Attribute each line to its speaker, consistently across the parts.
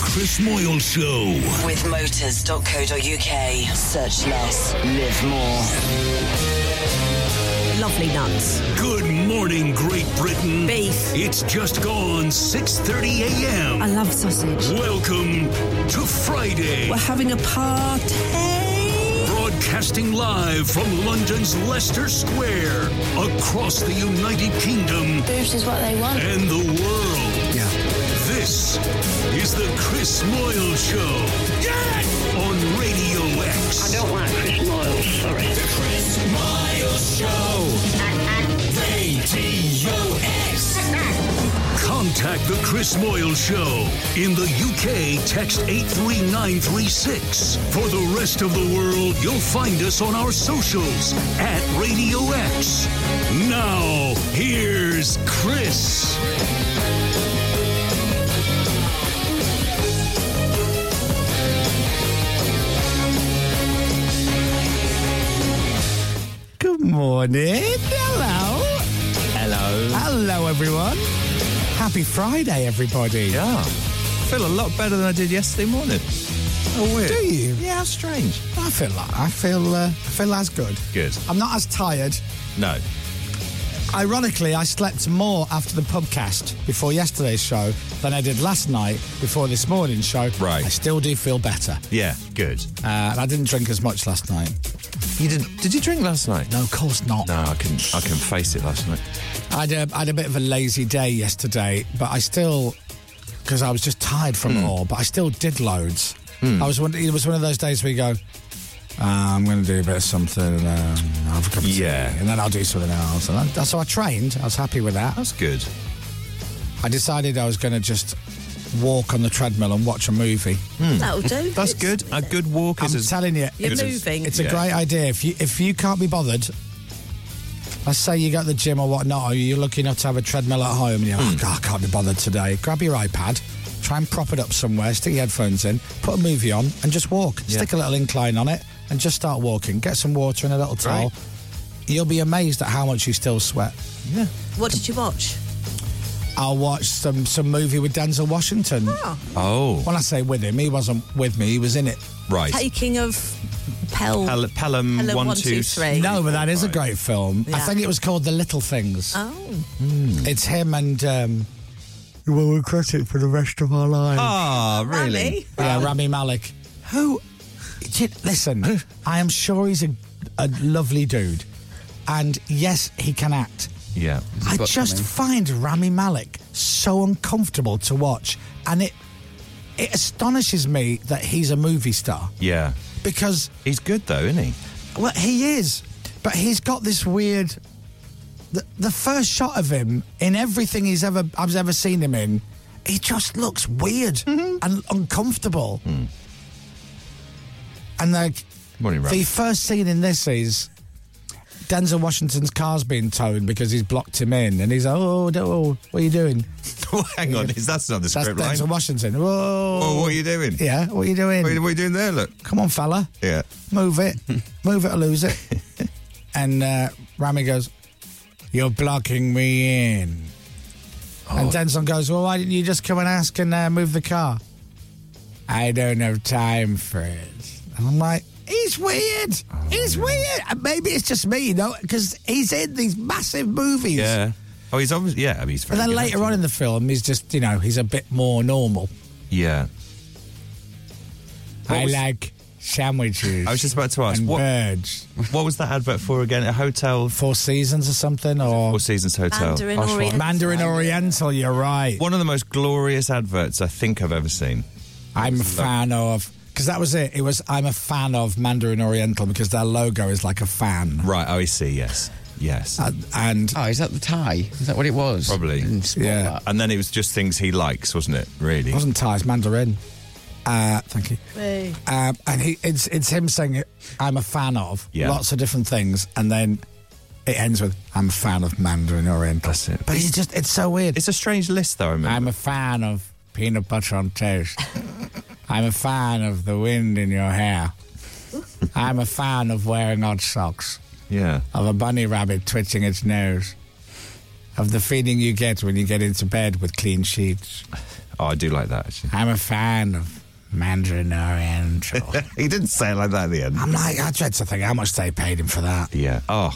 Speaker 1: Chris Moyle Show.
Speaker 2: With motors.co.uk. Search less, live more.
Speaker 3: Lovely nuts.
Speaker 1: Good morning, Great Britain.
Speaker 3: Beef.
Speaker 1: It's just gone 6.30 a.m.
Speaker 3: I love sausage.
Speaker 1: Welcome to Friday.
Speaker 3: We're having a party
Speaker 1: broadcasting live from London's Leicester Square, across the United Kingdom.
Speaker 4: Boobs is what they want.
Speaker 1: And the world.
Speaker 5: Yeah.
Speaker 1: This is the Chris Moyle Show.
Speaker 6: Yes!
Speaker 1: On Radio X.
Speaker 7: I don't like Chris Moyle, sorry.
Speaker 6: The Chris Moyle Show. Radio X.
Speaker 1: Contact the Chris Moyle Show. In the UK, text 83936. For the rest of the world, you'll find us on our socials at Radio X. Now, here's Chris.
Speaker 5: Good morning. Hello.
Speaker 8: Hello.
Speaker 5: Hello, everyone. Happy Friday, everybody.
Speaker 8: Yeah. feel a lot better than I did yesterday morning.
Speaker 5: Oh, weird. Do you?
Speaker 8: Yeah, how strange.
Speaker 5: I feel like I feel uh, I feel as good.
Speaker 8: Good.
Speaker 5: I'm not as tired.
Speaker 8: No.
Speaker 5: Ironically, I slept more after the podcast before yesterday's show than I did last night before this morning's show.
Speaker 8: Right.
Speaker 5: I still do feel better.
Speaker 8: Yeah, good.
Speaker 5: Uh, and I didn't drink as much last night.
Speaker 8: You didn't? Did you drink last night?
Speaker 5: No, of course not.
Speaker 8: No, I couldn't. I couldn't face it last night.
Speaker 5: I had a, I had a bit of a lazy day yesterday, but I still, because I was just tired from
Speaker 8: Hmm.
Speaker 5: it all, but I still did loads. I was one, it was one of those days where you go, "Ah, I'm going to do a bit of something and um, have a cup of tea,
Speaker 8: Yeah.
Speaker 5: and then I'll do something else. And I, so I trained. I was happy with that.
Speaker 8: That's good.
Speaker 5: I decided I was going to just walk on the treadmill and watch a movie.
Speaker 3: That'll do.
Speaker 8: Hmm. That's good. A good walk is
Speaker 5: I'm
Speaker 8: as
Speaker 5: telling you,
Speaker 3: You're
Speaker 5: it's,
Speaker 3: moving.
Speaker 5: it's a
Speaker 8: Yeah.
Speaker 5: great idea. If you if you can't be bothered, I say you go to the gym or whatnot, or you're lucky enough to have a treadmill at home, and you're
Speaker 8: Hmm.
Speaker 5: like, oh, I can't be bothered today. Grab your iPad, try and prop it up somewhere, stick your headphones in, put a movie on, and just walk.
Speaker 8: Yeah.
Speaker 5: Stick a little incline on it, and just start walking. Get some water and a little towel.
Speaker 8: Right.
Speaker 5: You'll be amazed at how much you still sweat.
Speaker 8: Yeah.
Speaker 3: What did you watch?
Speaker 5: I watched some some movie with Denzel Washington.
Speaker 3: Oh,
Speaker 8: Oh,
Speaker 5: When I say with him, he wasn't with me; he was in it.
Speaker 8: right.
Speaker 3: taking of Pell.
Speaker 8: Pel- Pelham,
Speaker 3: Pelham
Speaker 8: one,
Speaker 3: one, two,
Speaker 8: two,
Speaker 3: three.
Speaker 5: No, but that is a
Speaker 8: Right.
Speaker 5: great film. I
Speaker 3: Yeah.
Speaker 5: think it was called The Little Things. Hmm.
Speaker 3: Oh,
Speaker 5: It's him and um, you will regret it for the rest of our lives.
Speaker 8: Ah, really?
Speaker 3: Rami.
Speaker 5: Yeah, Rami Malik. Who? J- Listen, I am sure he's a, a lovely dude, and yes, he can act.
Speaker 8: Yeah.
Speaker 5: I just find Rami Malik so uncomfortable to watch, and it it astonishes me that he's a movie star
Speaker 8: Yeah.
Speaker 5: because
Speaker 8: He's good though, isn't he?
Speaker 5: Well, he is, but he's got this weird. The, the first shot of him in everything he's ever I've ever seen him in, he just looks weird
Speaker 8: Mm-hmm.
Speaker 5: and uncomfortable. And like
Speaker 8: Hmm. Morning, Rob.
Speaker 5: the first scene in this is Denzel Washington's car's being towed because he's blocked him in, and he's like, "Oh, no, oh what are you doing?"
Speaker 8: Oh, Hang on, is that's not the
Speaker 5: That's
Speaker 8: script
Speaker 5: Denzel
Speaker 8: line?
Speaker 5: Washington. Whoa,
Speaker 8: Oh, what are you doing?
Speaker 5: yeah, what are you doing?
Speaker 8: What are you- what are you doing there? Look.
Speaker 5: Come on, fella.
Speaker 8: Yeah.
Speaker 5: move it, move it or lose it. and uh, Rami goes, You're blocking me in.
Speaker 8: Oh.
Speaker 5: And Denson goes, Well, why didn't you just come and ask and uh, move the car? I don't have time for it. And I'm like, He's weird.
Speaker 8: Oh,
Speaker 5: He's weird. And maybe it's just me, you know, because he's in these massive movies.
Speaker 8: Yeah. Oh, he's obviously yeah. I mean, he's
Speaker 5: But
Speaker 8: very.
Speaker 5: then
Speaker 8: good,
Speaker 5: later
Speaker 8: actually.
Speaker 5: on in the film, he's just, you know, he's a bit more normal.
Speaker 8: Yeah. What
Speaker 5: I
Speaker 8: was-
Speaker 5: like sandwiches.
Speaker 8: I was just about to ask,
Speaker 5: and
Speaker 8: what-
Speaker 5: birds.
Speaker 8: What was that advert for again? A hotel,
Speaker 5: Four seasons or something, or
Speaker 8: Four Seasons Hotel.
Speaker 3: Mandarin
Speaker 8: Oshwa-
Speaker 3: Orient.
Speaker 5: Mandarin Oriental, you're right.
Speaker 8: One of the most glorious adverts I think I've ever seen.
Speaker 5: I'm a fan of because that was it. It was I'm a fan of Mandarin Oriental because their logo is like a fan. Uh,
Speaker 8: Right. Oh, I see. Yes. Yes.
Speaker 5: And, and
Speaker 9: Oh, is that the tie? Is that what it was?
Speaker 8: Probably.
Speaker 9: Didn't spot
Speaker 5: Yeah.
Speaker 9: that.
Speaker 8: and then it was just things he likes, wasn't it? Really.
Speaker 5: it wasn't Thai, it's Mandarin. Uh, thank you. Um, and he, it's it's him saying I'm a fan of
Speaker 8: Yeah.
Speaker 5: lots of different things, and then it ends with I'm a fan of Mandarin Oriental.
Speaker 8: That's it.
Speaker 5: But it's just it's so weird.
Speaker 8: It's a strange list, though. I remember.
Speaker 5: I'm a fan of peanut butter on toast. I'm a fan of the wind in your hair. I'm a fan of wearing odd socks.
Speaker 8: yeah.
Speaker 5: of a bunny rabbit twitching its nose. of the feeling you get when you get into bed with clean sheets.
Speaker 8: Oh, I do like that, actually.
Speaker 5: I'm a fan of Mandarin Oriental.
Speaker 8: He didn't say it like that at the end.
Speaker 5: I'm like, I dread to think how much they paid him for that.
Speaker 8: Yeah. Oh,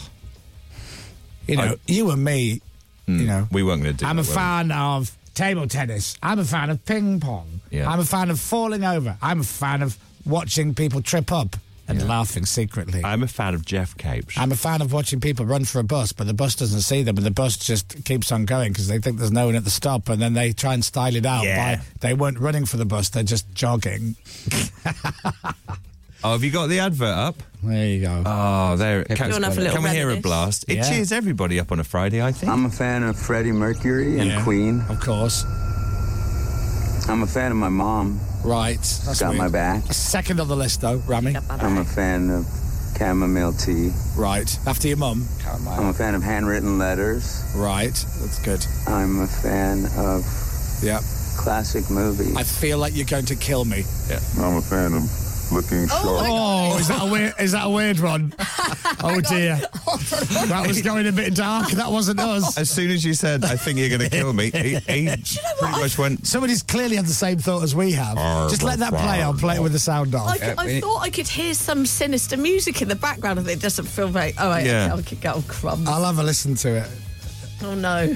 Speaker 5: You know,
Speaker 8: I-
Speaker 5: you and me, you know.
Speaker 8: hmm. we weren't going to do
Speaker 5: I'm a
Speaker 8: that, were we?
Speaker 5: fan of table tennis. I'm a fan of ping pong.
Speaker 8: Yeah.
Speaker 5: I'm a fan of falling over. I'm a fan of watching people trip up and laughing secretly.
Speaker 8: I'm a fan of Jeff Capes.
Speaker 5: I'm a fan of watching people run for a bus, but the bus doesn't see them, and the bus just keeps on going because they think there's no one at the stop, and then they try and style it out.
Speaker 8: Yeah.
Speaker 5: By, they weren't running for the bus; they're just jogging.
Speaker 8: oh, have you got the advert up?
Speaker 5: There you go.
Speaker 8: Oh, there. Can,
Speaker 3: You wanna have a little
Speaker 8: can we hear a
Speaker 3: reminisce?
Speaker 8: blast? It
Speaker 5: Yeah.
Speaker 8: cheers everybody up on a Friday, I think.
Speaker 4: I'm a fan of Freddie Mercury and
Speaker 5: Yeah.
Speaker 4: Queen.
Speaker 5: of course.
Speaker 4: I'm a fan of my mom.
Speaker 5: Right. That's
Speaker 4: Got my
Speaker 5: weird.
Speaker 4: back.
Speaker 5: Second on the list, though, Rami.
Speaker 4: I'm a fan of chamomile tea.
Speaker 5: Right. After your mum.
Speaker 4: I'm a fan of handwritten letters.
Speaker 5: Right. That's good.
Speaker 4: I'm a fan of
Speaker 5: Yeah.
Speaker 4: classic movies.
Speaker 5: I feel like you're going to kill me.
Speaker 10: I'm a fan of looking sharp.
Speaker 5: Oh, is that a weird? Is that a weird one? oh dear, that was going a bit dark. That wasn't us.
Speaker 8: As soon as you said, I think you're going to kill me, he, he pretty much went,
Speaker 5: Somebody's clearly had the same thought as we have.
Speaker 8: Arr,
Speaker 5: Just let that play. I'll play it with the sound off.
Speaker 3: I, c- I
Speaker 9: we-
Speaker 3: thought I could hear some sinister music in the background, and it doesn't feel very. Oh, right,
Speaker 8: Yeah.
Speaker 3: okay, I could go oh, crumbs.
Speaker 5: I'll have a listen to it. Uh,
Speaker 3: oh no!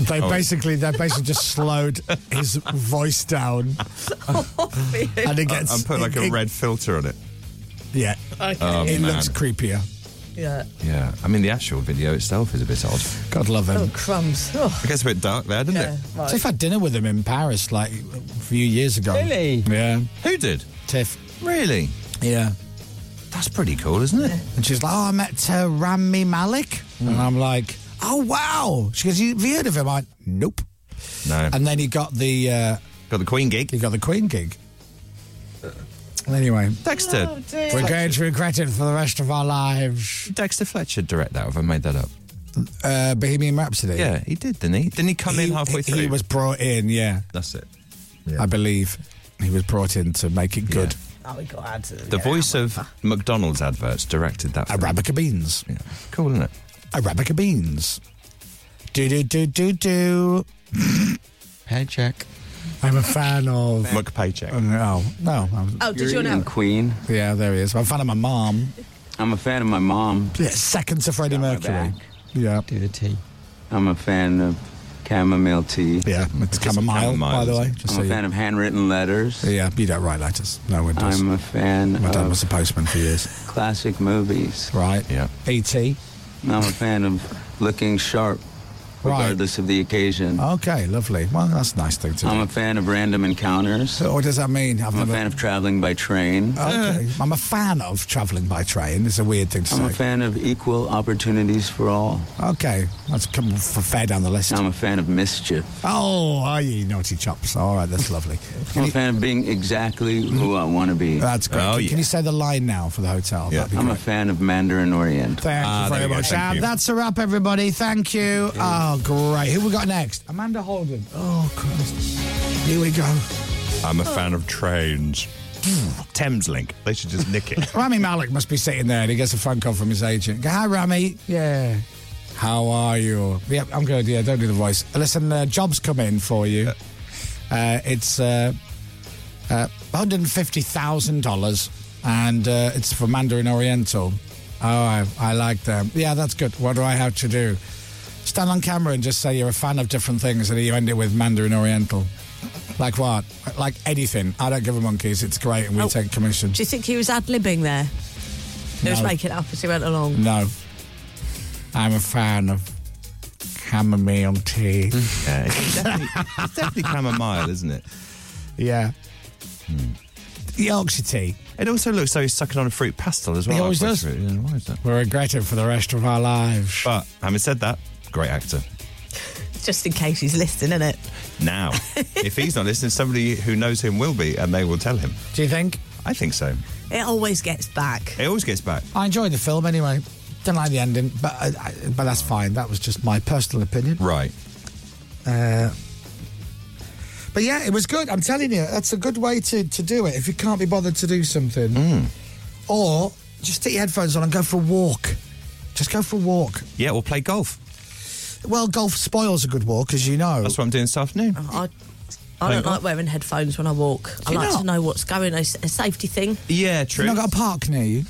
Speaker 5: They
Speaker 8: Oh.
Speaker 5: basically, they basically just slowed his voice down, and it gets.
Speaker 8: and put like
Speaker 5: it-
Speaker 8: a
Speaker 5: it-
Speaker 8: red filter on it.
Speaker 5: Yeah,
Speaker 3: okay.
Speaker 5: it
Speaker 8: man.
Speaker 5: looks creepier.
Speaker 3: yeah.
Speaker 8: Yeah. I mean, the actual video itself is a bit odd.
Speaker 5: God love him.
Speaker 3: Oh crumbs. Oh,
Speaker 8: It gets a bit dark there, doesn't
Speaker 3: yeah.
Speaker 5: So
Speaker 3: Right.
Speaker 5: I've had dinner with him in Paris like a few years ago.
Speaker 9: Really?
Speaker 5: Yeah.
Speaker 8: it? Who did?
Speaker 5: Tiff.
Speaker 8: Really?
Speaker 5: Yeah.
Speaker 8: That's pretty cool, isn't it?
Speaker 5: And she's like, oh, I met uh, Rami Malik.
Speaker 8: Hmm.
Speaker 5: And I'm like, oh, wow. She goes, you, have you heard of him? I went, nope.
Speaker 8: No.
Speaker 5: And then he got the uh,
Speaker 8: Got the Queen
Speaker 5: he
Speaker 8: gig. Uh.
Speaker 5: got the Queen gig. Anyway,
Speaker 8: Dexter.
Speaker 5: we're going to regret it for the rest of our lives.
Speaker 8: Dexter Fletcher direct that, or have I made that up?
Speaker 5: Uh, Bohemian Rhapsody.
Speaker 8: Yeah, he did, didn't he? Didn't he come in
Speaker 5: He-
Speaker 8: halfway
Speaker 5: he-
Speaker 8: through?
Speaker 5: He was brought in, yeah,
Speaker 8: That's it.
Speaker 5: I believe. He was brought in to make it good.
Speaker 3: Oh, we got ads.
Speaker 8: The voice of McDonald's adverts directed that. film.
Speaker 5: Arabica beans.
Speaker 8: Yeah. Cool, isn't it?
Speaker 5: Arabica beans. Do, do, do, do, do.
Speaker 9: Hey, check.
Speaker 5: I'm a fan of.
Speaker 8: McPaycheck.
Speaker 5: No, no. I'm-
Speaker 3: Oh, did you
Speaker 4: Mercury
Speaker 3: know?
Speaker 4: and Queen.
Speaker 5: Um, Yeah, there he is. I'm a fan of my mom.
Speaker 4: I'm a fan of my mom.
Speaker 5: Yeah, second to Freddie
Speaker 4: my
Speaker 5: Mercury.
Speaker 4: back.
Speaker 5: Yeah,
Speaker 9: Do the tea.
Speaker 4: I'm a fan of chamomile tea.
Speaker 5: yeah. It's
Speaker 8: Just
Speaker 5: chamomile, by
Speaker 8: chamomile,
Speaker 5: the way.
Speaker 8: isn't it?
Speaker 5: Just
Speaker 4: I'm
Speaker 5: so
Speaker 4: a
Speaker 5: you-
Speaker 4: fan of handwritten letters.
Speaker 5: yeah, you don't write letters. No one does.
Speaker 4: I'm a fan
Speaker 5: my dad was
Speaker 4: of
Speaker 5: a postman for years.
Speaker 4: classic movies.
Speaker 5: Right. E
Speaker 8: Yeah.
Speaker 5: E.T.
Speaker 4: I'm a fan of looking sharp,
Speaker 5: Right.
Speaker 4: regardless of the occasion.
Speaker 5: Okay, lovely. Well, that's a nice thing to do.
Speaker 4: I'm a fan of random encounters.
Speaker 5: so what does that mean? I've
Speaker 4: I'm a
Speaker 5: never- Oh,
Speaker 4: fan of traveling by train.
Speaker 5: Okay. I'm a fan of travelling by train. It's a weird thing to
Speaker 4: I'm a
Speaker 5: say.
Speaker 4: fan of equal opportunities for all.
Speaker 5: okay, that's come for fair down the list.
Speaker 4: I'm a fan of mischief.
Speaker 5: oh, are you naughty chops? All right, that's lovely.
Speaker 4: I'm a fan of being exactly who I want to be.
Speaker 5: That's great.
Speaker 8: Oh,
Speaker 5: can,
Speaker 8: yeah.
Speaker 5: can you say the line now for the hotel?
Speaker 8: Yeah.
Speaker 5: That'd be
Speaker 4: I'm
Speaker 5: great.
Speaker 4: a fan of Mandarin Orient.
Speaker 5: Thank
Speaker 8: Ah,
Speaker 5: you
Speaker 8: there
Speaker 5: very
Speaker 8: you go.
Speaker 5: much,
Speaker 8: Thank
Speaker 5: Ab.
Speaker 8: you.
Speaker 5: That's a wrap, everybody. Thank you. Oh, great. Who we got next? Amanda Holden. Oh, Christ. Here we go.
Speaker 8: I'm a fan of trains. Thameslink. They should just nick it.
Speaker 5: Rami Malik must be sitting there and he gets a phone call from his agent. Hi, Rami. Yeah. How are you? Yeah, I'm good. Yeah, don't do the voice. Listen, uh, job's come in for you. Uh, it's uh, uh, $150,000 and uh, it's for Mandarin Oriental. Oh, I, I like them. Yeah, that's good. What do I have to do? Stand on camera and just say you're a fan of different things and you end it with Mandarin Oriental. Like what? Like anything. I don't give a monkeys. It's great and we
Speaker 3: Oh.
Speaker 5: take commission.
Speaker 3: Do you think he was ad libbing there? He was
Speaker 5: No.
Speaker 3: making it up as he went along.
Speaker 5: No. I'm a fan of chamomile tea.
Speaker 8: Yeah, it's, definitely, it's definitely chamomile, isn't it? Hmm.
Speaker 5: yeah. Yorkshire tea.
Speaker 8: It also looks like he's sucking on a fruit pastel as well.
Speaker 5: He always
Speaker 8: halfway
Speaker 5: does.
Speaker 8: through. Yeah, why is that?
Speaker 5: We'll regret it for the rest of our lives.
Speaker 8: But having said that, great actor.
Speaker 3: Just in case he's listening, isn't it?
Speaker 8: Now, if he's not listening, somebody who knows him will be, and they will tell him.
Speaker 5: Do you think?
Speaker 8: I think so.
Speaker 3: It always gets back.
Speaker 8: It always gets back.
Speaker 5: I enjoyed the film anyway. Don't like the ending, but I, I, but that's fine. That was just my personal opinion. Uh,
Speaker 8: Right.
Speaker 5: But yeah, it was good. I'm telling you, that's a good way to, to do it if you can't be bothered to do something. Or just stick your headphones on and go for a walk. Just go for a walk.
Speaker 8: Yeah, we'll play golf.
Speaker 5: Well, golf spoils a good walk, as you know.
Speaker 8: That's what I'm doing this afternoon.
Speaker 5: Oh.
Speaker 3: I, I
Speaker 8: Playing
Speaker 3: don't
Speaker 8: golf?
Speaker 3: like wearing headphones when I walk. I
Speaker 8: Do you
Speaker 3: like
Speaker 8: not?
Speaker 3: to know what's going on. It's a safety thing.
Speaker 8: Yeah, true.
Speaker 5: You've not got a park near you.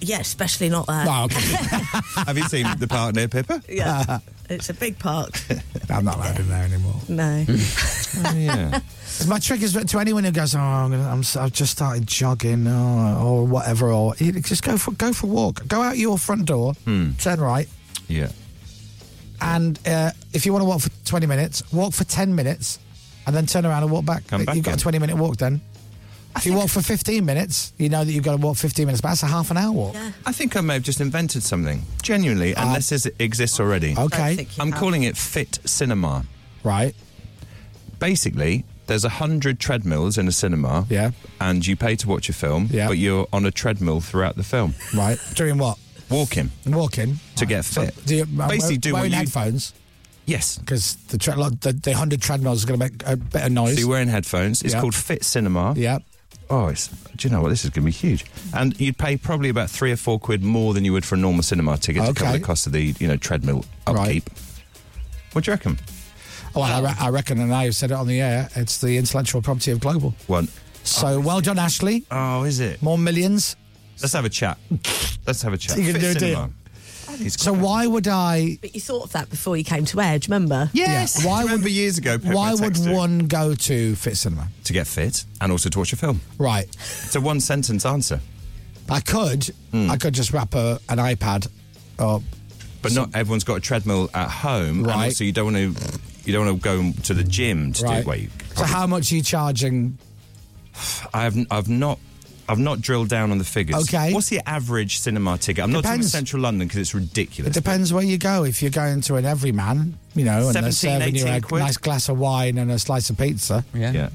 Speaker 3: Yeah, especially not there.
Speaker 5: No, okay.
Speaker 8: Have you seen the park near Pippa?
Speaker 3: Yeah. it's a big park.
Speaker 5: I'm not allowed in there anymore.
Speaker 3: No.
Speaker 8: Oh, yeah.
Speaker 5: My trick is to anyone who goes, "Oh, I'm gonna, I'm, s- I've just started jogging, or, or whatever," or you- just go for go for a walk. Go out your front door, turn right,
Speaker 8: Hmm, yeah.
Speaker 5: and uh, if you want to walk for 20 minutes, walk for 10 minutes, and then turn around and walk back.
Speaker 8: Come
Speaker 5: You've
Speaker 8: back
Speaker 5: got a
Speaker 8: again.
Speaker 5: 20 minute walk then. if you walk for 15 minutes, you know that you've got to walk 15 minutes, but that's a half an hour walk.
Speaker 3: Yeah.
Speaker 8: I think I may have just invented something. Genuinely, unless it exists already.
Speaker 3: Don't
Speaker 5: Ah. Okay,
Speaker 3: think you
Speaker 8: I'm
Speaker 3: have.
Speaker 8: calling it Fit Cinema.
Speaker 5: right.
Speaker 8: Basically, there's a hundred treadmills in a cinema.
Speaker 5: Yeah.
Speaker 8: And you pay to watch a film,
Speaker 5: Yeah.
Speaker 8: but you're on a treadmill throughout the film,
Speaker 5: Right. Doing what?
Speaker 8: walking
Speaker 5: Walking.
Speaker 8: to get
Speaker 5: So
Speaker 8: fit.
Speaker 5: do you,
Speaker 8: Basically,
Speaker 5: Basically,
Speaker 8: do
Speaker 5: do
Speaker 8: what
Speaker 5: wearing
Speaker 8: you-
Speaker 5: headphones
Speaker 8: Yes.
Speaker 5: because the, tre- like, the the hundred treadmills are going to make a bit of
Speaker 8: So
Speaker 5: noise.
Speaker 8: you're wearing headphones. It's
Speaker 5: Yeah.
Speaker 8: called Fit Cinema.
Speaker 5: yeah,
Speaker 8: Oh, it's, do you know what? This is going to be huge. And you'd pay probably about three or four quid more than you would for a normal cinema ticket to cover
Speaker 5: Okay.
Speaker 8: the cost of the you know treadmill
Speaker 5: Right.
Speaker 8: upkeep. What do you reckon?
Speaker 5: Oh, Well, I, re- I reckon, and I have said it on the air, it's the intellectual property of global.
Speaker 8: One.
Speaker 5: So well done, Ashley.
Speaker 8: Oh, is it?
Speaker 5: More millions.
Speaker 8: Let's have a chat. Let's have a chat.
Speaker 5: You can
Speaker 8: Fit
Speaker 5: do a
Speaker 8: cinema.
Speaker 5: So why would I?
Speaker 3: But you thought of that before you came to air, do you remember?
Speaker 8: Yes.
Speaker 5: Yeah. Why
Speaker 8: Why
Speaker 5: would-
Speaker 8: remember years ago? Pepper
Speaker 5: Why would
Speaker 8: texted
Speaker 5: one go to Fit Cinema?
Speaker 8: to get fit and also to watch a film?
Speaker 5: Right.
Speaker 8: It's a one sentence answer, Hmm.
Speaker 5: I could, I could just wrap a, an iPad up.
Speaker 8: but not everyone's got a treadmill at home, and
Speaker 5: Right.
Speaker 8: also you don't want to you don't want to go to the gym to
Speaker 5: Right.
Speaker 8: do. Well, you,
Speaker 5: so how much are you charging?
Speaker 8: I've I've not. I've not drilled down on the figures.
Speaker 5: Okay.
Speaker 8: What's the average cinema ticket? I'm not talking
Speaker 5: Depends.
Speaker 8: central London because it's
Speaker 5: It
Speaker 8: ridiculous.
Speaker 5: depends where you go. If you're going to an everyman, you know, and they're
Speaker 8: 17,
Speaker 5: serving you
Speaker 8: 18
Speaker 5: a
Speaker 8: quid.
Speaker 5: nice glass of wine and a slice of pizza.
Speaker 9: Yeah.
Speaker 8: yeah.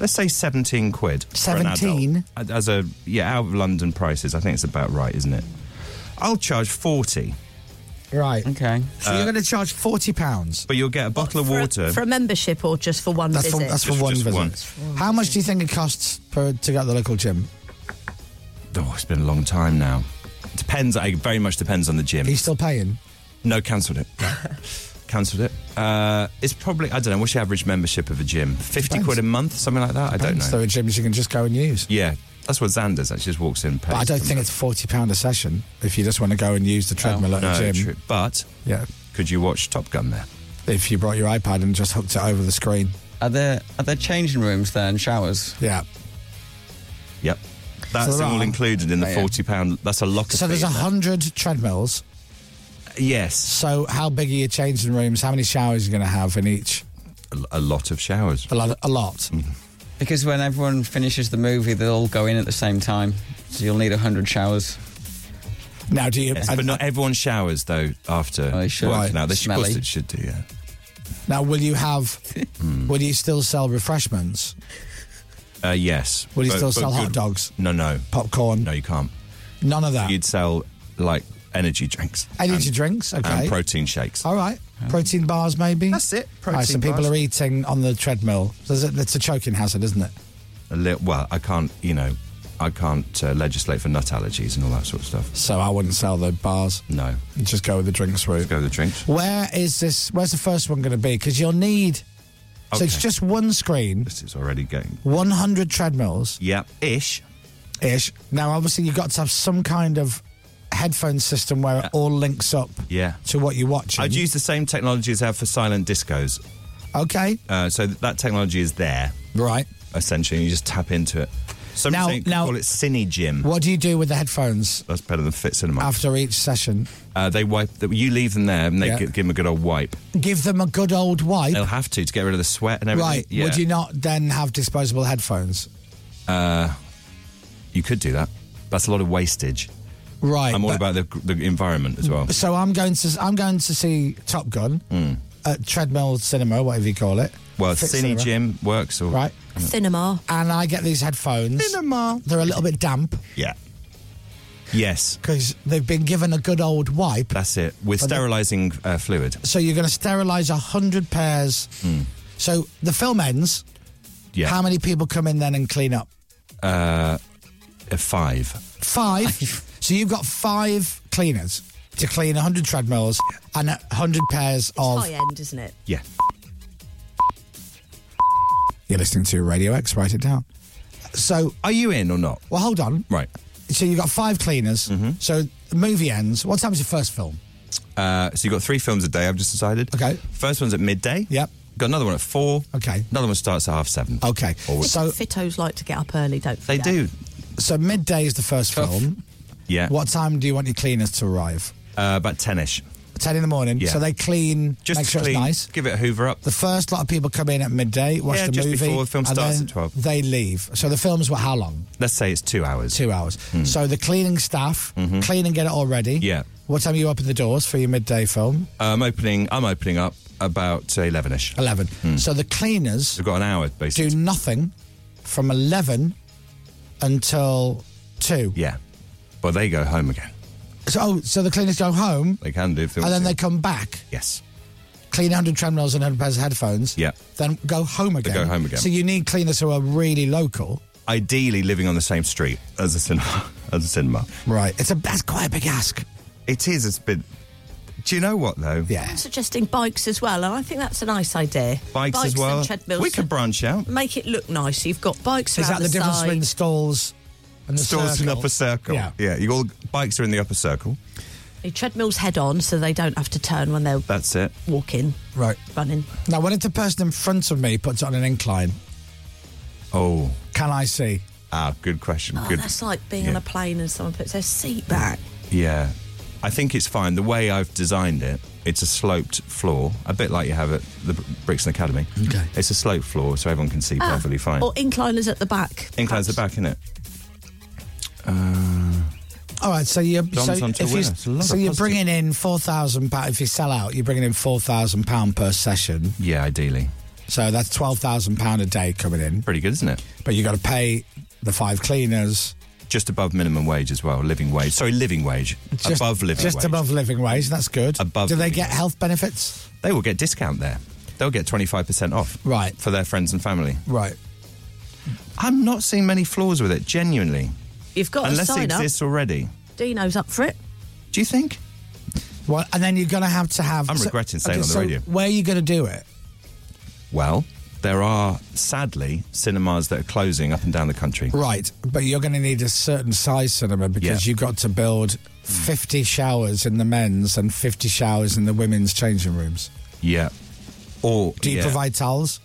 Speaker 8: Let's say 17 quid. for an adult.
Speaker 5: 17?
Speaker 8: As a, yeah, out of London prices, I think it's about right, isn't it? I'll charge 40,
Speaker 5: Right.
Speaker 9: Okay.
Speaker 5: So you're going to charge forty pounds.
Speaker 8: but you'll get a bottle of
Speaker 3: For a-
Speaker 8: water.
Speaker 3: For a membership or just for one
Speaker 5: That's for,
Speaker 3: visit?
Speaker 5: that's for
Speaker 8: Just-
Speaker 5: one
Speaker 8: just
Speaker 5: visit.
Speaker 8: one.
Speaker 5: How much do you think it costs per, to go to the local gym?
Speaker 8: oh, it's been a long time now. Depends, I, very much depends on the gym.
Speaker 5: Are you still paying?
Speaker 8: No, cancelled it. cancelled it. Uh, it's probably, I don't know, what's the average membership of a gym? 50
Speaker 5: Depends.
Speaker 8: quid a month, something like that? I don't know.
Speaker 5: There are gyms you can just go and use.
Speaker 8: yeah, that's what Xander's actually just walks in.
Speaker 5: But I don't think it's forty pound a session if you just want to go and use the treadmill at
Speaker 8: Oh. no,
Speaker 5: the gym.
Speaker 8: true. But
Speaker 5: Yeah,
Speaker 8: could you watch Top Gun there?
Speaker 5: if you brought your iPad and just hooked it over the screen.
Speaker 9: Are there are there changing rooms there and showers?
Speaker 5: Yeah.
Speaker 8: Yep. That's
Speaker 5: there
Speaker 8: all
Speaker 5: are.
Speaker 8: included in the
Speaker 9: Oh, yeah.
Speaker 8: forty pound. That's a locker.
Speaker 5: So there's
Speaker 8: fee,
Speaker 5: a
Speaker 8: isn't it?
Speaker 5: hundred treadmills.
Speaker 8: Yes,
Speaker 5: So how big are your changing rooms? How many showers are you going to have in each?
Speaker 8: a, a lot of showers. Mm-hmm.
Speaker 5: A lot. A lot.
Speaker 9: Because when everyone finishes the movie, they'll all go in at the same time. So you'll need hundred showers.
Speaker 5: Now do you?
Speaker 8: Yes,
Speaker 5: and-
Speaker 8: but not everyone showers though after
Speaker 9: Oh, they should.
Speaker 8: working out. They should, of course
Speaker 9: Smelly.
Speaker 8: they should do. Yeah.
Speaker 5: now will you have?
Speaker 8: Hmm.
Speaker 5: will you still sell refreshments?
Speaker 8: Uh, yes.
Speaker 5: Will you
Speaker 8: But-
Speaker 5: still
Speaker 8: but
Speaker 5: sell hot
Speaker 8: good-
Speaker 5: dogs?
Speaker 8: No, no,
Speaker 5: Popcorn?
Speaker 8: no. You can't.
Speaker 5: None of that.
Speaker 8: You'd sell like energy drinks.
Speaker 5: Energy
Speaker 8: and-
Speaker 5: drinks. Okay.
Speaker 8: and protein shakes.
Speaker 5: All right. Protein bars, maybe?
Speaker 8: That's it,
Speaker 5: All right, so
Speaker 8: protein
Speaker 5: people
Speaker 8: bars.
Speaker 5: are eating on the treadmill. So is it- it's a choking hazard, isn't it?
Speaker 8: A li- well, I can't. You know, I can't uh, legislate for nut allergies and all that sort of stuff.
Speaker 5: So I wouldn't sell the bars.
Speaker 8: No.
Speaker 5: Just go with the drinks route.
Speaker 8: Let's go to the drinks.
Speaker 5: Where is this? Where's the first one going to be? Because you'll need. So it's
Speaker 8: Okay.
Speaker 5: just one screen,
Speaker 8: This is already going.
Speaker 5: 100 treadmills
Speaker 8: Yep. Ish.
Speaker 5: ish. Now, obviously, you've got to have some kind of headphone system where it all links up
Speaker 8: Yeah.
Speaker 5: to what you're watching.
Speaker 8: I'd use the same technology as I have for silent discos.
Speaker 5: okay.
Speaker 8: Uh, so th- that technology is there,
Speaker 5: Right.
Speaker 8: essentially. You just tap into it. Some
Speaker 5: Now-
Speaker 8: saying-
Speaker 5: now-
Speaker 8: call it Cine Gym.
Speaker 5: What do you do with the headphones
Speaker 8: That's better than Fit Cinema.
Speaker 5: after each session?
Speaker 8: uh, they wipe. The, you leave them there, and they
Speaker 5: Yeah.
Speaker 8: gi- give them a good old wipe.
Speaker 5: Give them a good old wipe.
Speaker 8: They'll have to to get rid of the sweat and everything.
Speaker 5: Right.
Speaker 8: Yeah.
Speaker 5: Would you not then have disposable headphones?
Speaker 8: Uh, You could do that. That's a lot of wastage.
Speaker 5: Right.
Speaker 8: I'm all
Speaker 5: but-
Speaker 8: about the, the environment as well. Hmm.
Speaker 5: So I'm going to I'm going to see Top Gun at Treadmill Cinema, whatever you call it.
Speaker 8: Well,
Speaker 5: Fit
Speaker 8: Cine
Speaker 5: Cinema,
Speaker 8: Gym works. Or,
Speaker 5: Right.
Speaker 3: Cinema.
Speaker 5: And I get these headphones.
Speaker 8: Cinema.
Speaker 5: They're a little bit damp
Speaker 8: Yeah. Yes,
Speaker 5: because they've been given a good old wipe.
Speaker 8: that's it. With
Speaker 5: But the-
Speaker 8: sterilising uh, fluid.
Speaker 5: So you're going to sterilise a hundred pairs. So the film ends.
Speaker 8: Hmm. Yeah.
Speaker 5: How many people come in then and clean up?
Speaker 8: Uh, five.
Speaker 5: Five. so you've got five cleaners. to clean 100 treadmills and 100 pairs of.
Speaker 3: High end, isn't it?
Speaker 8: Yeah.
Speaker 5: You're listening to Radio X, write it down. So.
Speaker 8: Are you in or not?
Speaker 5: Well, hold on.
Speaker 8: Right. Mm-hmm.
Speaker 5: So you've got five cleaners. So the movie ends. What time's your first film?
Speaker 8: Uh, so you've got three films a day, I've just decided. Okay. First one's at midday. Yep. Got another one at four. Okay. Another one starts at half seven.
Speaker 5: Okay.
Speaker 3: So Fittos like to get up early, don't
Speaker 8: They
Speaker 3: forget.
Speaker 8: do.
Speaker 5: So midday is the first film.
Speaker 8: Yeah.
Speaker 5: What time do you want your cleaners to arrive?
Speaker 8: Uh, about 10 ish.
Speaker 5: 10 in the morning.
Speaker 8: Yeah.
Speaker 5: So they clean,
Speaker 8: Just
Speaker 5: make
Speaker 8: to
Speaker 5: sure
Speaker 8: clean,
Speaker 5: it's nice.
Speaker 8: give it a hoover up.
Speaker 5: The first lot of people come in at midday, watch
Speaker 8: Yeah,
Speaker 5: the
Speaker 8: just
Speaker 5: movie.
Speaker 8: before the film
Speaker 5: and
Speaker 8: starts
Speaker 5: then
Speaker 8: at 12.
Speaker 5: They leave. So the films were how long?
Speaker 8: Let's say it's two hours.
Speaker 5: Two hours.
Speaker 8: Mm.
Speaker 5: So the cleaning staff
Speaker 8: Mhm.
Speaker 5: clean and get it all ready.
Speaker 8: Yeah.
Speaker 5: What time are you open the doors for your midday film?
Speaker 8: I'm opening. I'm opening up about eleven ish.
Speaker 5: 11.
Speaker 8: Mm.
Speaker 5: So the cleaners
Speaker 8: We've got an hour basically.
Speaker 5: do nothing from 11 until 2.
Speaker 8: Yeah, but they go home again.
Speaker 5: So, oh, so the cleaners go home
Speaker 8: They can do. If they
Speaker 5: and
Speaker 8: want
Speaker 5: then they
Speaker 8: to.
Speaker 5: come back,
Speaker 8: Yes.
Speaker 5: clean 100 treadmills and 100 pairs of headphones,
Speaker 8: Yeah.
Speaker 5: then go home
Speaker 8: They
Speaker 5: again.
Speaker 8: go home again.
Speaker 5: So you need cleaners who are really local.
Speaker 8: Ideally, living on the same street as a cinema. As a cinema.
Speaker 5: Right. It's a that's quite a big ask.
Speaker 8: It is. It's been. Do you know what though?
Speaker 5: Yeah.
Speaker 3: I'm suggesting bikes as well, and I think that's a nice idea.
Speaker 8: Bikes, as well.
Speaker 3: and treadmills.
Speaker 8: We could branch out.
Speaker 3: make it look nice. You've got bikes
Speaker 5: Is
Speaker 3: around
Speaker 5: that the, difference
Speaker 3: side.
Speaker 5: between stalls and the
Speaker 8: Stores in
Speaker 5: circle?
Speaker 8: the upper circle.
Speaker 5: Yeah.
Speaker 8: You all bikes are in the upper circle.
Speaker 3: The treadmills head on, so they don't have to turn when they're
Speaker 8: That's it.
Speaker 3: walking,
Speaker 5: Right.
Speaker 3: running.
Speaker 5: Now, when if the person in front of me puts it on an incline,
Speaker 8: Oh.
Speaker 5: can I see?
Speaker 8: Ah, good question.
Speaker 3: Oh,
Speaker 8: good.
Speaker 3: that's like being
Speaker 8: yeah.
Speaker 3: on a plane and someone puts their seat back.
Speaker 8: Yeah. I think it's fine. The way I've designed it, it's a sloped floor, a bit like you have at the Br- Brixton Academy. Okay. It's a sloped floor, so everyone can see
Speaker 3: Ah,
Speaker 8: perfectly fine.
Speaker 3: Or incliners at the back.
Speaker 8: Inclines the back, innit?
Speaker 5: All right, so you're
Speaker 8: John's
Speaker 5: so,
Speaker 8: onto a
Speaker 5: if you,
Speaker 8: winner. It's a lot
Speaker 5: so
Speaker 8: of
Speaker 5: you're
Speaker 8: positive.
Speaker 5: bringing in four thousand pound. If you sell out, you're bringing in four thousand pound per session.
Speaker 8: Yeah, ideally.
Speaker 5: So that's twelve thousand pound a day coming in.
Speaker 8: Pretty good, isn't it?
Speaker 5: But you got to pay the five cleaners
Speaker 8: Just above minimum wage as well, living wage. Sorry, living wage.
Speaker 5: just
Speaker 8: above living
Speaker 5: just
Speaker 8: wage.
Speaker 5: above living wage. That's good.
Speaker 8: Above
Speaker 5: Do they
Speaker 8: living
Speaker 5: get health benefits?
Speaker 8: They will get discount there. They'll get 25% off.
Speaker 5: Right.
Speaker 8: For their friends and family.
Speaker 5: Right.
Speaker 8: I'm not seeing many flaws with it, genuinely.
Speaker 3: You've got
Speaker 8: Unless
Speaker 3: to
Speaker 8: it
Speaker 3: sign up.
Speaker 8: exists already.
Speaker 3: Dino's up for it.
Speaker 8: Do you think?
Speaker 5: Well, and then you're going to have to have.
Speaker 8: I'm regretting saying on the
Speaker 5: so
Speaker 8: radio.
Speaker 5: Where are you going to do it?
Speaker 8: Well, there are sadly cinemas that are closing up and down the country.
Speaker 5: Right, but you're going to need a certain size cinema because
Speaker 8: Yeah.
Speaker 5: you've got to build 50 showers in the men's and 50 showers in the women's changing rooms.
Speaker 8: Yeah. Or
Speaker 5: Do you
Speaker 8: yeah.
Speaker 5: provide towels?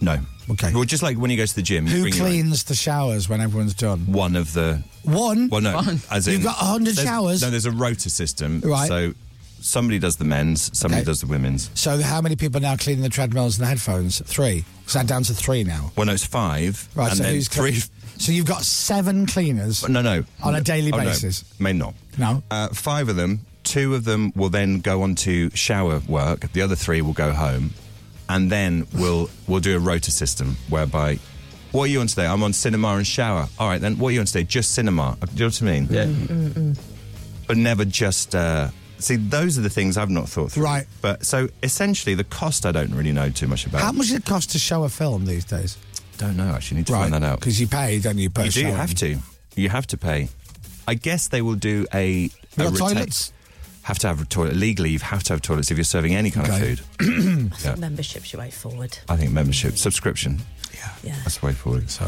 Speaker 8: No.
Speaker 5: Okay.
Speaker 8: Well, just like when you go to the gym, you
Speaker 5: Who
Speaker 8: bring your own-
Speaker 5: cleans the showers when everyone's done?
Speaker 8: one of the.
Speaker 5: One?
Speaker 8: Well, no. As in,
Speaker 5: You've got 100
Speaker 8: there's-
Speaker 5: showers.
Speaker 8: No, there's a rota system.
Speaker 5: Right.
Speaker 8: So somebody does the men's, somebody
Speaker 5: Okay.
Speaker 8: does the women's.
Speaker 5: So, how many people are now cleaning the treadmills and the headphones? Three. Is that down to three now?
Speaker 8: Well, no, it's five.
Speaker 5: Right,
Speaker 8: and
Speaker 5: so
Speaker 8: then
Speaker 5: who's
Speaker 8: three.
Speaker 5: So, you've got seven cleaners.
Speaker 8: No, no.
Speaker 5: On a daily
Speaker 8: Oh, no.
Speaker 5: basis.
Speaker 8: May not.
Speaker 5: No.
Speaker 8: Uh, five of them, two of them will then go on to shower work. The other three will go home, and then we'll we'll do a rota system whereby. What are you on today? I'm on cinema and shower. All right, then. What are you on today? Just cinema. Uh, Do you know what I mean?
Speaker 9: Yeah.
Speaker 5: Mm,
Speaker 8: But never just. Uh, see, those are the things I've not thought through.
Speaker 5: Right.
Speaker 8: But so essentially, the cost I don't really know too much about.
Speaker 5: How much does it cost to show a film these days?
Speaker 8: Don't know. Actually, need to
Speaker 5: right.
Speaker 8: find that out.
Speaker 5: Because you pay, don't you? Per
Speaker 8: You do
Speaker 5: showing.
Speaker 8: have to. You have to pay. I guess they will do a. a
Speaker 5: got
Speaker 8: rota-
Speaker 5: toilets?
Speaker 8: Have to have a toilet legally. You have to have toilets if you're serving any kind
Speaker 5: Okay.
Speaker 8: of food.
Speaker 3: I think membership's your way forward.
Speaker 8: I think membership, subscription.
Speaker 3: Yeah.
Speaker 8: That's the way forward. So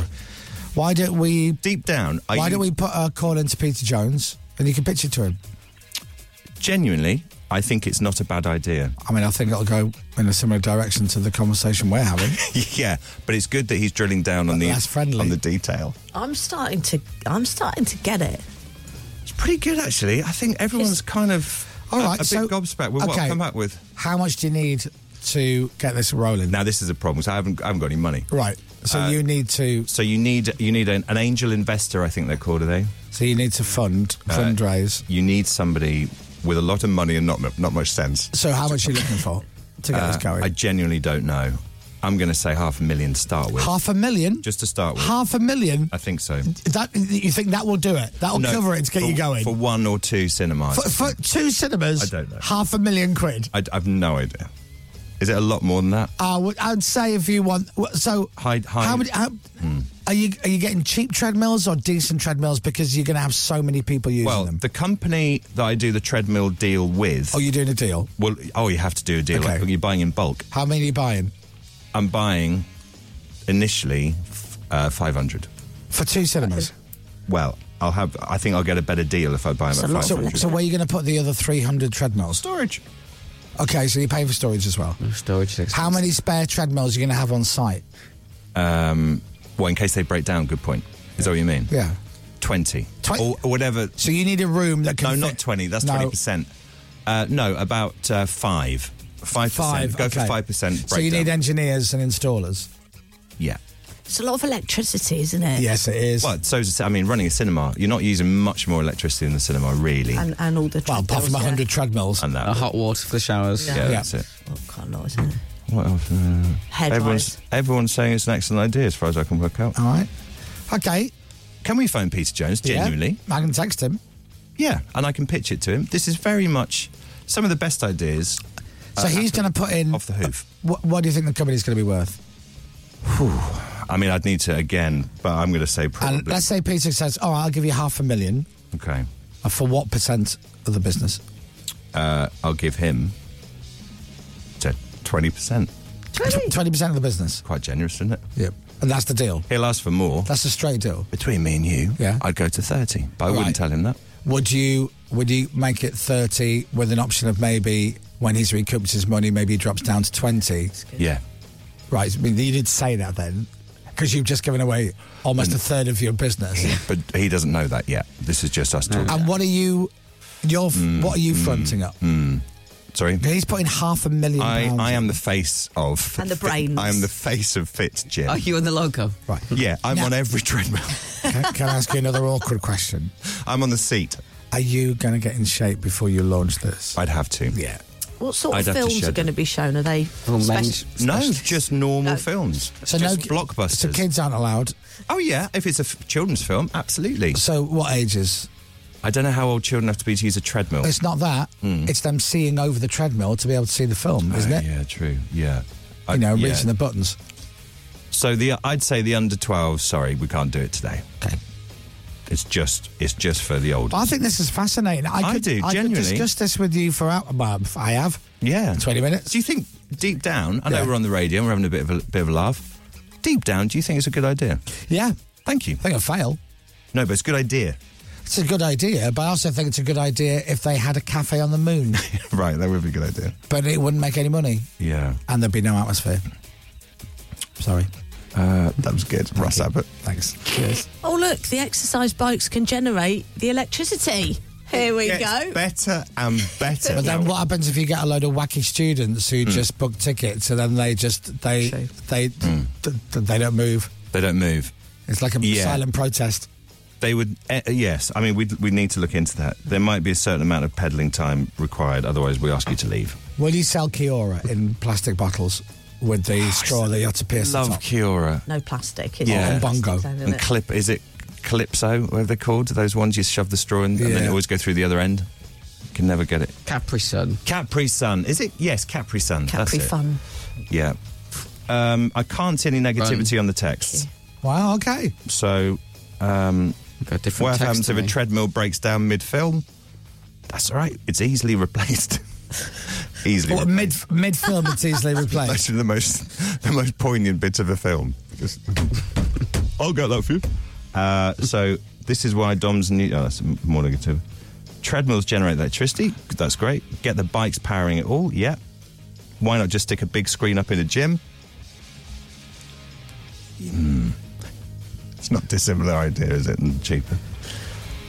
Speaker 5: Why don't we
Speaker 8: deep down, I
Speaker 5: Why don't we put a call into Peter Jones and you can pitch it to him?
Speaker 8: genuinely? I think it's not a bad idea.
Speaker 5: I mean, I think it'll go in a similar direction to the conversation we're having.
Speaker 8: yeah, but it's good that he's drilling down on the
Speaker 5: That's friendly.
Speaker 8: on the detail.
Speaker 3: I'm starting to. I'm starting to get it.
Speaker 8: It's pretty good actually. I think everyone's kind of
Speaker 5: All right,
Speaker 8: a, a
Speaker 5: so-
Speaker 8: bit gobsmacked with what
Speaker 5: okay.
Speaker 8: I've come up with.
Speaker 5: How much do you need to get this rolling?
Speaker 8: Now this is a problem. So I haven't I haven't got any money.
Speaker 5: Right. So
Speaker 8: Uh,
Speaker 5: you need to.
Speaker 8: So you need you need an, an angel investor. I think they're called. Are they? Uh,
Speaker 5: So you need to fund fundraise.
Speaker 8: You need somebody with a lot of money and not mu- not much sense.
Speaker 5: So how much are you looking for to get this
Speaker 8: Uh,
Speaker 5: going?
Speaker 8: I genuinely don't know. I'm going to say half a million to start with.
Speaker 5: half a million.
Speaker 8: just to start with.
Speaker 5: half a million.
Speaker 8: I think so.
Speaker 5: That you think that will do it? That'll
Speaker 8: No,
Speaker 5: cover it to get
Speaker 8: for-
Speaker 5: you going.
Speaker 8: For one or two cinemas.
Speaker 5: For, for two cinemas,
Speaker 8: I don't know.
Speaker 5: half a million quid.
Speaker 8: I, have no idea. Is it a lot more than that?
Speaker 5: I would, I'd say if you want. wh- So
Speaker 8: Hide- hide. Hmm.
Speaker 5: How many? How, Are you are you getting cheap treadmills or decent treadmills because you're going to have so many people using
Speaker 8: well,
Speaker 5: them?
Speaker 8: the company that I do the treadmill deal with.
Speaker 5: Oh, you're doing a deal.
Speaker 8: Well, oh, you have to do a deal.
Speaker 5: Okay.
Speaker 8: Like, you're buying in bulk.
Speaker 5: How many are you buying
Speaker 8: I'm buying initially f- uh, 500.
Speaker 5: for two cinemas?
Speaker 8: Well, I'll have. I think I'll get a better deal if I buy them
Speaker 5: So,
Speaker 8: at 500.
Speaker 5: so, so where are you going to put the other 300 treadmills? Storage. Okay, so you pay for storage as well.
Speaker 9: Storage.
Speaker 5: How many spare treadmills are you going to have on site?
Speaker 8: um, well, in case they break down. Good point. Is that what you mean?
Speaker 5: Yeah.
Speaker 8: 20
Speaker 5: Twen-
Speaker 8: or, or whatever.
Speaker 5: So you need a room that can.
Speaker 8: No,
Speaker 5: fit-
Speaker 8: not 20. That's
Speaker 5: No.
Speaker 8: 20%. Uh, no, about uh, 5. 5%.
Speaker 5: Five.
Speaker 8: Go
Speaker 5: okay.
Speaker 8: for 5% breakdown.
Speaker 5: So you need engineers and installers.
Speaker 8: yeah.
Speaker 3: It's a lot of electricity, isn't it?
Speaker 5: Yes, it is.
Speaker 8: Well, so is- I mean, running a cinema, you're not using much more electricity in the cinema, really.
Speaker 3: And, and all the
Speaker 5: Well, apart
Speaker 3: treadmills,
Speaker 5: from
Speaker 3: yeah.
Speaker 5: 100 treadmills.
Speaker 8: And that.
Speaker 9: Uh, hot water for the showers. Oh,
Speaker 8: yeah,
Speaker 3: Yeah.
Speaker 8: that's it.
Speaker 3: Well, quite a lot, isn't it?
Speaker 8: What else? Uh,
Speaker 3: Head
Speaker 8: everyone's, everyone's saying it's an excellent idea as far as I can work out.
Speaker 5: All right. Okay.
Speaker 8: Can we phone Peter Jones,
Speaker 5: Yeah.
Speaker 8: genuinely?
Speaker 5: I can text him.
Speaker 8: Yeah, and I can pitch it to him. This is very much some of the best ideas. Uh,
Speaker 5: So he's going to put in.
Speaker 8: off the hoof.
Speaker 5: Mm. What, what do you think the company's going to be worth?
Speaker 8: I mean, I'd need to again, but I'm going to say probably.
Speaker 5: And let's say Peter says, "Oh, I'll give you half a million
Speaker 8: okay,
Speaker 5: Uh, for what percent of the business?"
Speaker 8: uh, I'll give him to twenty percent.
Speaker 5: Twenty percent of the business.
Speaker 8: Quite generous, isn't it?
Speaker 5: Yep. And that's the deal.
Speaker 8: He'll ask for more.
Speaker 5: That's a straight deal.
Speaker 8: Between me and you,
Speaker 5: Yeah.
Speaker 8: I'd go to thirty, but I
Speaker 5: Right.
Speaker 8: wouldn't tell him that.
Speaker 5: Would you would you make it thirty with an option of maybe when he's recouped his money, maybe he drops down to twenty?
Speaker 8: Yeah,
Speaker 5: Right. I mean, you did say that then, because you've just given away almost a third of your business.
Speaker 8: but he doesn't know that yet. This is just us talking.
Speaker 5: And what are you? Your
Speaker 8: Mm,
Speaker 5: what are you fronting up?
Speaker 8: Hmm. Sorry.
Speaker 5: He's putting half a million.
Speaker 8: I,
Speaker 5: pounds
Speaker 8: I
Speaker 5: in.
Speaker 8: am the face of
Speaker 3: And the brains.
Speaker 8: I am the face of Fit Gym.
Speaker 9: Are you on the logo?
Speaker 5: right.
Speaker 8: Yeah, I'm
Speaker 5: Now-
Speaker 8: on every treadmill.
Speaker 5: can, can I ask you another awkward question?
Speaker 8: I'm on the seat.
Speaker 5: Are you going to get in shape before you launch this?
Speaker 8: I'd have to.
Speaker 5: yeah.
Speaker 3: What sort
Speaker 8: I'd
Speaker 3: of
Speaker 8: have to
Speaker 3: films
Speaker 8: shed
Speaker 3: are going to be shown? Are they
Speaker 5: Oh,
Speaker 9: Well, men-
Speaker 3: special?
Speaker 8: No, just normal
Speaker 3: No.
Speaker 8: films.
Speaker 5: So
Speaker 8: just
Speaker 5: no ki-
Speaker 8: blockbusters.
Speaker 5: So kids aren't allowed.
Speaker 8: Oh yeah, if it's a f- children's film, absolutely.
Speaker 5: So what ages?
Speaker 8: I don't know how old children have to be to use a treadmill.
Speaker 5: It's not that. It's them seeing over the treadmill to be able to see the film, isn't
Speaker 8: Oh,
Speaker 5: it?
Speaker 8: Mm. Yeah, true. Yeah. I-
Speaker 5: You know,
Speaker 8: yeah.
Speaker 5: reaching the buttons.
Speaker 8: So the I'd say the under 12, sorry, we can't do it today.
Speaker 5: Okay.
Speaker 8: It's just it's just for the old.
Speaker 5: I think this is fascinating. I,
Speaker 8: I
Speaker 5: could,
Speaker 8: do,
Speaker 5: I
Speaker 8: genuinely.
Speaker 5: could discuss this with you for out. Well, I have.
Speaker 8: yeah.
Speaker 5: 20 minutes.
Speaker 8: Do you think deep down, I know
Speaker 5: Yeah.
Speaker 8: we're on the radio and we're having a bit of a bit of a laugh. Deep down, do you think it's a good idea?
Speaker 5: Yeah.
Speaker 8: Thank you.
Speaker 5: I think I fail.
Speaker 8: No, but it's a good idea.
Speaker 5: It's a good idea, but I also think it's a good idea if they had a cafe on the moon,
Speaker 8: right, that would be a good idea.
Speaker 5: but it wouldn't make any money
Speaker 8: Yeah.
Speaker 5: and there'd be no atmosphere. Sorry.
Speaker 8: Uh, that was good. Ross Abbott.
Speaker 5: Thanks. Cheers.
Speaker 3: Oh, look, the exercise bikes can generate the electricity. Here we
Speaker 8: Gets
Speaker 3: go.
Speaker 8: Better and better.
Speaker 5: But then what happens if you get a load of wacky students
Speaker 8: Hmm.
Speaker 5: who just book tickets and then they just they
Speaker 3: Shame.
Speaker 5: they th- th- they don't move.
Speaker 8: They don't move.
Speaker 5: It's like a
Speaker 8: Yeah.
Speaker 5: silent protest.
Speaker 8: They would, eh, yes. I mean, we we need to look into that. There might be a certain amount of peddling time required. Otherwise, we ask you to leave.
Speaker 5: Will you sell Kiora in plastic bottles with the straw that you have to pierce the
Speaker 8: Oh, Love
Speaker 5: top?
Speaker 8: Kiora
Speaker 3: No plastic. It's
Speaker 8: Yeah.
Speaker 3: all
Speaker 8: And
Speaker 5: bongo.
Speaker 3: plastic, isn't
Speaker 8: and
Speaker 3: it?
Speaker 8: Clip. Is it Calypso? What are they called? Those ones you shove the straw in, and then
Speaker 5: Yeah.
Speaker 8: it always go through the other end. Can never get it.
Speaker 9: Capri Sun.
Speaker 8: Capri Sun. Is it? Yes, Capri Sun. That's
Speaker 3: Capri
Speaker 8: it.
Speaker 3: Fun.
Speaker 8: Yeah. Um, I can't see any negativity on the text.
Speaker 3: Thank
Speaker 5: Wow. Okay.
Speaker 8: So, um,
Speaker 9: Got different
Speaker 8: what
Speaker 9: text
Speaker 8: happens
Speaker 9: to
Speaker 8: if a
Speaker 9: me.
Speaker 8: treadmill breaks down mid-film? That's all right. It's easily replaced. easily.
Speaker 5: Well,
Speaker 8: replaced.
Speaker 5: mid mid film it's easily replaced.
Speaker 8: That's the most the most poignant bit of a film. Just- I'll get that for you. Uh, so this is why Dom's new. Oh, that's more negative. Treadmills generate electricity. That's great. Get the bikes powering it all. Yeah. Why not just stick a big screen up in a gym? Hmm. It's not dissimilar idea, is it? And cheaper.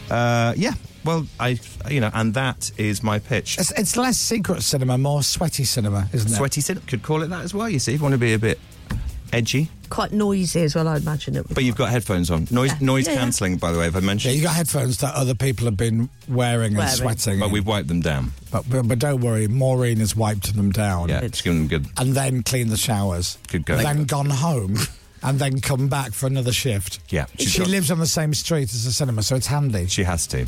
Speaker 8: Uh, yeah. Well, I you know, and that is my pitch.
Speaker 5: It's, it's less secret cinema, more sweaty cinema, isn't it?
Speaker 8: Sweaty Sid could call it that as well. You see, if you want to be a bit edgy,
Speaker 3: Quite noisy as well, I imagine it would
Speaker 8: but you've got headphones on. Noise,
Speaker 3: Yeah.
Speaker 8: noise
Speaker 3: Yeah, yeah.
Speaker 8: cancelling, by the way, have I
Speaker 5: Yeah,
Speaker 8: mentioned?
Speaker 5: you got headphones that other people have been wearing and
Speaker 3: Wearing.
Speaker 5: sweating.
Speaker 8: but we've wiped them down.
Speaker 5: but, but, but don't worry, Maureen has wiped them down.
Speaker 8: Yeah, just giving them good.
Speaker 5: and then cleaned the showers.
Speaker 8: Good girl.
Speaker 5: Then gone home and then come back for another shift.
Speaker 8: Yeah, she's
Speaker 5: She
Speaker 8: got-
Speaker 5: lives on the same street as the cinema, so it's handy.
Speaker 8: She has to.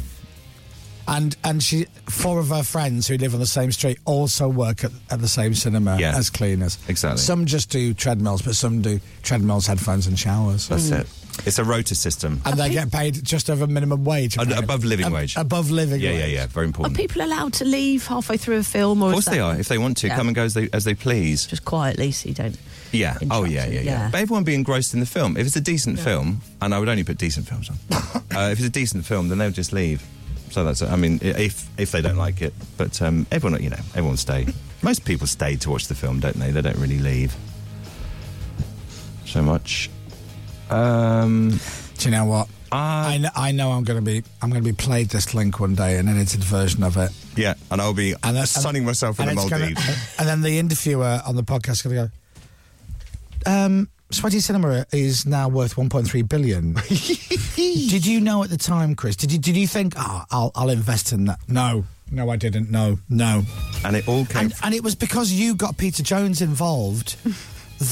Speaker 5: and and she four of her friends who live on the same street also work at, at the same cinema
Speaker 8: Yeah.
Speaker 5: as cleaners.
Speaker 8: Exactly.
Speaker 5: Some just do treadmills, but some do treadmills, headphones, and showers.
Speaker 8: That's it. It's a rota system.
Speaker 5: Hmm. And they get paid just over minimum wage.
Speaker 8: Ab-
Speaker 5: apparently.
Speaker 8: above living
Speaker 5: Ab-
Speaker 8: wage.
Speaker 5: Above living
Speaker 8: yeah,
Speaker 5: wage.
Speaker 8: yeah, yeah. Very
Speaker 3: Are
Speaker 8: important.
Speaker 3: people allowed to leave halfway through a film?
Speaker 8: Of
Speaker 3: Or is
Speaker 8: course they
Speaker 3: that-
Speaker 8: are. If they want to,
Speaker 3: Yeah.
Speaker 8: come and go as they as they please.
Speaker 3: Just quietly, so you don't.
Speaker 8: yeah. Oh yeah, yeah, yeah,
Speaker 3: yeah.
Speaker 8: But everyone be engrossed in the film. If it's a decent film, and I would only put decent films on. uh, if it's a decent film, then they'll just leave. So that's. I mean, i- if if they don't like it, but um, everyone, you know, everyone stay. Most people stay to watch the film, don't they? They don't really leave. So much. Um,
Speaker 5: Do you know what? I know, I know I'm going to be I'm going to be played this link one day, an edited version of it.
Speaker 8: Yeah, and I'll be
Speaker 5: And that's-
Speaker 8: sunning myself in
Speaker 5: and
Speaker 8: a
Speaker 5: it's
Speaker 8: Maldives.
Speaker 5: Gonna, and then the interviewer on the podcast is going to go, um, Sweaty Cinema is now worth 1.3 billion. did you know at the time, Chris? Did you did you think, oh, I'll I'll invest in that? No, no, I didn't. No, no.
Speaker 8: and it all came.
Speaker 5: And, and it was because you got Peter Jones involved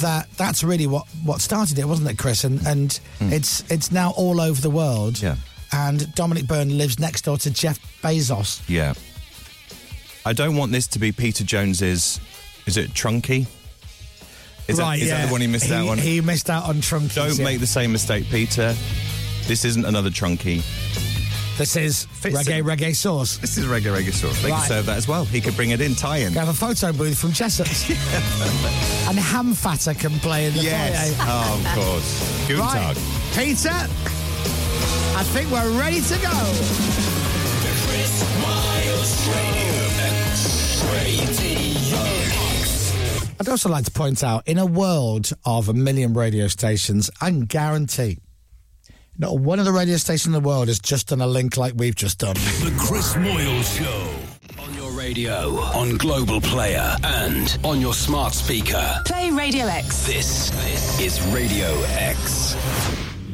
Speaker 5: that that's really what, what started it, wasn't it, Chris? And and it's it's now all over the world.
Speaker 8: Hmm. Yeah.
Speaker 5: And Dominic Byrne lives next door to Jeff Bezos.
Speaker 8: Yeah. I don't want this to be Peter Jones's. Is it Trunky? Is,
Speaker 5: right,
Speaker 8: that, is
Speaker 5: yeah.
Speaker 8: that the one he missed
Speaker 5: he,
Speaker 8: out on?
Speaker 5: He missed out on Trump.
Speaker 8: don't make the same mistake, Peter. This isn't another Trunky.
Speaker 5: This is
Speaker 8: Fits
Speaker 5: reggae,
Speaker 8: in.
Speaker 5: reggae sauce.
Speaker 8: This is Reggae Reggae Sauce. They
Speaker 5: Right.
Speaker 8: could serve that as well. He could bring it in, tie in.
Speaker 5: We have a photo booth from Chessex. and Ham Fatter can play in the
Speaker 8: Yes.
Speaker 5: foyer.
Speaker 8: oh, of course. Guten
Speaker 5: Right.
Speaker 8: Tag.
Speaker 5: Peter, I think we're ready to go.
Speaker 6: The Chris Miles Radio. Radio X.
Speaker 5: I'd also like to point out in a world of a million radio stations, I can guarantee not one of the radio stations in the world has just done a link like we've just done.
Speaker 1: The Chris Moyle Show.
Speaker 6: On your radio, on Global Player, and on your smart speaker.
Speaker 2: Play Radio X.
Speaker 6: This is Radio X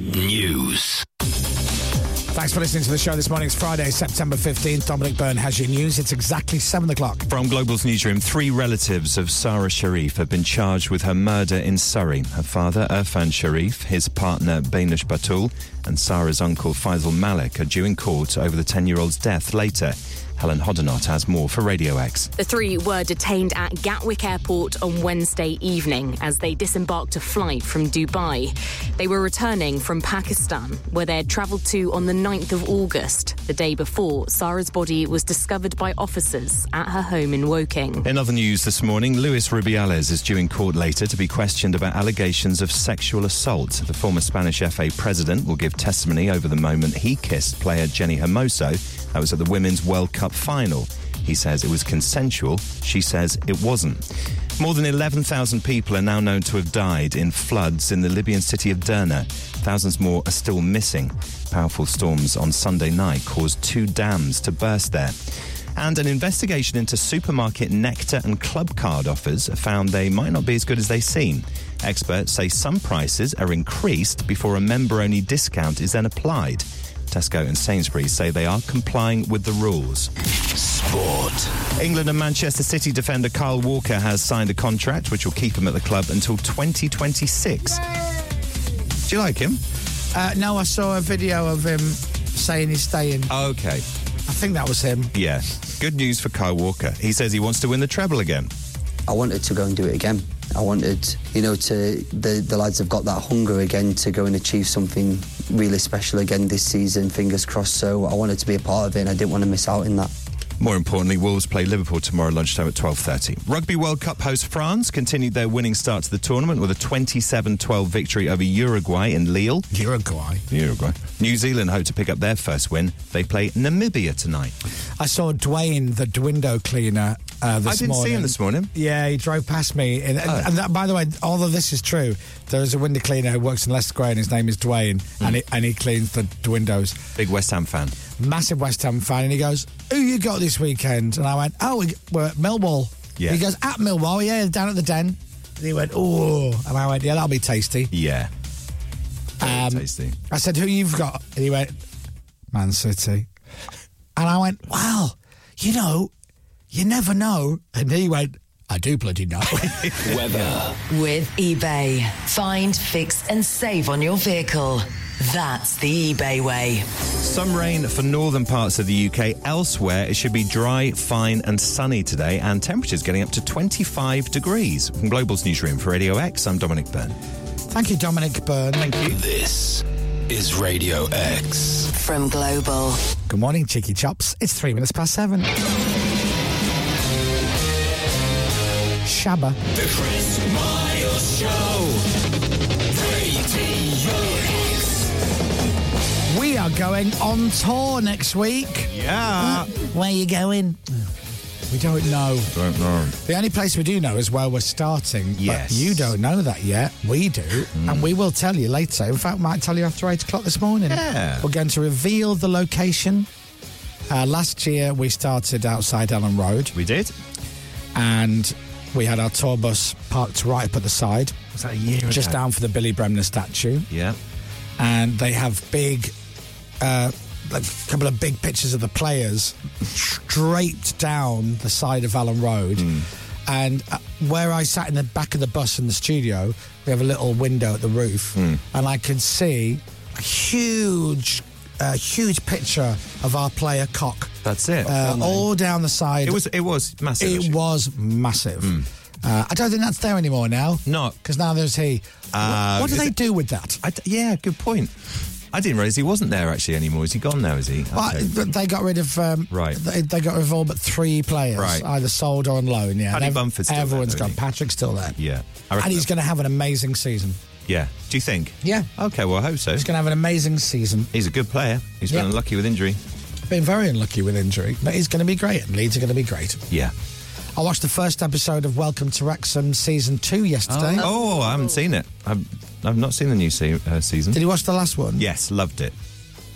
Speaker 6: News.
Speaker 5: Thanks for listening to the show this morning. It's Friday, September 15th. Dominic Byrne has your news. It's exactly seven o'clock.
Speaker 8: From Global's newsroom, three relatives of Sarah Sharif have been charged with her murder in Surrey. Her father, Irfan Sharif, his partner, Bainish Batul, and Sarah's uncle, Faisal Malik, are due in court over the 10 year old's death later. Helen Hoddinott has more for Radio X.
Speaker 11: The three were detained at Gatwick Airport on Wednesday evening as they disembarked a flight from Dubai. They were returning from Pakistan, where they had travelled to on the 9th of August, the day before Sarah's body was discovered by officers at her home in Woking.
Speaker 8: In other news this morning, Luis Rubiales is due in court later to be questioned about allegations of sexual assault. The former Spanish FA president will give testimony over the moment he kissed player Jenny Hermoso. That was at the Women's World Cup final. He says it was consensual. She says it wasn't. More than 11,000 people are now known to have died in floods in the Libyan city of Derna. Thousands more are still missing. Powerful storms on Sunday night caused two dams to burst there. And an investigation into supermarket nectar and club card offers found they might not be as good as they seem. Experts say some prices are increased before a member only discount is then applied. Tesco and Sainsbury's say they are complying with the rules.
Speaker 6: Sport.
Speaker 8: England and Manchester City defender Kyle Walker has signed a contract which will keep him at the club until 2026. Do you like him?
Speaker 5: Uh, no, I saw a video of him saying he's staying.
Speaker 8: Okay.
Speaker 5: I think that was him.
Speaker 8: Yeah. Good news for Kyle Walker. He says he wants to win the treble again.
Speaker 12: I wanted to go and do it again. I wanted, you know, to the, the lads have got that hunger again to go and achieve something really special again this season, fingers crossed. So I wanted to be a part of it and I didn't want to miss out in that.
Speaker 8: More importantly, Wolves play Liverpool tomorrow lunchtime at 12:30. Rugby World Cup host France continued their winning start to the tournament with a 27-12 victory over Uruguay in Lille.
Speaker 5: Uruguay.
Speaker 8: Uruguay. New Zealand hope to pick up their first win. They play Namibia tonight.
Speaker 5: I saw Dwayne, the window cleaner, uh, this
Speaker 8: I didn't
Speaker 5: morning.
Speaker 8: see him this morning. Oh.
Speaker 5: Yeah, he drove past me. And, and, and that, by the way, although this is true, there is a window cleaner who works in Leicester Square, and his name is Dwayne,
Speaker 8: Hmm.
Speaker 5: and, he, and he cleans the d- windows.
Speaker 8: Big West Ham fan.
Speaker 5: Massive West Ham fan, and he goes, "Who you got this weekend?" And I went, "Oh, we- we're at Millwall."
Speaker 8: Yeah.
Speaker 5: He goes, "At Millwall, yeah, down at the Den." And he went, "Oh," and I went, "Yeah, that'll be tasty."
Speaker 8: Yeah. Very
Speaker 5: Um,
Speaker 8: tasty.
Speaker 5: I said, "Who you've got?" And he went, "Man City." And I went, "Wow, you know, you never know." And he went, "I do bloody know."
Speaker 6: Weather.
Speaker 2: With eBay. Find, fix, and save on your vehicle. That's the eBay way.
Speaker 8: Some rain for northern parts of the UK. Elsewhere, it should be dry, fine, and sunny today, and temperatures getting up to 25 degrees. From Global's newsroom for Radio X, I'm Dominic Byrne.
Speaker 5: Thank you, Dominic Byrne. Thank you.
Speaker 6: This is Radio X.
Speaker 2: From Global.
Speaker 5: Good morning, cheeky chops. It's three minutes past seven. Shabba.
Speaker 6: The Chris Miles Show.
Speaker 5: We are going on tour next week.
Speaker 8: Yeah.
Speaker 5: Where you going? We don't know.
Speaker 8: Don't know.
Speaker 5: The only place we do know is where we're starting.
Speaker 8: Yes. Hmm.
Speaker 5: But you don't know that yet. We do. And we will tell you later. In fact, we might tell you after 8 o'clock this morning.
Speaker 8: Yeah.
Speaker 5: We're going to reveal the location. Uh, last year, we started outside Ellen Road.
Speaker 8: We did.
Speaker 5: And we had our tour bus parked right up at the side.
Speaker 8: Was that a year
Speaker 5: Just
Speaker 8: ago?
Speaker 5: down for the Billy Bremner statue
Speaker 8: Yeah.
Speaker 5: and they have big, uh, like a couple of big pictures of the players straight down the side of Allen Road.
Speaker 8: Hmm.
Speaker 5: And uh, where I sat in the back of the bus in the studio, we have a little window at the roof,
Speaker 8: Hmm.
Speaker 5: and I could see a huge, uh, huge picture of our player Cock.
Speaker 8: That's it.
Speaker 5: Uh, all down the side.
Speaker 8: It was it was massive.
Speaker 5: It
Speaker 8: actually. Hmm.
Speaker 5: was massive. Uh, I don't think that's there anymore now.
Speaker 8: No.
Speaker 5: because now there's he.
Speaker 8: Uh,
Speaker 5: what, what do
Speaker 8: is
Speaker 5: they
Speaker 8: it-
Speaker 5: do with that?
Speaker 8: I d- yeah, good point. I didn't realise he wasn't there actually anymore. Is he gone now? Is he?
Speaker 5: Well,
Speaker 8: Okay.
Speaker 5: but they got rid of um,
Speaker 8: Right.
Speaker 5: They, they got rid of all but three players,
Speaker 8: Right.
Speaker 5: either sold or on loan. Yeah, And
Speaker 8: Paddy
Speaker 5: ev-
Speaker 8: Bumford's still there,
Speaker 5: everyone's
Speaker 8: though,
Speaker 5: gone.
Speaker 8: isn't he?
Speaker 5: Patrick's still there,
Speaker 8: yeah, I reckon
Speaker 5: and he's
Speaker 8: that-
Speaker 5: going to have an amazing season.
Speaker 8: Yeah. Do you think?
Speaker 5: Yeah,
Speaker 8: Okay. Well, I hope so.
Speaker 5: he's going to have an amazing season.
Speaker 8: He's a good player. He's
Speaker 5: Yeah.
Speaker 8: been unlucky with injury.
Speaker 5: Been very unlucky with injury, but he's going to be great, and Leeds are going to be great.
Speaker 8: Yeah.
Speaker 5: I watched the first episode of Welcome to Wrexham season two yesterday.
Speaker 8: Oh, I haven't seen it. I've I've not seen the new se- uh, season.
Speaker 5: Did you watch the last one?
Speaker 8: Yes, loved it.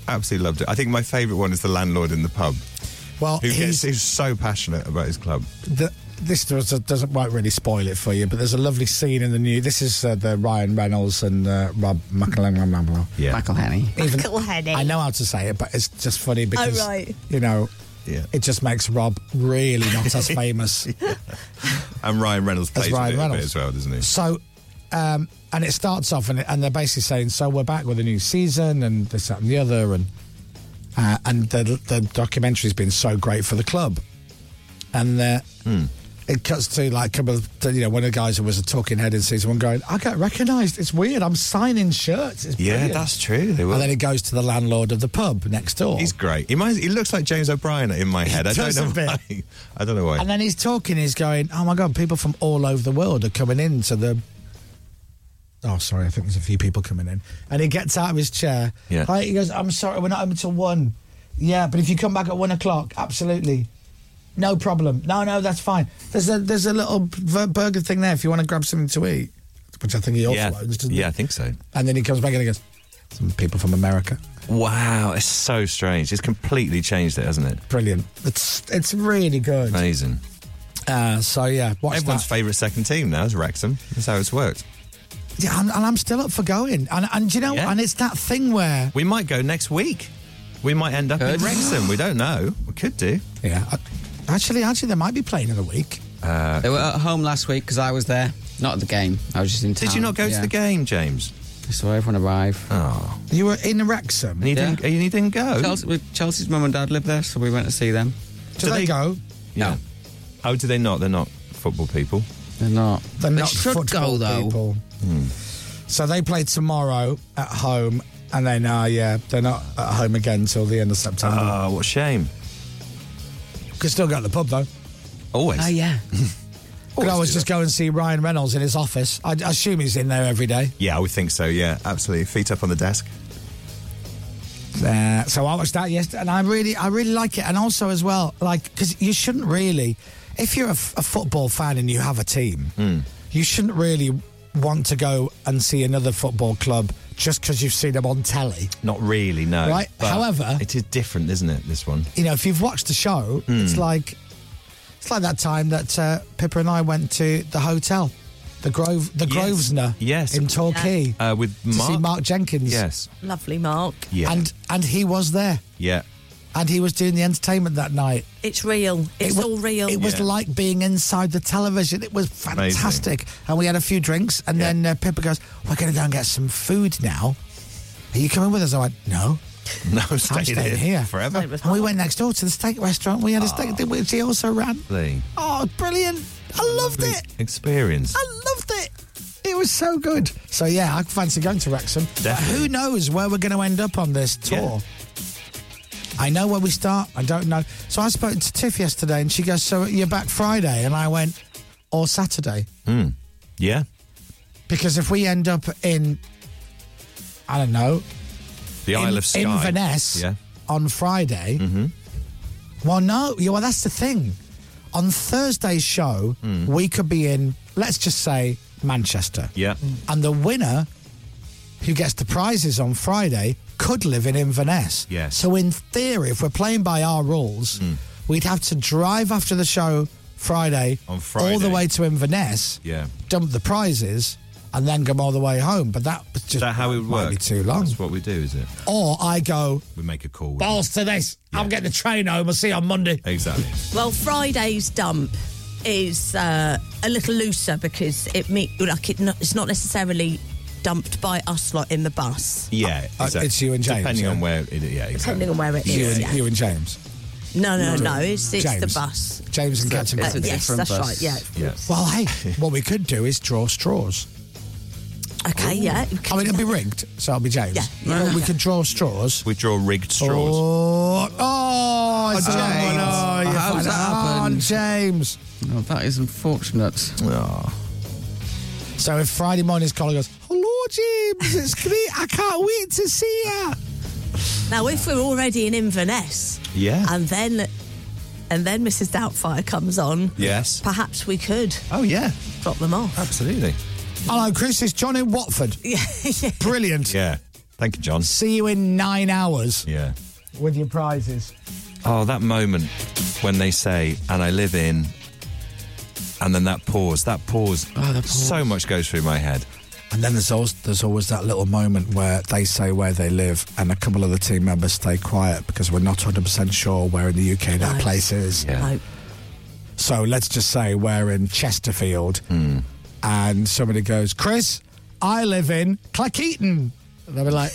Speaker 8: Absolutely loved it. I think my favourite one is the landlord in the pub,
Speaker 5: Well,
Speaker 8: who
Speaker 5: he's
Speaker 8: gets who's so passionate about his club.
Speaker 5: the, this does, doesn't won't really spoil it for you, but there's a lovely scene in the new. This is uh, the Ryan Reynolds and uh, Rob McElhenney.
Speaker 8: Yeah.
Speaker 9: Michael Henny.
Speaker 5: Even-
Speaker 3: Coolhead.
Speaker 5: I know how to say it, but it's just funny because
Speaker 3: right.
Speaker 5: you know
Speaker 8: Yeah.
Speaker 5: it just makes Rob really not as famous.
Speaker 8: And Ryan Reynolds plays
Speaker 5: Ryan
Speaker 8: with it
Speaker 5: Reynolds.
Speaker 8: a bit as well, doesn't he?
Speaker 5: So, um, and it starts off, and, and they're basically saying, "So we're back with a new season, and this that, and the other," and uh, and the the documentary's been so great for the club, and uh,
Speaker 8: Hmm.
Speaker 5: it cuts to like a couple of you know one of the guys who was a talking head in season one going, "I got recognised. It's weird. I'm signing shirts. It's
Speaker 8: Yeah,
Speaker 5: brilliant."
Speaker 8: that's true. They
Speaker 5: And
Speaker 8: were.
Speaker 5: then it goes to the landlord of the pub next door.
Speaker 8: He's great. He, reminds, he looks like James O'Brien in my head. I
Speaker 5: does a
Speaker 8: don't know
Speaker 5: bit.
Speaker 8: why. I don't know why.
Speaker 5: And then he's talking, he's going, Oh my God, people from all over the world are coming in to the. Oh, sorry, I think there's a few people coming in. And he gets out of his chair.
Speaker 8: Yeah.
Speaker 5: Hi, he goes, I'm sorry, we're not home until one. Yeah, but if you come back at one o'clock, absolutely. No problem. No, no, that's fine. There's a there's a little b- burger thing there if you want to grab something to eat, which I think he
Speaker 8: yeah,
Speaker 5: offloads, doesn't he?
Speaker 8: yeah, I think so.
Speaker 5: And then he comes back and he goes, Some people from America.
Speaker 8: Wow, it's so strange. It's completely changed it, hasn't it?
Speaker 5: Brilliant. It's it's really good.
Speaker 8: Amazing.
Speaker 5: Uh, so yeah, watch
Speaker 8: Everyone's
Speaker 5: that.
Speaker 8: favourite second team now is Wrexham. That's how it's worked.
Speaker 5: Yeah, and, and I'm still up for going. And and do you know,
Speaker 8: Yeah.
Speaker 5: and it's that thing where
Speaker 8: We might go next week. We might end up in
Speaker 9: Good.
Speaker 8: Wrexham. We don't know. We could do.
Speaker 5: yeah, I- actually, actually, they might be playing in a week.
Speaker 8: Uh,
Speaker 9: They were at home last week because I was there. Not at the game. I was just in town.
Speaker 8: Did you not go to
Speaker 9: Yeah.
Speaker 8: the game, James?
Speaker 9: I saw everyone arrive.
Speaker 8: Oh,
Speaker 5: You were in Wrexham.
Speaker 8: and you
Speaker 9: Yeah.
Speaker 8: didn't. And you didn't go.
Speaker 9: Chelsea, well, Chelsea's mum and dad live there, so we went to see them.
Speaker 5: Do they,
Speaker 8: they-
Speaker 5: go?
Speaker 8: Yeah. Oh, do they not? They're not football people.
Speaker 9: They're not.
Speaker 5: They're
Speaker 9: They
Speaker 5: not
Speaker 9: should
Speaker 5: football
Speaker 9: go though.
Speaker 5: people.
Speaker 8: Hmm.
Speaker 5: So they play tomorrow at home, and then uh, yeah, they're not at home again till the end of September.
Speaker 8: Oh, what a shame.
Speaker 5: Could still go to the pub though.
Speaker 8: Always.
Speaker 9: Oh yeah.
Speaker 5: Could always just go and see Ryan Reynolds in his office. I, I assume he's in there every day.
Speaker 8: Yeah, I would think so. Yeah, absolutely. Feet up on the desk.
Speaker 5: Uh, so I watched that yesterday, and I really, I really like it. And also as well, like because you shouldn't really, if you're a, f- a football fan and you have a team,
Speaker 8: Hmm.
Speaker 5: you shouldn't really want to go and see another football club just because you've seen them on telly.
Speaker 8: Not really, no.
Speaker 5: Right,
Speaker 8: But
Speaker 5: however-
Speaker 8: it is different, isn't it? This one.
Speaker 5: You know, if you've watched the show,
Speaker 8: Hmm.
Speaker 5: it's like, it's like that time that uh, Pippa and I went to the hotel, the Grove, the
Speaker 8: Yes.
Speaker 5: Grosvenor,
Speaker 8: Yes.
Speaker 5: in Torquay,
Speaker 8: Uh, with
Speaker 5: to see
Speaker 8: Mark?
Speaker 5: Mark Jenkins.
Speaker 8: Yes.
Speaker 3: Lovely, Mark.
Speaker 8: Yeah.
Speaker 5: and and he was there,
Speaker 8: yeah.
Speaker 5: and he was doing the entertainment that night.
Speaker 3: It's real. It's
Speaker 5: wa-
Speaker 3: all real.
Speaker 5: It was
Speaker 8: Yeah.
Speaker 5: like being inside the television. It was
Speaker 8: Amazing.
Speaker 5: fantastic. And we had a few drinks, and
Speaker 8: Yeah.
Speaker 5: then uh, Pippa goes, "We're going to go and get some food now." Are you coming with us? I went, No.
Speaker 8: No,
Speaker 5: I'm
Speaker 8: staying
Speaker 5: staying
Speaker 8: here
Speaker 5: here
Speaker 8: forever. Ah.
Speaker 5: And we went next door to the steak restaurant. We had a steak, which he also ran.
Speaker 8: Lovely.
Speaker 5: Oh, brilliant. I loved it.
Speaker 8: Experience.
Speaker 5: I loved it. It was so good. So yeah, I fancy going to Wrexham. But
Speaker 8: Definitely.
Speaker 5: Who knows where we're going to end up on this tour? I know where we start. I don't know. So I spoke to Tiff yesterday, and she goes, "So you're back Friday?" And I went, "Or Saturday?"
Speaker 8: Hmm. Yeah.
Speaker 5: Because if we end up in, I don't know,
Speaker 8: The
Speaker 5: In-
Speaker 8: Isle of Skye.
Speaker 5: Inverness.
Speaker 8: Yeah.
Speaker 5: on Friday. Well, no. Yeah, well, that's the thing. On Thursday's show, we could be in, let's just say, Manchester.
Speaker 8: Yeah.
Speaker 5: And the winner who gets the prizes on Friday could live in Inverness.
Speaker 8: Yes. Hmm.
Speaker 5: So, in theory, if we're playing by our rules, we'd have to drive after the show Friday,
Speaker 8: On
Speaker 5: all
Speaker 8: Friday.
Speaker 5: the way to Inverness,
Speaker 8: Yeah.
Speaker 5: dump the prizes, and then come all the way home. But that was
Speaker 8: Is
Speaker 5: just.
Speaker 8: that how it would work?
Speaker 5: be too long.
Speaker 8: That's what we do, is it?
Speaker 5: Or I go,
Speaker 8: We make a call.
Speaker 5: balls to this. I'm getting the train home. I'll see you on Monday.
Speaker 8: Exactly.
Speaker 3: Well, Friday's dump is uh, a little looser because it meet like it not, it's not necessarily dumped by us lot in the bus.
Speaker 8: Yeah.
Speaker 5: Uh,
Speaker 8: exactly.
Speaker 5: it's you and James,
Speaker 8: Depending
Speaker 5: yeah?
Speaker 8: on where. It, yeah. Exactly.
Speaker 3: Depending on where it
Speaker 5: You,
Speaker 3: is,
Speaker 5: and,
Speaker 3: yeah.
Speaker 5: you and James.
Speaker 3: No, no,
Speaker 5: No.
Speaker 3: no. It's it's the
Speaker 5: James.
Speaker 3: bus.
Speaker 5: James and Captain
Speaker 3: Uh,
Speaker 5: Bradley.
Speaker 3: yes, that's right. Yeah.
Speaker 5: Well, hey, what we could do is draw straws.
Speaker 3: Okay. Yeah. we
Speaker 5: I
Speaker 3: can
Speaker 5: mean,
Speaker 3: do
Speaker 5: it'll be
Speaker 3: that.
Speaker 5: rigged, so it'll be James.
Speaker 3: Yeah,
Speaker 5: But
Speaker 3: yeah.
Speaker 5: we could draw straws.
Speaker 8: We draw rigged straws.
Speaker 5: Oh, oh, it's
Speaker 9: James.
Speaker 5: James. Oh, you
Speaker 9: How's that
Speaker 5: found it. Oh,
Speaker 9: happened?
Speaker 5: James.
Speaker 9: Oh, that is unfortunate.
Speaker 5: So if Friday morning's caller goes, "Oh, hello, James, it's great. I can't wait to see you.
Speaker 3: Now, if we're already in Inverness,
Speaker 8: Yeah.
Speaker 3: and then and then Mrs. Doubtfire comes on,
Speaker 8: yes.
Speaker 3: perhaps we could
Speaker 8: Oh yeah.
Speaker 3: drop them off.
Speaker 8: Absolutely.
Speaker 5: Hello, Chris. It's John in Watford.
Speaker 3: Yeah. yeah.
Speaker 5: Brilliant.
Speaker 8: Yeah. Thank you, John.
Speaker 5: See you in nine hours
Speaker 8: Yeah.
Speaker 5: with your prizes.
Speaker 8: Oh, that moment when they say, and I live in, and then that pause, that pause,
Speaker 5: Oh,
Speaker 8: so much goes through my head.
Speaker 5: And then there's always, there's always that little moment where they say where they live, and a couple of the team members stay quiet because we're not 100% sure where in the UK that
Speaker 3: Right.
Speaker 5: place is.
Speaker 3: No.
Speaker 5: So let's just say we're in Chesterfield,
Speaker 8: Hmm.
Speaker 5: and somebody goes, Chris, I live in Clackeaton. And they'll be like,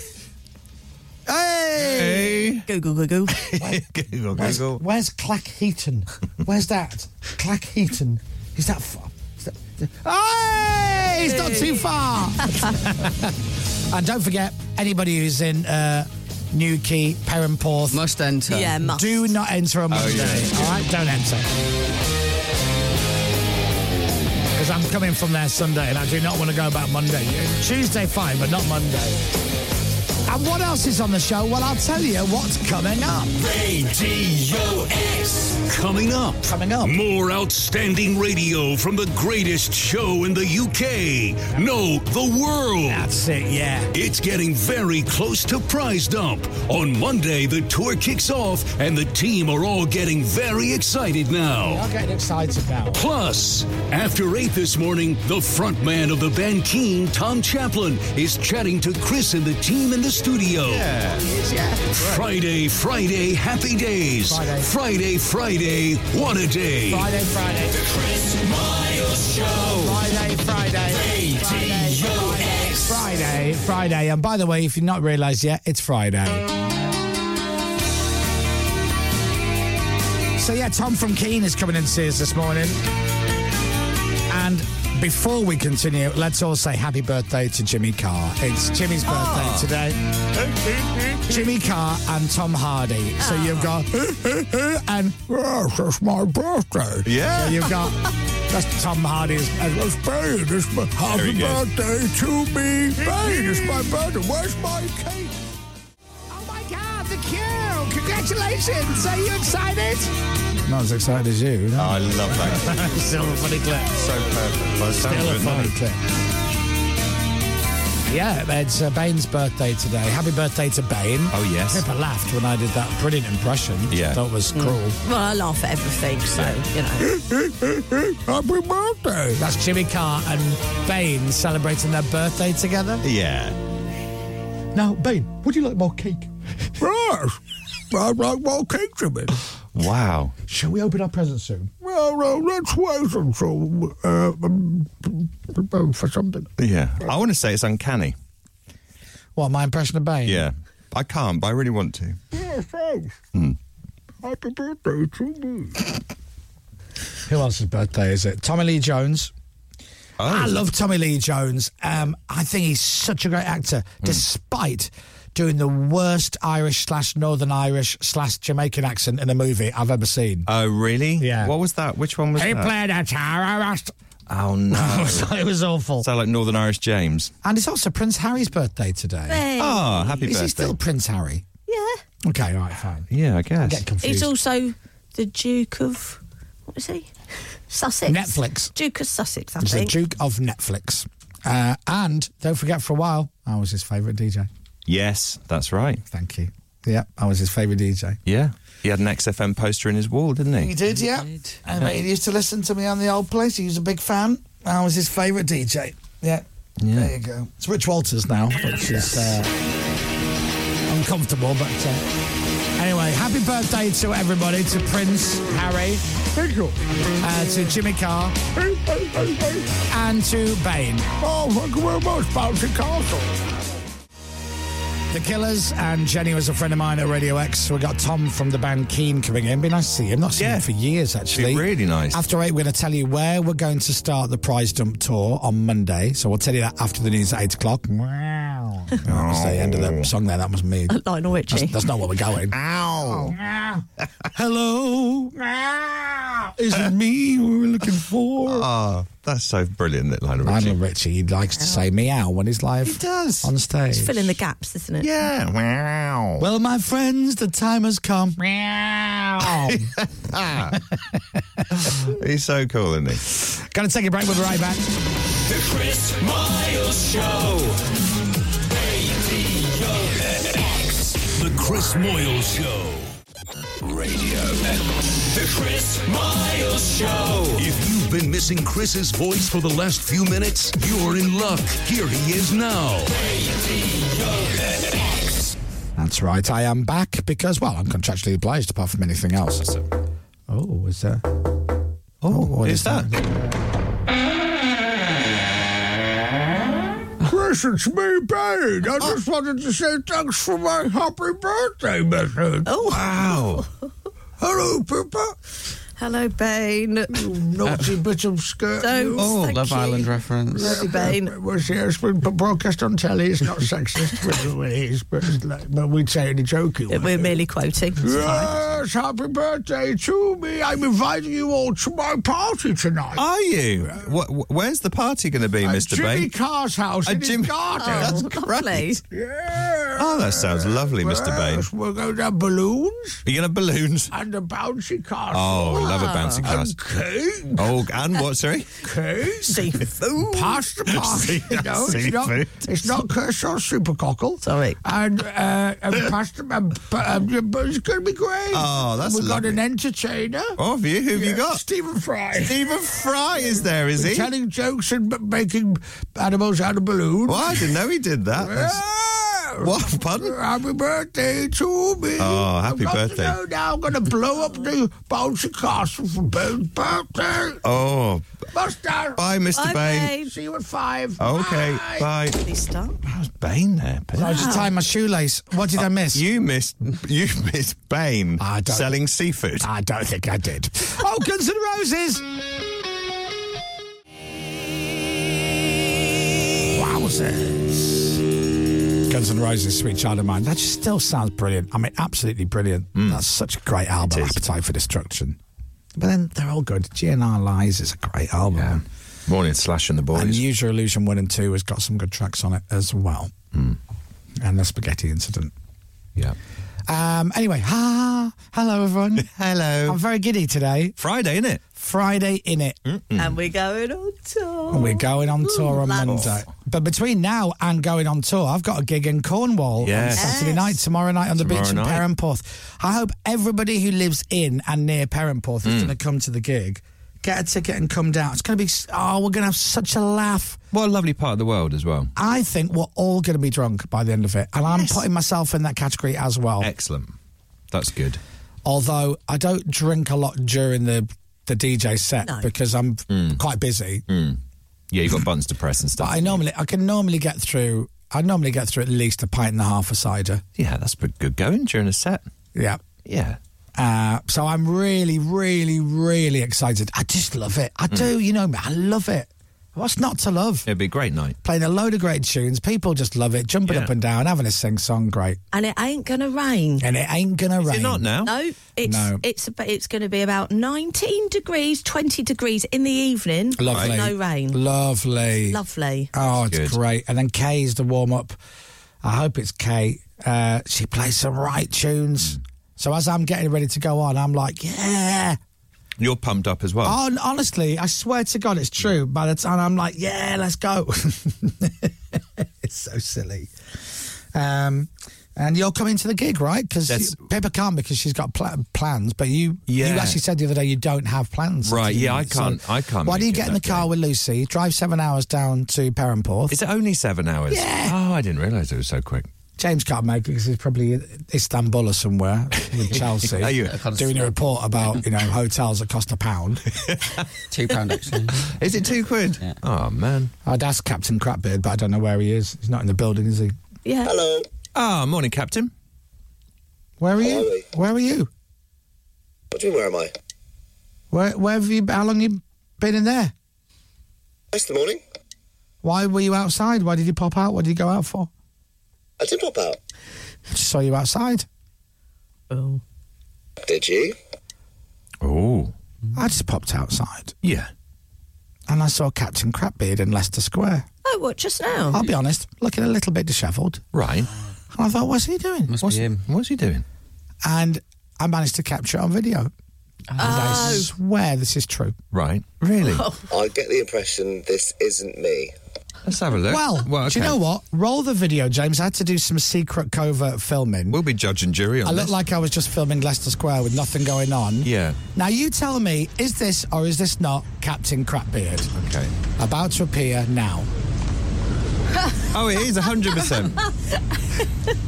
Speaker 5: hey!
Speaker 8: Hey.
Speaker 3: Google, Google.
Speaker 8: Google,
Speaker 5: Where's,
Speaker 8: Google.
Speaker 5: where's Clackheaton? Where's that? Clackheaton. Is that far? Is that... Hey, it's not too far. and don't forget, anybody who's in uh, Newquay, Perranporth,
Speaker 9: Must enter. Oh,
Speaker 3: yeah. Must.
Speaker 5: do not enter on Monday. All right, don't enter. Because I'm coming from there Sunday, and I do not want to go back Monday. Tuesday, fine, but not Monday. And what else is on the show? Well, I'll tell you what's coming up.
Speaker 6: Radio X.
Speaker 1: Coming up.
Speaker 5: Coming up.
Speaker 1: More outstanding radio from the greatest show in the UK. No, the world.
Speaker 5: That's it, yeah.
Speaker 1: It's getting very close to prize dump. On Monday, the tour kicks off, and the team are all getting very excited
Speaker 9: Oh.
Speaker 1: now.
Speaker 5: I'm getting excited now.
Speaker 1: Plus, after 8 this morning, the frontman of the band Keen, Tom Chaplin, is chatting to Chris and the team in the studio. Friday, Friday, happy days.
Speaker 5: Friday.
Speaker 1: Friday, Friday, what a day.
Speaker 5: Friday, Friday. The Chris Miles Show. Friday, Friday. Friday, Friday. And by the way, if you've not realised yet, it's Friday. So, yeah, Tom from Keene is coming in to see us this morning. And before we continue, let's all say happy birthday to Jimmy Carr. It's Jimmy's birthday today. Jimmy Carr and Tom Hardy. So you've got, and yes, it's my birthday.
Speaker 8: Yeah.
Speaker 5: So you've got, that's Tom Hardy's, and it's Bane, it's my happy
Speaker 8: Very good.
Speaker 5: birthday to me. Bane, it's my birthday. Where's my cake? Oh my God, the Cure! Congratulations! Are you excited? Not as excited as you. No?
Speaker 8: Oh, I love that.
Speaker 5: Still a funny clip.
Speaker 8: so perfect. Well, it sounds
Speaker 5: Still a
Speaker 8: good,
Speaker 5: funny
Speaker 8: doesn't it?
Speaker 5: clip. Yeah, it's uh, Bane's birthday today. Happy birthday to Bane.
Speaker 8: Oh, yes.
Speaker 5: Pippa laughed when I did that brilliant impression.
Speaker 8: Yeah. Mm.
Speaker 5: That was cruel.
Speaker 3: Well, I laugh at everything, so you know.
Speaker 5: Happy birthday! That's Jimmy Carr and Bane celebrating their birthday together.
Speaker 8: Yeah.
Speaker 5: Now, Bane, would you like more cake? Yes, I'd like more cake, Jimmy.
Speaker 8: Wow.
Speaker 5: Shall we open our presents soon? Well, no, let's wait until uh, um, for something.
Speaker 8: Yeah. I want to say it's uncanny.
Speaker 5: What, my impression of Bane?
Speaker 8: Yeah. I can't, but I really want to.
Speaker 5: Yeah, thanks.
Speaker 8: Hmm.
Speaker 5: Happy birthday to me. Who else's birthday is it? Tommy Lee Jones.
Speaker 8: Oh.
Speaker 5: I love Tommy Lee Jones. Um, I think he's such a great actor,
Speaker 8: Hmm.
Speaker 5: despite doing the worst Irish slash Northern Irish slash Jamaican accent in a movie I've ever seen.
Speaker 8: Oh, really? Yeah. What was that? Which one was
Speaker 5: He
Speaker 8: that?
Speaker 5: played a terrorist.
Speaker 8: Oh, no.
Speaker 5: It was- it was awful.
Speaker 8: Sound like Northern Irish James.
Speaker 5: And it's also Prince Harry's birthday today.
Speaker 3: Hey.
Speaker 8: Ah, happy
Speaker 5: Is
Speaker 8: birthday.
Speaker 5: he still Prince Harry? Yeah. Okay, all right, fine.
Speaker 8: Yeah, I guess.
Speaker 5: get confused.
Speaker 3: He's also the Duke of what was he? Sussex.
Speaker 5: Netflix.
Speaker 3: Duke of Sussex, I
Speaker 5: He's the
Speaker 3: think.
Speaker 5: Duke of Netflix. Uh, and don't forget, for a while, I was his favourite DJ.
Speaker 8: Yes, that's right.
Speaker 5: Thank you. Yeah, I was his favourite DJ.
Speaker 8: Yeah. He had an XFM poster in his wall, didn't he?
Speaker 5: did, yeah.
Speaker 8: And he
Speaker 5: used to listen to me on the old place. He was a big fan. I was his favourite DJ. Yeah.
Speaker 8: Yeah.
Speaker 5: There you go. It's Rich Walters now, which is uh, uncomfortable, but uh, anyway, happy birthday to everybody, to Prince Harry. Thank you. Uh, to Jimmy Carr. And to Bane. Oh, thank you very much, Bounty Castle. The Killers and Jenny was a friend of mine at Radio X. We got Tom from the band Keen coming in. Be nice to see him. Not seen him for years, actually.
Speaker 8: really nice.
Speaker 5: After eight, we're going to tell you where we're going to start the prize dump tour on Monday. So we'll tell you that after the news at eight o'clock. Wow. That was the end of the song there. That was me.
Speaker 3: Lionel Richie.
Speaker 5: That's, that's not where we're going. Ow. Hello. Is it me we were looking for?
Speaker 8: Ah, that's so brilliant that Lionel Richie.
Speaker 5: Lionel Richie, he likes to say meow when he's live. He does. On stage.
Speaker 3: It's filling the gaps, isn't it?
Speaker 5: Yeah. Wow. Well, my friends, the time has come. Meow.
Speaker 8: He's so cool, isn't he?
Speaker 5: Gotta take a break. We'll be right back.
Speaker 6: The Chris Miles Show. Radio X.
Speaker 1: The Chris Moyle Show.
Speaker 6: Radio X. The Chris Miles Show.
Speaker 1: If you've been missing Chris's voice for the last few minutes, you're in luck. Here he is now.
Speaker 5: That's right. I am back because, well, I'm contractually obliged apart from anything else. Oh, is that? Oh, what is, that?
Speaker 13: Chris, it's me, Bane. I just
Speaker 3: Oh.
Speaker 13: wanted to say thanks for my happy birthday message.
Speaker 3: Oh,
Speaker 13: wow. Hello, Pippa.
Speaker 3: Hello, Bane. Uh,
Speaker 13: You naughty bit of skirt.
Speaker 3: Don't, Oh, thank Love you. Island
Speaker 9: reference.
Speaker 3: Bloody Bane.
Speaker 13: Well, see, it's been broadcast on telly. It's not sexist, but it is. But, it's like, but we'd say it in a joking way.
Speaker 3: We're merely quoting.
Speaker 13: Yes, happy birthday to me. I'm inviting you all to my party tonight.
Speaker 8: Are you? What, where's the party going to
Speaker 5: Uh,
Speaker 8: be, Mr.
Speaker 13: Jimmy
Speaker 8: Bain?
Speaker 13: Carr's house
Speaker 8: Uh,
Speaker 13: in his
Speaker 8: Jimmy-
Speaker 13: garden.
Speaker 8: Oh, That's great. Oh, that sounds lovely, Mr. Bain.
Speaker 13: Yes, we're going to have balloons
Speaker 8: Are you going to have balloons?
Speaker 13: and a bouncy castle.
Speaker 8: Oh, I love a bouncy castle.
Speaker 13: cake.
Speaker 8: Oh, and what, sorry?
Speaker 13: Cake.
Speaker 3: Seafood.
Speaker 13: Pasta pie.
Speaker 8: Sea-
Speaker 13: no, it's not,
Speaker 8: seafood.
Speaker 13: it's not Kershaw Super Cockle.
Speaker 3: Sorry.
Speaker 13: And, uh, and pasta. And, and, but it's going to be great.
Speaker 8: Oh, that's
Speaker 13: We've got
Speaker 8: lovely.
Speaker 13: an entertainer.
Speaker 8: Oh, have you? Who have you
Speaker 13: Yeah,
Speaker 8: got?
Speaker 13: Stephen Fry.
Speaker 8: Stephen Fry is there, is he?
Speaker 13: Telling jokes and b- making animals out of balloons.
Speaker 8: Well, I didn't know he did that. That's- What? Pardon?
Speaker 13: Happy birthday to me.
Speaker 8: Oh, happy
Speaker 13: I've got
Speaker 8: birthday.
Speaker 13: To go now I'm going to blow up the bouncy castle for Bone's birthday.
Speaker 8: Oh,
Speaker 13: Mustard.
Speaker 8: Bye, Mr. Bye, Bain.
Speaker 13: See you at five.
Speaker 8: okay. Bye.
Speaker 3: Did he start?
Speaker 8: How's Bane there? Pip?
Speaker 5: I just tied my shoelace. What did I miss?
Speaker 8: You missed. You missed Bane
Speaker 5: don't-
Speaker 8: selling seafood.
Speaker 5: I don't think I did. Oh, Guns N' Roses! Wowzers. Guns N' Roses, Sweet Child of Mine. That just still sounds brilliant. I mean, absolutely brilliant.
Speaker 8: Hmm.
Speaker 5: That's such a great album, Appetite for Destruction. But then they're all good. GNR Lies is a great album.
Speaker 8: Morning slash and the
Speaker 5: And
Speaker 8: boys.
Speaker 5: Usual Illusion 1 and 2 has got some good tracks on it as well. And The Spaghetti Incident.
Speaker 8: Hmm. yeah.
Speaker 5: Um, anyway, ha, hello everyone.
Speaker 8: hello.
Speaker 5: I'm very giddy today.
Speaker 8: Friday, isn't it?
Speaker 5: Friday in it.
Speaker 3: And we're going on tour.
Speaker 5: We're going on tour on
Speaker 3: lads.
Speaker 5: Monday. But between now and going on tour, I've got a gig in Cornwall
Speaker 8: Yes.
Speaker 5: on Saturday
Speaker 3: Yes.
Speaker 5: night, tomorrow night on the
Speaker 8: Tomorrow
Speaker 5: beach in
Speaker 8: night.
Speaker 5: Perranporth. I hope everybody who lives in and near Perranporth
Speaker 8: Hmm.
Speaker 5: is going to come to the gig, get a ticket and come down. It's going to be, s- oh, we're going to have such a laugh.
Speaker 8: What a lovely part of the world as well.
Speaker 5: I think we're all going to be drunk by the end of it. And I'm putting myself in that category as well.
Speaker 8: Excellent. That's good.
Speaker 5: Although I don't drink a lot during the, the DJ set
Speaker 3: No.
Speaker 5: because I'm
Speaker 8: Hmm.
Speaker 5: quite busy.
Speaker 8: Yeah, you've got buttons to press and
Speaker 5: But
Speaker 8: stuff.
Speaker 5: I normally I can normally get through I normally get through at least a pint and a half of cider.
Speaker 8: Yeah, that's pretty good going during a set.
Speaker 5: Yeah.
Speaker 8: Yeah.
Speaker 5: Uh, so I'm really, really, really excited. I just love it. I
Speaker 8: Mm.
Speaker 5: do, you know me. I love it. What's not to love?
Speaker 8: It'd be a great night.
Speaker 5: Playing a load of great tunes. People just love it. Jumping
Speaker 8: Yeah.
Speaker 5: up and down, having a sing song. Great.
Speaker 3: And it ain't going to rain.
Speaker 5: And it ain't going to rain.
Speaker 3: No, it's
Speaker 5: No.
Speaker 3: it's ab- it's going to be about 19 degrees, 20 degrees in the evening.
Speaker 5: Lovely.
Speaker 3: No rain.
Speaker 5: Lovely.
Speaker 3: Lovely.
Speaker 5: Oh, it's great. And then Kay's the warm up. I hope it's Kay. Uh, she plays some right tunes.
Speaker 8: Hmm.
Speaker 5: So as I'm getting ready to go on, I'm like, yeah.
Speaker 8: You're pumped up as well.
Speaker 5: Hon- honestly, I swear to God, it's true. By the time I'm like, yeah, let's go. it's so silly. Um, and you're coming to the gig, right? Because
Speaker 8: That's-
Speaker 5: Pippa can't because she's got pl- plans. But you, you
Speaker 8: Yeah.
Speaker 5: actually said the other day you don't have plans.
Speaker 8: Right,
Speaker 5: do you?
Speaker 8: yeah, I
Speaker 5: So
Speaker 8: can't- I can't
Speaker 5: Why do
Speaker 8: make
Speaker 5: you
Speaker 8: it
Speaker 5: get in the
Speaker 8: that
Speaker 5: car with Lucy? Drive seven hours down to Perranporth.
Speaker 8: Is it only seven hours? Yeah. Oh, I didn't realise it was so quick.
Speaker 5: James can't make it because he's probably in Istanbul or somewhere with Chelsea
Speaker 8: Are you?
Speaker 5: doing a report about you know hotels that cost a pound.
Speaker 9: Two pound actually.
Speaker 8: Is it two quid? Oh man.
Speaker 5: I'd ask Captain Crapbeard, but I don't know where he is. He's not in the building, is he?
Speaker 3: Yeah.
Speaker 8: Hello. Ah, morning, Captain.
Speaker 5: Where are you? Where are you?
Speaker 14: What do you mean, where am I?
Speaker 5: Where where have you? How long you been in there?
Speaker 14: It's the morning.
Speaker 5: Why were you outside? Why did you pop out? What did you go out for?
Speaker 14: I did pop out.
Speaker 5: I just saw you outside.
Speaker 3: Oh.
Speaker 14: Did you?
Speaker 8: Oh.
Speaker 5: I just popped outside.
Speaker 8: Yeah.
Speaker 5: And I saw Captain Crapbeard in Leicester Square.
Speaker 3: Oh, what just now?
Speaker 5: I'll be honest, looking a little bit dishevelled.
Speaker 8: Right.
Speaker 5: And I thought, what's he doing?
Speaker 9: Must
Speaker 5: what's,
Speaker 9: be him.
Speaker 8: What's he doing?
Speaker 5: And I managed to capture it on video. And I
Speaker 14: Oh.
Speaker 5: swear this is true.
Speaker 8: Right.
Speaker 5: Really?
Speaker 3: Oh.
Speaker 14: I get the impression this isn't me.
Speaker 8: Let's have a look.
Speaker 5: Well, do you know what? Roll the video, James. I had to do some secret covert filming.
Speaker 8: We'll be judge and jury on
Speaker 5: I
Speaker 8: this.
Speaker 5: looked like I was just filming Leicester Square with nothing going on.
Speaker 8: Yeah.
Speaker 5: Now you tell me, is this or is this not Captain Crapbeard?
Speaker 8: Okay.
Speaker 5: About to appear now.
Speaker 8: Oh, it is 100%.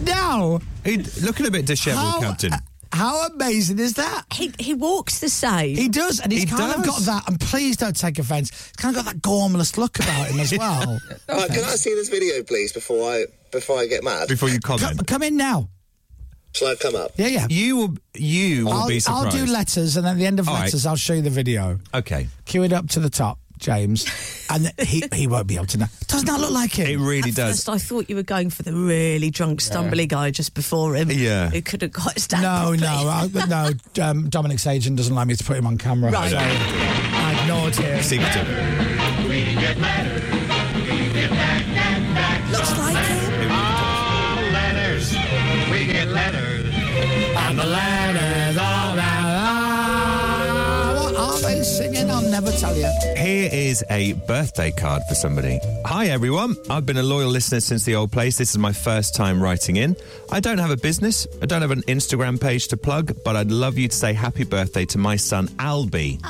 Speaker 5: Now,
Speaker 8: He's looking a bit dishevelled,
Speaker 5: How-
Speaker 8: Captain.
Speaker 5: how amazing is that?
Speaker 3: He he walks the same.
Speaker 5: He does, and he's
Speaker 8: He
Speaker 5: kind of got
Speaker 8: does.
Speaker 5: that. And please don't take offence. He's kind of got that gormless look about him as well.
Speaker 14: Right, can I see this video, please, before I before I get mad?
Speaker 8: Before you
Speaker 5: Come,
Speaker 8: comment.
Speaker 5: come in now.
Speaker 14: Shall I come up?
Speaker 5: Yeah, yeah.
Speaker 8: You will, you will
Speaker 5: I'll,
Speaker 8: be
Speaker 5: I'll
Speaker 8: surprised.
Speaker 5: do letters, and at the end of
Speaker 8: All right.
Speaker 5: letters, I'll show you the video.
Speaker 8: Okay.
Speaker 5: Cue it up to the top, James, and he he won't be able to know. Does not look like him.
Speaker 8: It really
Speaker 3: At
Speaker 8: does.
Speaker 3: First, I thought you were going for the really drunk, stumbly guy just before him.
Speaker 8: Yeah.
Speaker 3: Who could have got stand
Speaker 5: No,
Speaker 3: properly.
Speaker 5: no, I, no. Um, Dominic's agent doesn't like me to put him on camera.
Speaker 3: Right.
Speaker 5: So I ignored him.
Speaker 8: Secretive.
Speaker 3: Looks like him.
Speaker 15: letters. We get letters.
Speaker 5: And the letters all around. What are they singing? I'll never tell you.
Speaker 8: Here is a birthday card for somebody. Hi, everyone. I've been a loyal listener since the old place. This is my first time writing in. I don't have a business, I don't have an Instagram page to plug, but I'd love you to say happy birthday to my son, Albie,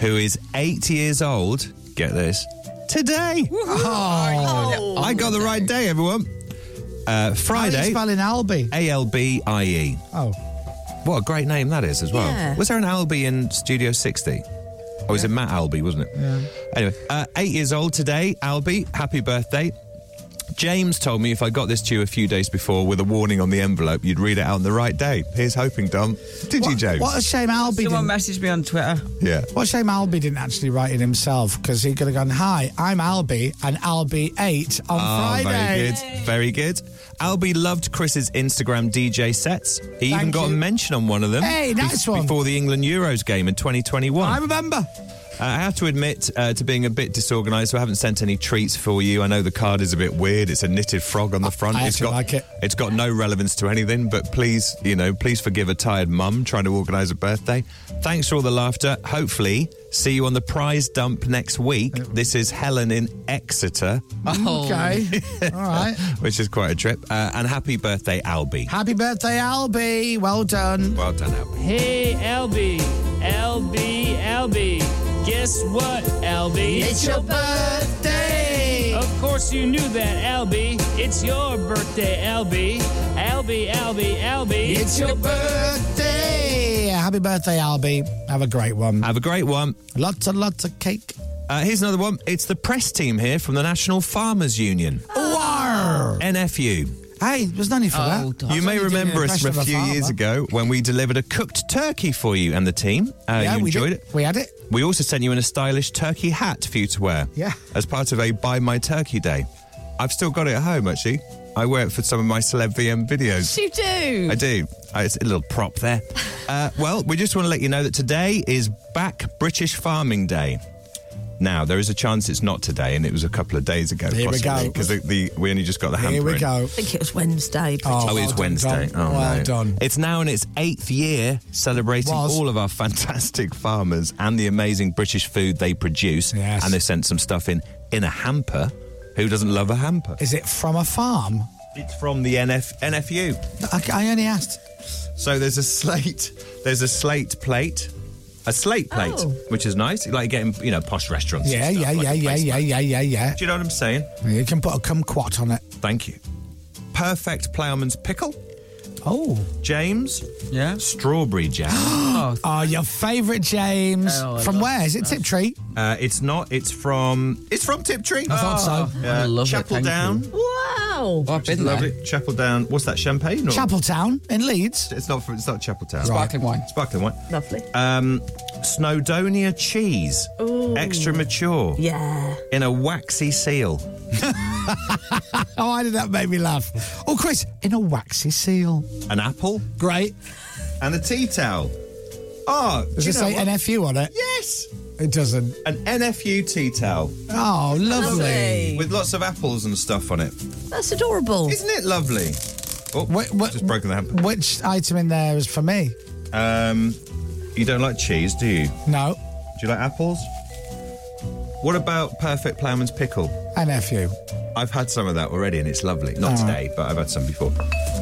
Speaker 8: who is eight years old. Get this today. Ah.
Speaker 5: Oh.
Speaker 8: I got the right day, everyone. Uh,
Speaker 5: How are you
Speaker 8: Friday,
Speaker 5: spelling Albie?
Speaker 8: A L B I E.
Speaker 5: Oh.
Speaker 8: What a great name that is as well.
Speaker 5: Yeah.
Speaker 8: Was there an Albie in Studio 60? Oh, it was it Matt Albie, wasn't it? Yeah. Anyway, uh, eight years old today, Albie. Happy birthday. James told me if I got this to you a few days before with a warning on the envelope, you'd read it out on the right day. Here's hoping, Dom. Did you, James?
Speaker 5: What a shame Albie
Speaker 9: Someone
Speaker 5: didn't.
Speaker 9: messaged me on Twitter.
Speaker 8: yeah.
Speaker 5: What a shame Albie didn't actually write it himself because he could have gone, Hi, I'm Albie and Albie 8 on
Speaker 8: Ah,
Speaker 5: Friday.
Speaker 8: Very good. Very good. Albie loved Chris's Instagram DJ sets. He even
Speaker 5: Thank
Speaker 8: got
Speaker 5: you.
Speaker 8: a mention on one of them.
Speaker 5: Hey,
Speaker 8: bef-
Speaker 5: nice one.
Speaker 8: Before the England Euros game in 2021.
Speaker 5: I remember.
Speaker 8: Uh, I have to admit uh, to being a bit disorganised, so I haven't sent any treats for you. I know the card is a bit weird. It's a knitted frog on the front.
Speaker 5: I
Speaker 8: it's
Speaker 5: actually
Speaker 8: got
Speaker 5: like it.
Speaker 8: has got no relevance to anything, but please, you know, please forgive a tired mum trying to organise a birthday. Thanks for all the laughter. Hopefully, see you on the prize dump next week. This is Helen in Exeter,
Speaker 5: Okay. All right.
Speaker 8: which is quite a trip. Uh, and happy birthday, Albie.
Speaker 5: Happy birthday, Albie. Well done.
Speaker 8: Well done, Albie.
Speaker 16: Hey, LB, LB, LB. Guess what, LB?
Speaker 5: It's your birthday.
Speaker 16: Of course you knew that, LB. It's your birthday, LB. LB, LB, LB.
Speaker 5: It's your birthday. Happy birthday, Albie. Have a great one.
Speaker 8: Have a great one.
Speaker 5: Lots and lots of cake.
Speaker 8: Uh, here's another one. It's the press team here from the National Farmers Union.
Speaker 5: War.
Speaker 8: NFU.
Speaker 5: Hey, there's no need for that.
Speaker 8: You may remember us from a few years ago when we delivered a cooked turkey for you and the team. Uh,
Speaker 5: yeah,
Speaker 8: you
Speaker 5: we
Speaker 8: enjoyed
Speaker 5: did.
Speaker 8: it.
Speaker 5: We had it.
Speaker 8: We also sent you in a stylish turkey hat for you to wear.
Speaker 5: Yeah.
Speaker 8: As part of a Buy My Turkey Day. I've still got it at home, actually. I wear it for some of my Celeb VM videos.
Speaker 3: You do.
Speaker 8: I do. Uh, It's a little prop there. Uh, well, we just want to let you know that today is Back British Farming Day. Now, there is a chance it's not today, and it was a couple of days ago.
Speaker 5: Here we go.
Speaker 8: Because the, the, we only just got the hamper
Speaker 5: Here we
Speaker 8: in.
Speaker 5: go.
Speaker 3: I think it was Wednesday.
Speaker 8: Oh,
Speaker 3: Bridget.
Speaker 8: it's Wednesday.
Speaker 5: Tom.
Speaker 8: Oh,
Speaker 5: Well
Speaker 8: no.
Speaker 5: done.
Speaker 8: It's now in its eighth year celebrating
Speaker 5: Was.
Speaker 8: all of our fantastic farmers and the amazing British food they produce.
Speaker 5: Yes.
Speaker 8: And they sent some stuff in in a hamper. Who doesn't love a hamper?
Speaker 5: Is it from a farm?
Speaker 8: It's from the NF, NFU.
Speaker 5: I, I only asked.
Speaker 8: So there's a slate. There's a slate plate. A slate plate,
Speaker 5: Oh.
Speaker 8: which is nice. Like getting, you know, posh restaurants. and
Speaker 5: Yeah,
Speaker 8: stuff,
Speaker 5: yeah,
Speaker 8: like
Speaker 5: yeah,
Speaker 8: a
Speaker 5: yeah,
Speaker 8: place
Speaker 5: yeah, yeah, yeah, yeah.
Speaker 8: Do you know what I'm saying?
Speaker 5: You can put a kumquat on it.
Speaker 8: Thank you. Perfect Ploughman's pickle.
Speaker 5: Oh.
Speaker 8: James.
Speaker 9: Yeah.
Speaker 8: Strawberry jam.
Speaker 5: oh, your favourite James.
Speaker 8: Oh, I
Speaker 5: from
Speaker 8: love
Speaker 5: where? Is it Tiptree?
Speaker 8: Uh, it's not. It's from. It's from Tiptree.
Speaker 5: I thought so.
Speaker 8: Yeah, Oh,
Speaker 5: I love it,
Speaker 8: Chapel
Speaker 5: thank
Speaker 8: Down.
Speaker 3: Wow.
Speaker 9: I've
Speaker 8: which is lovely. Chapel Down. What's that? Champagne. Or?
Speaker 5: Chapel Town in Leeds.
Speaker 8: It's not. From, it's not Chapel Town.
Speaker 9: Sparkling wine.
Speaker 8: Sparkling wine.
Speaker 3: Lovely.
Speaker 8: Um, Snowdonia cheese.
Speaker 3: Ooh.
Speaker 8: Extra mature.
Speaker 3: Yeah.
Speaker 8: In a waxy seal.
Speaker 5: Oh, why did that make me laugh? Oh, Chris, in a waxy seal.
Speaker 8: An apple.
Speaker 5: Great.
Speaker 8: And a tea towel. Oh,
Speaker 5: Does
Speaker 8: do
Speaker 5: it
Speaker 8: you know
Speaker 5: say
Speaker 8: what?
Speaker 5: NFU on it?
Speaker 8: Yes.
Speaker 5: It doesn't.
Speaker 8: An NFU tea towel.
Speaker 5: Oh, lovely.
Speaker 8: With lots of apples and stuff on it.
Speaker 3: That's adorable.
Speaker 8: Isn't it lovely? Oh, just broken the hamper.
Speaker 5: Which item in there is for me?
Speaker 8: Um, you don't like cheese, do you?
Speaker 5: No,
Speaker 8: Do you like apples? What about perfect ploughman's pickle?
Speaker 5: NFU.
Speaker 8: I've had some of that already, and it's lovely. Not
Speaker 5: Oh.
Speaker 8: today, but I've had some before.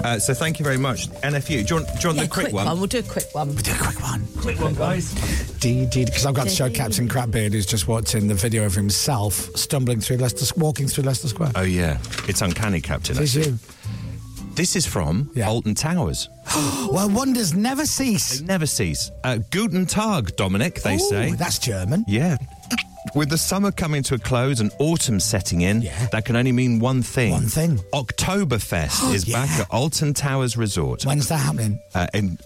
Speaker 8: Uh, so thank you very much, NFU. Do you want, do you want
Speaker 3: Yeah,
Speaker 8: the quick, one?
Speaker 3: We'll do a quick one.
Speaker 5: Do a quick one.
Speaker 8: Quick one, guys.
Speaker 5: Because I've got to show Captain Crapbeard, who's just watched in the video of himself stumbling through Leicester, walking through Leicester Square.
Speaker 8: Oh yeah, it's uncanny, Captain.
Speaker 5: This is
Speaker 8: actually. This is from Alton Towers.
Speaker 5: you. well, wonders never cease.
Speaker 8: They never cease. Uh, Guten Tag, Dominic. They say
Speaker 5: that's German.
Speaker 8: Yeah. With the summer coming to a close and autumn setting in, that can only mean one thing. One
Speaker 5: thing.
Speaker 8: Oktoberfest is
Speaker 5: Yeah.
Speaker 8: back at Alton Towers Resort.
Speaker 5: When's that happening?
Speaker 8: Uh, and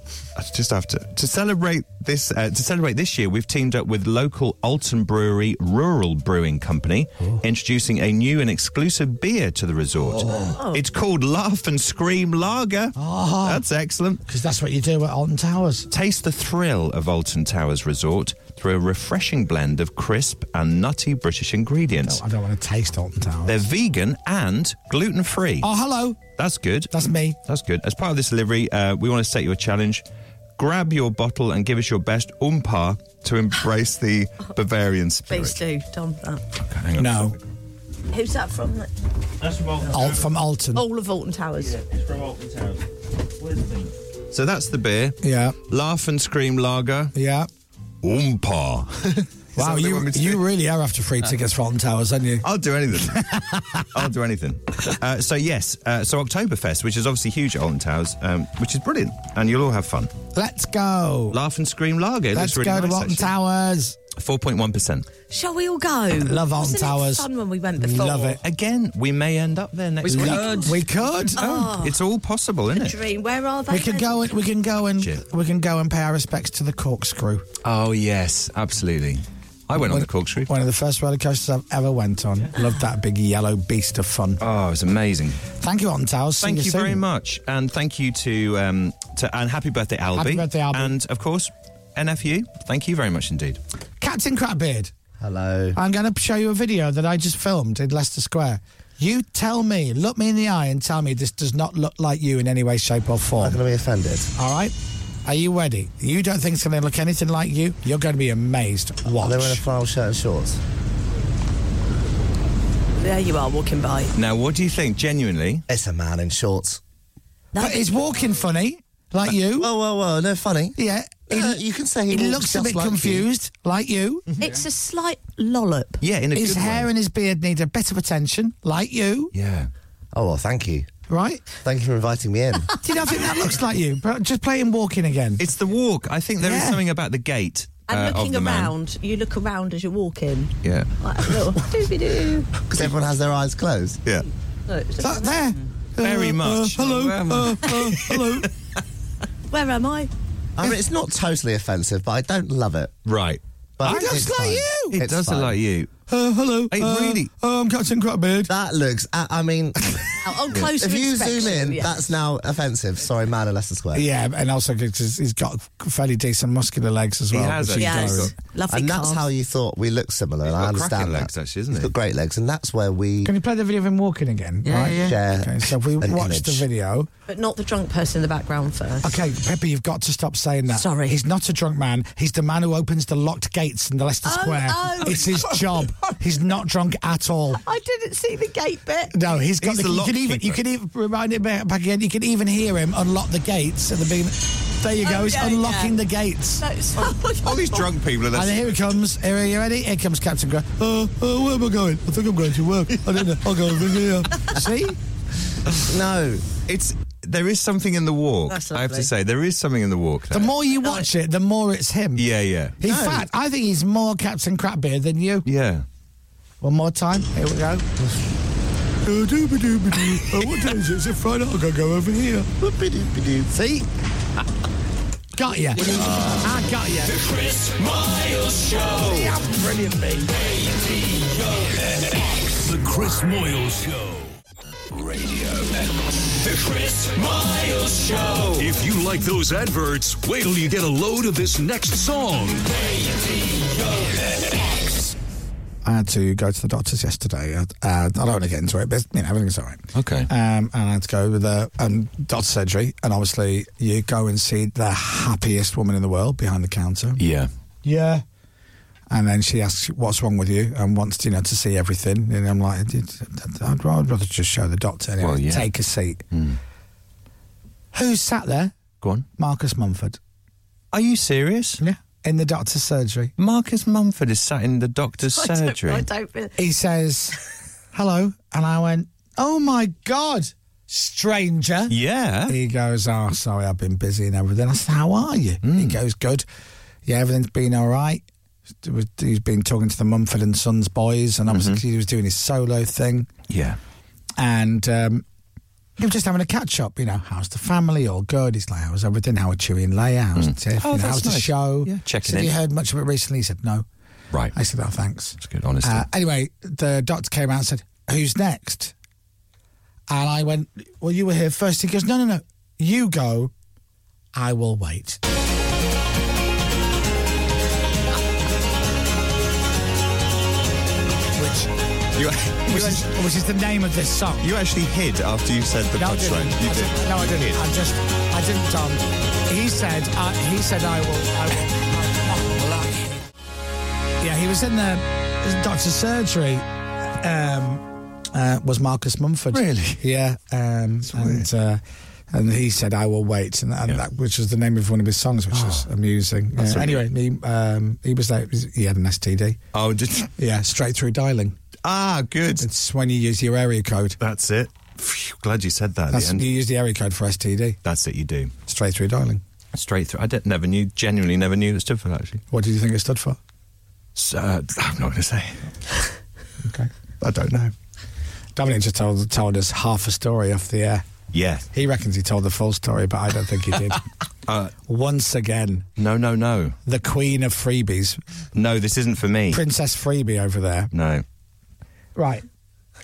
Speaker 8: just after to celebrate this uh, to celebrate this year, we've teamed up with local Alton Brewery Rural Brewing Company, introducing a new and exclusive beer to the resort.
Speaker 5: Oh.
Speaker 8: It's called Laugh and Scream Lager. That's excellent.
Speaker 5: Because Ah. that's what you do at Alton Towers.
Speaker 8: Taste the thrill of Alton Towers Resort through a refreshing blend of crisp and nutty British ingredients.
Speaker 5: I don't want to taste Alton Towers.
Speaker 8: They're vegan and gluten free.
Speaker 5: Oh, hello.
Speaker 8: That's good.
Speaker 5: That's me.
Speaker 8: That's good. As part of this delivery, uh, we want to set you a challenge. Grab your bottle and give us your best umpa to embrace the Bavarian
Speaker 3: Please
Speaker 8: spirit.
Speaker 3: do, Tom. That.
Speaker 8: Hang on.
Speaker 5: No.
Speaker 3: Who's that from?
Speaker 17: That's from Alton
Speaker 5: Alt from Alton.
Speaker 3: All of Alton Towers.
Speaker 17: It's from Alton Town. Where's the thing?
Speaker 8: So that's the beer.
Speaker 5: Yeah.
Speaker 8: Laugh and scream lager.
Speaker 5: Yeah.
Speaker 8: Umpa.
Speaker 5: Wow,
Speaker 8: what they
Speaker 5: you
Speaker 8: want me to
Speaker 5: you really are after free tickets for Alton Towers, aren't you?
Speaker 8: I'll do anything. I'll do anything. Uh, so yes, uh, so Oktoberfest, which is obviously huge at Alton Towers, um, which is brilliant, and you'll all have fun.
Speaker 5: Let's go.
Speaker 8: Laugh and scream lager. It
Speaker 5: Let's
Speaker 8: looks
Speaker 5: go
Speaker 8: really
Speaker 5: to Alton Towers.
Speaker 8: Four point one percent.
Speaker 3: Shall we all go?
Speaker 5: Love Alton
Speaker 3: Wasn't it
Speaker 5: Towers.
Speaker 3: fun when we went before.
Speaker 5: Love it.
Speaker 8: Again, we may end up there next
Speaker 5: We
Speaker 8: week.
Speaker 5: could. We could. Oh.
Speaker 8: It's all possible, isn't it?
Speaker 3: Dream. Where are they?
Speaker 5: We can go and we can go and
Speaker 8: Shit.
Speaker 5: we can go and pay our respects to the corkscrew.
Speaker 8: Oh yes, absolutely. I went on the corkscrew.
Speaker 5: One of the first roller coasters I've ever went on. Loved that big yellow beast of fun.
Speaker 8: Oh, it's amazing.
Speaker 5: Thank you, Alton Towers. See
Speaker 8: Thank you
Speaker 5: soon.
Speaker 8: very much, and thank you to um, to and happy birthday, Albie.
Speaker 5: Happy birthday, Albie.
Speaker 8: And of course, NFU. Thank you very much indeed.
Speaker 5: Captain Crapbeard.
Speaker 17: Hello.
Speaker 5: I'm going to show you a video that I just filmed in Leicester Square. You tell me, look me in the eye, and tell me this does not look like you in any way, shape, or
Speaker 17: I'm
Speaker 5: form.
Speaker 17: going to be offended.
Speaker 5: All right? Are you ready? You don't think it's going to look anything like you? You're going to be amazed. Watch.
Speaker 17: Are they wearing a flannel shirt and shorts?
Speaker 3: There you are, walking by.
Speaker 8: Now, what do you think? Genuinely,
Speaker 17: It's a man in shorts.
Speaker 5: But he's walking funny, like you.
Speaker 17: Whoa, whoa, whoa. No funny.
Speaker 5: Yeah. He,
Speaker 17: Uh, you can say
Speaker 5: he
Speaker 17: he,
Speaker 5: looks a
Speaker 17: walks just
Speaker 5: bit
Speaker 17: like you.
Speaker 5: confused, like you.
Speaker 3: It's a slight lollop.
Speaker 8: yeah, in a
Speaker 5: His
Speaker 8: good
Speaker 5: hair
Speaker 8: way.
Speaker 5: and his beard need a bit of attention, like you,
Speaker 8: Yeah.
Speaker 17: Oh, well, thank you.
Speaker 5: right?
Speaker 17: Thank you for inviting me in.
Speaker 5: Do you not think that looks like you? But just play him walking again.
Speaker 8: It's the walk. I think there is
Speaker 5: Yeah.
Speaker 8: something about the gait.
Speaker 3: And
Speaker 8: uh, of
Speaker 3: looking
Speaker 8: the man.
Speaker 3: around, you look around as you're walking.
Speaker 8: Yeah.
Speaker 3: Like a little doobie doo.
Speaker 17: Because everyone has their eyes closed.
Speaker 8: Yeah.
Speaker 5: Is that there? uh,
Speaker 8: Very much.
Speaker 5: hello. uh, uh, hello.
Speaker 3: Where am I?
Speaker 17: I mean, it's not totally offensive, but I don't love it.
Speaker 8: Right.
Speaker 17: But
Speaker 5: It does
Speaker 17: it's
Speaker 5: like
Speaker 17: fine.
Speaker 5: you.
Speaker 8: It
Speaker 17: It's
Speaker 8: does look
Speaker 17: fine.
Speaker 8: like you.
Speaker 5: Uh, hello.
Speaker 17: Hey,
Speaker 5: uh,
Speaker 17: really?
Speaker 5: uh, I'm Captain Crackbeard.
Speaker 17: That looks. I, I mean,
Speaker 3: On close
Speaker 17: if you
Speaker 3: inspection,
Speaker 17: zoom in,
Speaker 3: yes.
Speaker 17: that's now offensive. Sorry, man, unless it's square.
Speaker 5: Yeah, and also because he's got fairly decent muscular legs as
Speaker 17: He
Speaker 5: well.
Speaker 17: has
Speaker 5: which is
Speaker 3: actually
Speaker 5: dope.
Speaker 3: got- Lovely
Speaker 17: and that's
Speaker 3: calves.
Speaker 17: how you thought we looked similar. and
Speaker 8: got
Speaker 17: I
Speaker 8: cracking
Speaker 17: understand that.
Speaker 8: legs, actually, isn't
Speaker 17: He's
Speaker 8: he?
Speaker 17: got great legs, and that's where we.
Speaker 5: Can you play the video of him walking again?
Speaker 17: Yeah,
Speaker 5: right?
Speaker 17: yeah, yeah.
Speaker 5: Okay, so we
Speaker 17: An
Speaker 5: watched the
Speaker 17: image.
Speaker 5: video.
Speaker 3: But not the drunk person in the background first.
Speaker 5: Okay, Pepper, you've got to stop saying that. Sorry. He's not a drunk man. He's the man who opens the locked gates in the Leicester
Speaker 3: Oh,
Speaker 5: Square.
Speaker 3: oh.
Speaker 5: It's his job. He's not drunk at all.
Speaker 3: I didn't see the gate bit.
Speaker 5: No, he's got the,
Speaker 8: He's the
Speaker 5: you can even you
Speaker 8: lockkeeper.
Speaker 5: can even remind it back back again. You can even hear him unlock the gates at the beginning. There you go.
Speaker 3: Oh,
Speaker 5: he's
Speaker 3: yeah,
Speaker 5: unlocking
Speaker 3: yeah.
Speaker 5: the gates.
Speaker 8: All these drunk people are
Speaker 5: And
Speaker 8: listening.
Speaker 5: here he comes. Here, are you ready? Here comes Captain Grant. Uh, uh, where am I going? I think I'm going to work. I don't know. I'll go over here. See?
Speaker 17: No,
Speaker 8: It's there is something in the walk.
Speaker 3: That's
Speaker 8: I have to
Speaker 3: lovely.
Speaker 8: say there is something in the walk.
Speaker 5: The
Speaker 8: There.
Speaker 5: more you watch it, the more it's him.
Speaker 8: yeah, yeah,
Speaker 5: In fact, I think he's more Captain Crapbeard than you.
Speaker 8: yeah.
Speaker 5: One more time. Here we go. Uh, dooba dooba doo. Uh, what day is it? Is it Friday? I'll go, go over here. Whoopity-bidoo. See? Got ya. I got ya.
Speaker 6: Chris Miles Show.
Speaker 5: Yeah, brilliant, me.
Speaker 1: The Chris Moyle Show.
Speaker 6: Radio X. The Chris Miles Show.
Speaker 1: If you like those adverts, wait till you get a load of this next song.
Speaker 5: I had to go to the doctor's yesterday. Uh, I don't want to get into it, but you know, everything's all right.
Speaker 8: Okay.
Speaker 5: Um, and I had to go with a um, doctor's surgery. And obviously, you go and see the happiest woman in the world behind the counter.
Speaker 8: Yeah.
Speaker 5: Yeah. And then she asks, "What's wrong with you?" and wants you know to see everything. And I'm like, "I'd- "I'd rather just show the doctor. Anyway,
Speaker 8: Well, yeah. Hmm.
Speaker 5: Take a seat." Who's sat there?
Speaker 8: Go on.
Speaker 5: Marcus Mumford.
Speaker 8: Are you serious?
Speaker 5: Yeah. In the doctor's surgery,
Speaker 8: Marcus Mumford is sat in the doctor's
Speaker 3: I don't-
Speaker 8: surgery.
Speaker 3: I don't, feel-
Speaker 5: he says, "Hello," and I went, "Oh my god, stranger."
Speaker 8: Yeah.
Speaker 5: He goes, Oh, sorry, I've been busy and everything. I said, How are you? He goes, Good. Yeah, everything's been all right. He's been talking to the Mumford and Sons boys, and obviously he was doing his solo thing.
Speaker 8: Yeah.
Speaker 5: And um, he was just having a catch up, you know, how's the family? All good. He's like, How's everything? How are Chewy and Leia? How's Tiff?
Speaker 8: Oh,
Speaker 5: You know,
Speaker 8: that's
Speaker 5: how's the
Speaker 8: nice.
Speaker 5: show?
Speaker 8: Yeah, checking
Speaker 5: I said,
Speaker 8: in.
Speaker 5: You heard much of it recently? He said, No.
Speaker 8: Right.
Speaker 5: I said, Oh, thanks.
Speaker 8: That's good. Honestly.
Speaker 5: Uh, anyway, the doctor came out and said, Who's next? And I went, Well, you were here first. He goes, No, no, no. You go. I will wait. Which,
Speaker 8: you,
Speaker 5: which, is, which is the name of this song.
Speaker 8: you actually hid after you said the
Speaker 5: No, I didn't.
Speaker 8: punchline. You
Speaker 5: I
Speaker 8: did.
Speaker 5: didn't. No, I didn't. I just, I didn't. Um, he said, uh, he said, I will. I will. I will. Yeah, he was in the his doctor's surgery. Um, uh, was Marcus Mumford?
Speaker 8: Really?
Speaker 5: Yeah. Um, and uh, and he said, "I will wait," and, and
Speaker 8: Yeah. Ah.
Speaker 5: that, which was the name of one of his songs, which was amusing. Yeah.
Speaker 8: really-
Speaker 5: Anyway, he um, he was there. He had an STD.
Speaker 8: Oh, just
Speaker 5: Yeah, straight through dialing.
Speaker 8: ah, good.
Speaker 5: It's when you use your area code.
Speaker 8: That's it. Phew, glad you said that. At the
Speaker 5: That's,
Speaker 8: end.
Speaker 5: you use the area code for STD.
Speaker 8: That's it. You do
Speaker 5: Straight through dialing.
Speaker 8: straight through. I did, never knew. Genuinely, never knew it stood for that, actually.
Speaker 5: What did you think it stood for?
Speaker 8: So, uh, I'm not going to say.
Speaker 5: Okay.
Speaker 8: I don't know.
Speaker 5: Dominic just told, told us half a story off the air.
Speaker 8: Yeah.
Speaker 5: He reckons he told the full story, but I don't think he did.
Speaker 8: Uh,
Speaker 5: Once again,
Speaker 8: no, no, no,
Speaker 5: the queen of freebies,
Speaker 8: no. This isn't for me.
Speaker 5: Princess Freebie over there.
Speaker 8: No,
Speaker 5: Right.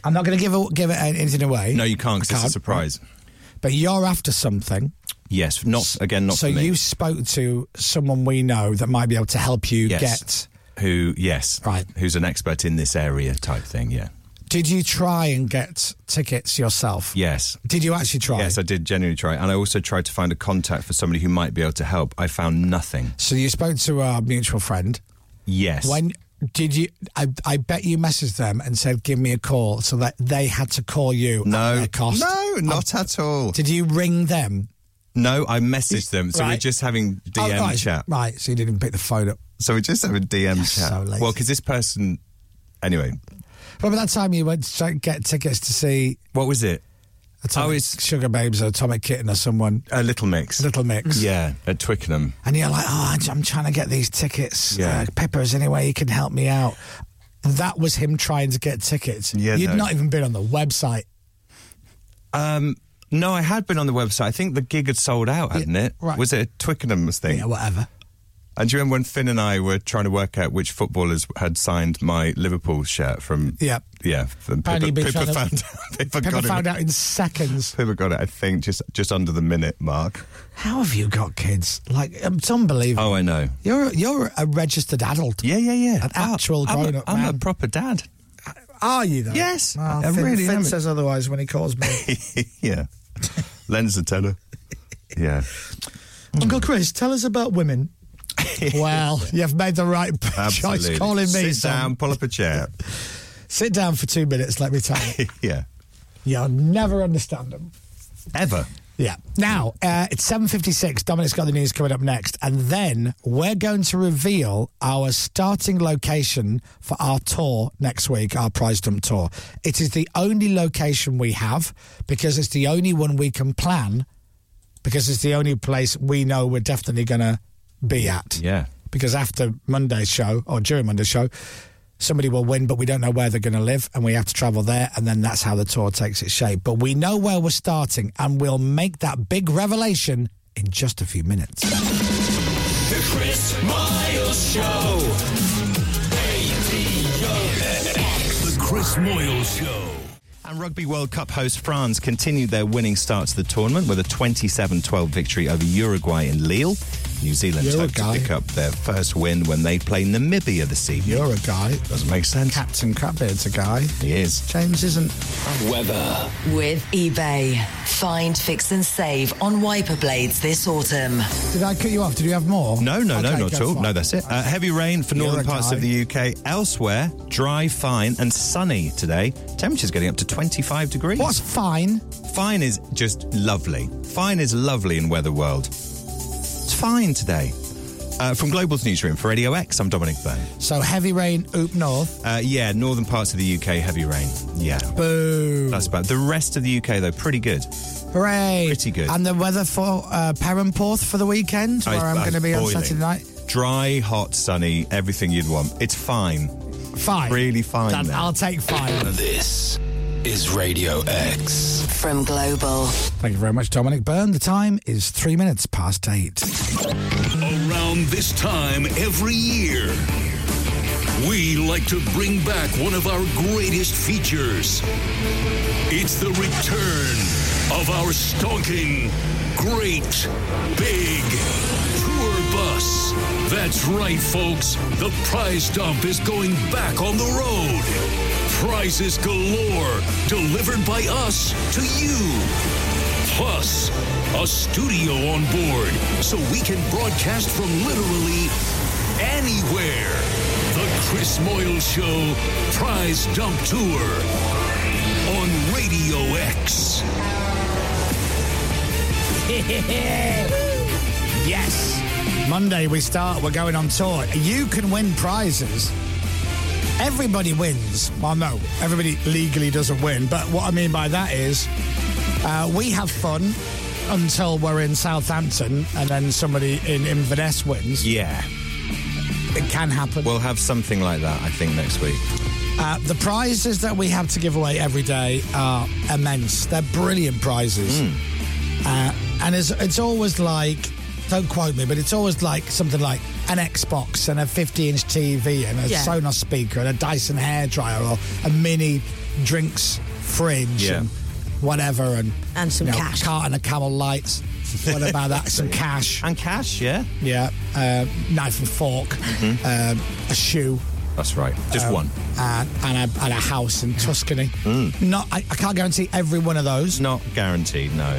Speaker 5: I'm not going to give a, give it anything away.
Speaker 8: no, you can't.
Speaker 5: I
Speaker 8: 'cause it's a surprise.
Speaker 5: But you're after something.
Speaker 8: Yes, not again. Not
Speaker 5: so
Speaker 8: for me.
Speaker 5: you spoke to someone we know that might be able to help you
Speaker 8: yes.
Speaker 5: get.
Speaker 8: who? Yes,
Speaker 5: Right.
Speaker 8: Who's an expert in this area type thing? Yeah.
Speaker 5: Did you try and get tickets yourself?
Speaker 8: Yes.
Speaker 5: Did you actually try?
Speaker 8: Yes, I did genuinely try, and I also tried to find a contact for somebody who might be able to help. I found nothing.
Speaker 5: so you spoke to our mutual friend.
Speaker 8: Yes.
Speaker 5: When did you? I, I bet you messaged them and said, "Give me a call," so that they had to call you. at
Speaker 8: no.
Speaker 5: their cost. Um,
Speaker 8: No, not at all.
Speaker 5: Did you ring them?
Speaker 8: No, I messaged them. So we're
Speaker 5: Right.
Speaker 8: just having
Speaker 5: Oh,
Speaker 8: DM
Speaker 5: right,
Speaker 8: chat.
Speaker 5: Right, so you didn't pick the phone up.
Speaker 8: So we just have a DM
Speaker 5: You're
Speaker 8: chat.
Speaker 5: so lazy.
Speaker 8: well, because this person, anyway,
Speaker 5: Remember that time you went to try and get tickets to see
Speaker 8: what was it? Oh,
Speaker 5: Atomic
Speaker 8: it's-
Speaker 5: Sugar Babes or Atomic Kitten or someone,
Speaker 8: A Little Mix.
Speaker 5: Little Mix.
Speaker 8: Yeah, at Twickenham.
Speaker 5: And you're like, oh, I'm trying to get these tickets.
Speaker 8: Yeah.
Speaker 5: Uh, Pippa, is there any way you can help me out? That was him trying to get tickets.
Speaker 8: Yeah,
Speaker 5: You'd
Speaker 8: no.
Speaker 5: not even been on the website.
Speaker 8: Um, no, I had been on the website. I think the gig had sold out, hadn't it?
Speaker 5: right.
Speaker 8: Was it a Twickenham thing? Yeah,
Speaker 5: whatever.
Speaker 8: And do you remember when Finn and I were trying to work out which footballers had signed my Liverpool shirt from?
Speaker 5: Yeah.
Speaker 8: yeah. From
Speaker 5: Apparently
Speaker 8: Pippa,
Speaker 5: you've been
Speaker 8: Pippa
Speaker 5: trying
Speaker 8: found
Speaker 5: to-
Speaker 8: out. Pippa,
Speaker 5: Pepper
Speaker 8: got
Speaker 5: found
Speaker 8: it.
Speaker 5: out in seconds.
Speaker 8: Pippa got it. I think just just under the minute mark.
Speaker 5: How have you got kids? Like it's unbelievable.
Speaker 8: Oh, I know.
Speaker 5: You're you're a registered adult.
Speaker 8: Yeah, yeah, yeah.
Speaker 5: An actual
Speaker 8: I'm a-
Speaker 5: grown up
Speaker 8: I'm a
Speaker 5: man.
Speaker 8: proper dad.
Speaker 5: Are you though?
Speaker 8: Yes,
Speaker 5: Oh,
Speaker 8: I
Speaker 5: Finn,
Speaker 8: really
Speaker 5: Finn
Speaker 8: am.
Speaker 5: says otherwise when he calls me.
Speaker 8: yeah. Len's the tenor. Yeah.
Speaker 5: Uncle Chris, tell us about women. well, you've made the right choice
Speaker 8: Absolutely.
Speaker 5: calling me.
Speaker 8: Sit
Speaker 5: son.
Speaker 8: down, pull up a chair.
Speaker 5: Sit down for two minutes. Let me tell you.
Speaker 8: yeah.
Speaker 5: You'll never understand them.
Speaker 8: Ever.
Speaker 5: Yeah. Now uh, it's seven fifty-six. Dominic's got the news coming up next, and then we're going to reveal our starting location for our tour next week, our prize dump tour. It is the only location we have because it's the only one we can plan because it's the only place we know we're definitely going to be at.
Speaker 8: Yeah.
Speaker 5: Because after Monday's show or during Monday's show, somebody will win, but we don't know where they're going to live, and we have to travel there, and then that's how the tour takes its shape. But we know where we're starting, and we'll make that big revelation in just a few minutes.
Speaker 15: The Chris Miles Show.
Speaker 1: The Chris Moyle Show.
Speaker 8: And Rugby World Cup host France continued their winning start to the tournament with a 27 12 victory over Uruguay in Lille. New Zealand hope to
Speaker 5: Uruguay.
Speaker 8: pick up their first win when they play Namibia this evening.
Speaker 5: You're a guy.
Speaker 8: Doesn't make sense.
Speaker 5: Captain Crabbeard's a guy.
Speaker 8: He is.
Speaker 5: James isn't.
Speaker 8: Weather.
Speaker 2: With eBay. Find, fix, and save on wiper blades this autumn.
Speaker 5: Did I cut you off? Did you have more?
Speaker 8: No, no,
Speaker 5: Okay,
Speaker 8: no, not
Speaker 5: go
Speaker 8: at all.
Speaker 5: for
Speaker 8: No, that's it. Uh, heavy rain for
Speaker 5: You're
Speaker 8: northern
Speaker 5: a
Speaker 8: parts of
Speaker 5: guy.
Speaker 8: the UK. Elsewhere, dry, fine, and sunny today. Temperatures getting up to 25 degrees.
Speaker 5: What's fine?
Speaker 8: Fine is just lovely. Fine is lovely in weather world. It's fine today. Uh, from Global's newsroom for Radio X, I'm Dominic Byrne.
Speaker 5: So heavy rain oop north.
Speaker 8: Uh, yeah, northern parts of the UK, heavy rain. Yeah.
Speaker 5: Boo.
Speaker 8: That's about the rest of the UK though, pretty good.
Speaker 5: Hooray.
Speaker 8: Pretty good.
Speaker 5: And the weather for uh, Perranporth for the weekend,
Speaker 8: Oh,
Speaker 5: where I'm
Speaker 8: it's- oh,
Speaker 5: going to
Speaker 8: it's
Speaker 5: be on
Speaker 8: boiling.
Speaker 5: Saturday night.
Speaker 8: Dry, hot, sunny, everything you'd want. It's fine.
Speaker 5: Fine.
Speaker 8: Really fine.
Speaker 5: Done.
Speaker 8: there.
Speaker 5: I'll take fine.
Speaker 6: This is Radio X.
Speaker 2: From Global.
Speaker 5: Thank you very much, Dominic Byrne. The time is three minutes past eight.
Speaker 1: Around this time every year, we like to bring back one of our greatest features. It's the return of our stonking, great, big tour bus. That's right, folks. The prize dump is going back on the road. Prizes galore, delivered by us to you. Plus, a studio on board so we can broadcast from literally anywhere. The Chris Moyle Show Prize Dump Tour on Radio X.
Speaker 5: yes. Monday we start. We're going on tour. You can win prizes. Everybody wins. Well, no, everybody legally doesn't win. But what I mean by that is, uh, we have fun until we're in Southampton, and then somebody in Inverness wins.
Speaker 8: Yeah.
Speaker 5: It can happen.
Speaker 8: We'll have something like that, I think, next week.
Speaker 5: Uh, the prizes that we have to give away every day are immense. They're brilliant prizes.
Speaker 8: Hmm.
Speaker 5: Uh, and it's, it's always like, don't quote me, but it's always like something like an Xbox and a 50 inch TV and a
Speaker 3: Yeah.
Speaker 5: Sonos speaker and a Dyson hairdryer or a mini drinks fridge
Speaker 8: Yeah.
Speaker 5: and whatever. And,
Speaker 3: And some
Speaker 5: you know,
Speaker 3: cash.
Speaker 5: Carton of camel lights. What about that? Some cash.
Speaker 8: And cash, yeah.
Speaker 5: Yeah. Uh, knife and fork. Um, a shoe
Speaker 8: Mm-hmm.
Speaker 5: Um,
Speaker 8: That's right. Just one. Hmm.
Speaker 5: and, and, a, and a house in Tuscany. Not, I, I can't guarantee every one of those.
Speaker 8: Not guaranteed, no.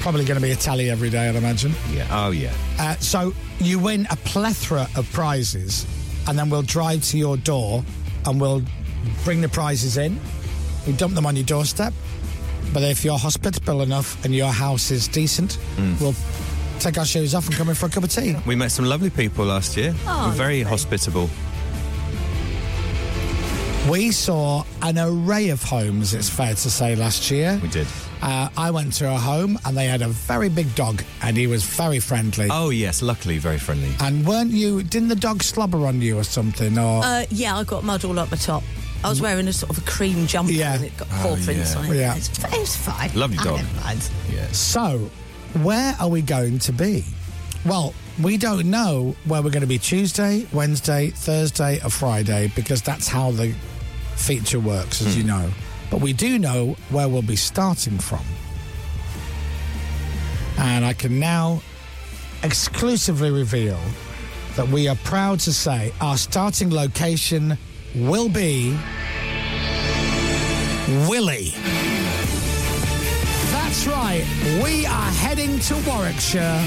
Speaker 5: Probably going to be a tally every day, I'd imagine.
Speaker 8: Yeah. Oh, yeah.
Speaker 5: Uh, so you win a plethora of prizes, and then we'll drive to your door, and we'll bring the prizes in. We dump them on your doorstep. But if you're hospitable enough and your house is decent,
Speaker 8: Hmm.
Speaker 5: we'll take our shoes off and come in for a cup of tea.
Speaker 8: We met some lovely people last year.
Speaker 5: Oh,
Speaker 8: We're very hospitable.
Speaker 5: We saw an array of homes, it's fair to say, last year. We
Speaker 8: did.
Speaker 5: Uh, I went to a home and they had a very big dog and he was very friendly.
Speaker 8: Oh, yes. Luckily, very friendly.
Speaker 5: And weren't you, didn't the dog slobber on you or something? Or
Speaker 3: Uh, yeah, I got mud all up my top. I was wearing a sort of a cream jumper and it got paw
Speaker 5: Oh,
Speaker 3: prints
Speaker 5: yeah.
Speaker 3: on it.
Speaker 5: Yeah.
Speaker 3: It's, it was fine.
Speaker 5: Lovely
Speaker 3: I
Speaker 5: dog.
Speaker 3: never mind.
Speaker 5: So, where are we going to be? Well, we don't know where we're going to be Tuesday, Wednesday, Thursday, or Friday because that's how the feature works, as you know. But we do know where we'll be starting from. And I can now exclusively reveal that we are proud to say our starting location will be Willie. That's right. We are heading to Warwickshire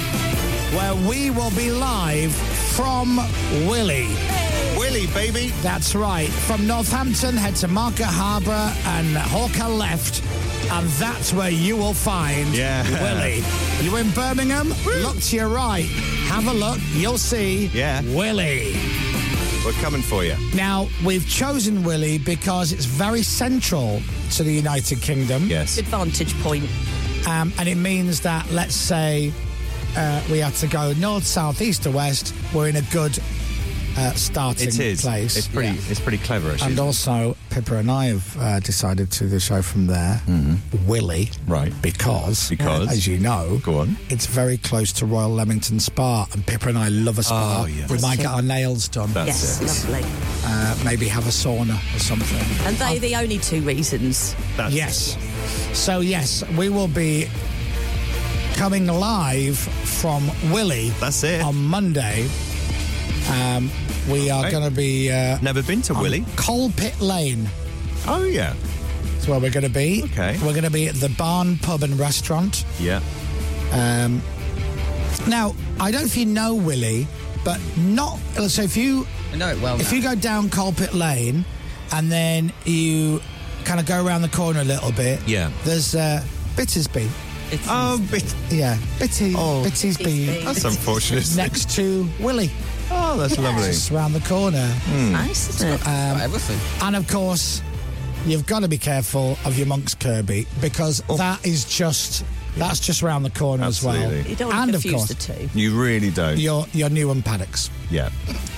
Speaker 5: where we will be live from Willie.
Speaker 8: Willie, baby.
Speaker 5: That's right. From Northampton, head to Market Harbour and Hawker Left. And that's where you will find
Speaker 8: Yeah.
Speaker 5: Willie. You're in Birmingham? Look to your right. Have a look. You'll see
Speaker 8: Yeah.
Speaker 5: Willie.
Speaker 8: We're coming for you.
Speaker 5: Now, we've chosen Willie because it's very central to the United Kingdom.
Speaker 8: Yes.
Speaker 5: Good vantage point. Um, and it means that, let's say, uh, we had to go north, south, east, or west, we're in a good uh, starting
Speaker 8: It is.
Speaker 5: place.
Speaker 8: It's pretty. It's pretty clever, actually.
Speaker 5: And also, Pippa and I have uh, decided to do the show from there, Willie.
Speaker 8: Mm-hmm. Right.
Speaker 5: Because,
Speaker 8: Because?
Speaker 5: uh, as you know,
Speaker 8: Go on.
Speaker 5: it's very close to Royal Leamington Spa, and Pippa and I love a spa.
Speaker 8: Oh, yeah.
Speaker 5: We might
Speaker 8: That's
Speaker 5: get
Speaker 8: it.
Speaker 5: our nails done.
Speaker 3: yes, lovely.
Speaker 5: Uh, maybe have a sauna or something.
Speaker 3: And they're the only two reasons.
Speaker 5: yes. So, yes, we will be coming live from Willie. That's it. On Monday. Um, we are
Speaker 8: Right.
Speaker 5: going to be. Uh,
Speaker 8: Never been to
Speaker 5: on
Speaker 8: Willie.
Speaker 5: Coalpit Lane.
Speaker 8: Oh yeah.
Speaker 5: That's where we're going to be.
Speaker 8: Okay.
Speaker 5: We're going to be at the Barn Pub and Restaurant.
Speaker 8: Yeah.
Speaker 5: Um, now, I don't know if you know Willie, but not so if you
Speaker 9: know it well.
Speaker 5: If you go down Colpit Lane and then you kind of go around the corner a little bit,
Speaker 8: Yeah.
Speaker 5: there's uh, Bittersby.
Speaker 8: Oh, bit-
Speaker 5: yeah, Bitty,
Speaker 3: Oh.
Speaker 5: Bittersby.
Speaker 8: That's unfortunate.
Speaker 5: Next to Willie.
Speaker 8: Oh, that's lovely. Hmm.
Speaker 5: Just around the corner.
Speaker 3: Nice, isn't it?
Speaker 5: Um, And of course, you've got to be careful of your monks Kirby because
Speaker 8: Oh.
Speaker 5: that is just that's just round the corner as well.
Speaker 8: Absolutely. You
Speaker 3: don't want to
Speaker 5: and of
Speaker 3: confuse
Speaker 5: course,
Speaker 3: the two.
Speaker 8: You really don't.
Speaker 5: your your Newham paddocks.
Speaker 8: Yeah.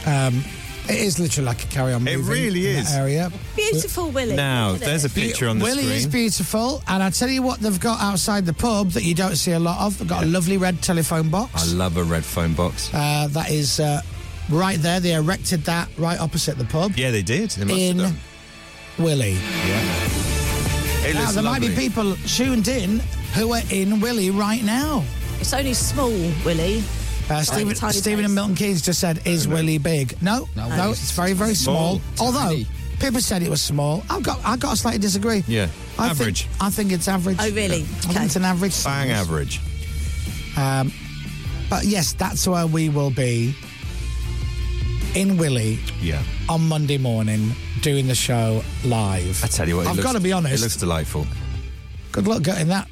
Speaker 5: Um, it is literally like a carry-on.
Speaker 8: It
Speaker 5: movie
Speaker 8: really
Speaker 5: in that
Speaker 8: is.
Speaker 5: area.
Speaker 3: Beautiful Willie.
Speaker 8: Now,
Speaker 3: isn't it?
Speaker 8: there's a picture on the
Speaker 5: Willie is
Speaker 8: screen.
Speaker 5: beautiful, and I tell you what they've got outside the pub that you don't see a lot of. They've got a lovely red telephone box.
Speaker 8: I love a red phone box.
Speaker 5: Uh, that is uh, right there. They erected that right opposite the pub.
Speaker 8: Yeah, they did. They must
Speaker 5: In
Speaker 8: have done.
Speaker 5: Willie.
Speaker 8: Yeah. It
Speaker 5: Now,
Speaker 8: looks
Speaker 5: there
Speaker 8: lovely.
Speaker 5: might be people tuned in who are in Willie right now.
Speaker 3: It's only small, Willie.
Speaker 5: Uh, Stephen, Stephen and Milton Keynes just said, "Is Willie big?" No, no,
Speaker 3: No,
Speaker 5: it's,
Speaker 3: it's
Speaker 5: very, very small.
Speaker 3: small.
Speaker 5: Although people said it was small, I've got, I got to slightly disagree.
Speaker 8: Yeah.
Speaker 5: I
Speaker 8: Average.
Speaker 5: Think, I think it's average.
Speaker 3: Oh, really?
Speaker 5: I think it's an average.
Speaker 8: Bang
Speaker 5: size.
Speaker 8: average.
Speaker 5: Um, but yes, that's where we will be in Willie
Speaker 8: Yeah.
Speaker 5: on Monday morning doing the show live.
Speaker 8: I tell you what, it
Speaker 5: I've
Speaker 8: looks-
Speaker 5: got to be honest.
Speaker 8: It looks delightful.
Speaker 5: Good luck getting that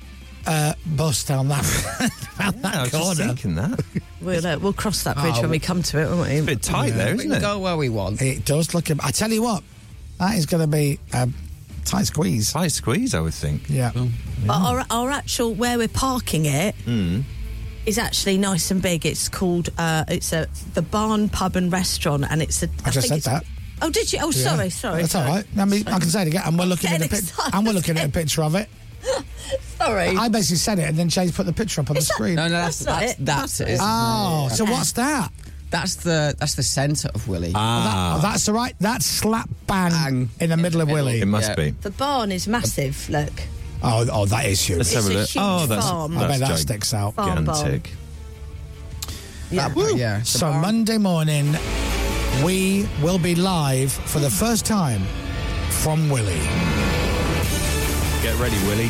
Speaker 5: uh, bus down that, down that
Speaker 8: I was just
Speaker 5: corner.
Speaker 8: thinking that.
Speaker 3: We'll, uh, we'll cross that bridge
Speaker 5: Oh,
Speaker 3: when we come to it, won't we?
Speaker 8: It's a bit tight
Speaker 5: Yeah.
Speaker 8: there,
Speaker 5: We
Speaker 8: isn't
Speaker 5: can
Speaker 8: it?
Speaker 5: go
Speaker 9: where we want.
Speaker 5: It does look. I tell you what, that is going to be a tight squeeze.
Speaker 8: Tight squeeze, I would think.
Speaker 5: Yeah.
Speaker 3: But our, our actual, where we're parking it,
Speaker 8: Mm.
Speaker 3: is actually nice and big. It's called uh, it's a the Barn Pub and Restaurant, and it's a.
Speaker 5: I just
Speaker 3: think
Speaker 5: said
Speaker 3: it's-
Speaker 5: that.
Speaker 3: Oh, did you? Oh,
Speaker 5: Yeah.
Speaker 3: sorry, sorry.
Speaker 5: That's
Speaker 3: sorry.
Speaker 5: all right. I mean, I can say it again. And we're looking at a
Speaker 3: Getting
Speaker 5: pic- and we're looking at a picture of it.
Speaker 3: Sorry.
Speaker 5: I basically said it, and then Jay's put the picture up on the screen.
Speaker 9: No, no, that's that's, that's, it. isn't
Speaker 5: Oh,
Speaker 9: it?
Speaker 5: so what's that?
Speaker 9: That's the that's the centre of Willie. Ah.
Speaker 5: Oh, that- oh, that's all right. That's slap bang, in the middle of Willie.
Speaker 9: It must Yeah. be.
Speaker 3: The barn is massive. Look,
Speaker 5: Oh, oh, that is huge.
Speaker 3: Let's have a It's a look. huge Oh, that's- farm.
Speaker 5: I bet
Speaker 3: that's
Speaker 5: that
Speaker 3: gig-
Speaker 5: sticks out.
Speaker 3: farm bowl. gigantic.
Speaker 5: Yeah.
Speaker 9: yeah.
Speaker 5: So Monday morning, we will be live for the first time from Willie.
Speaker 8: Get ready, Willie.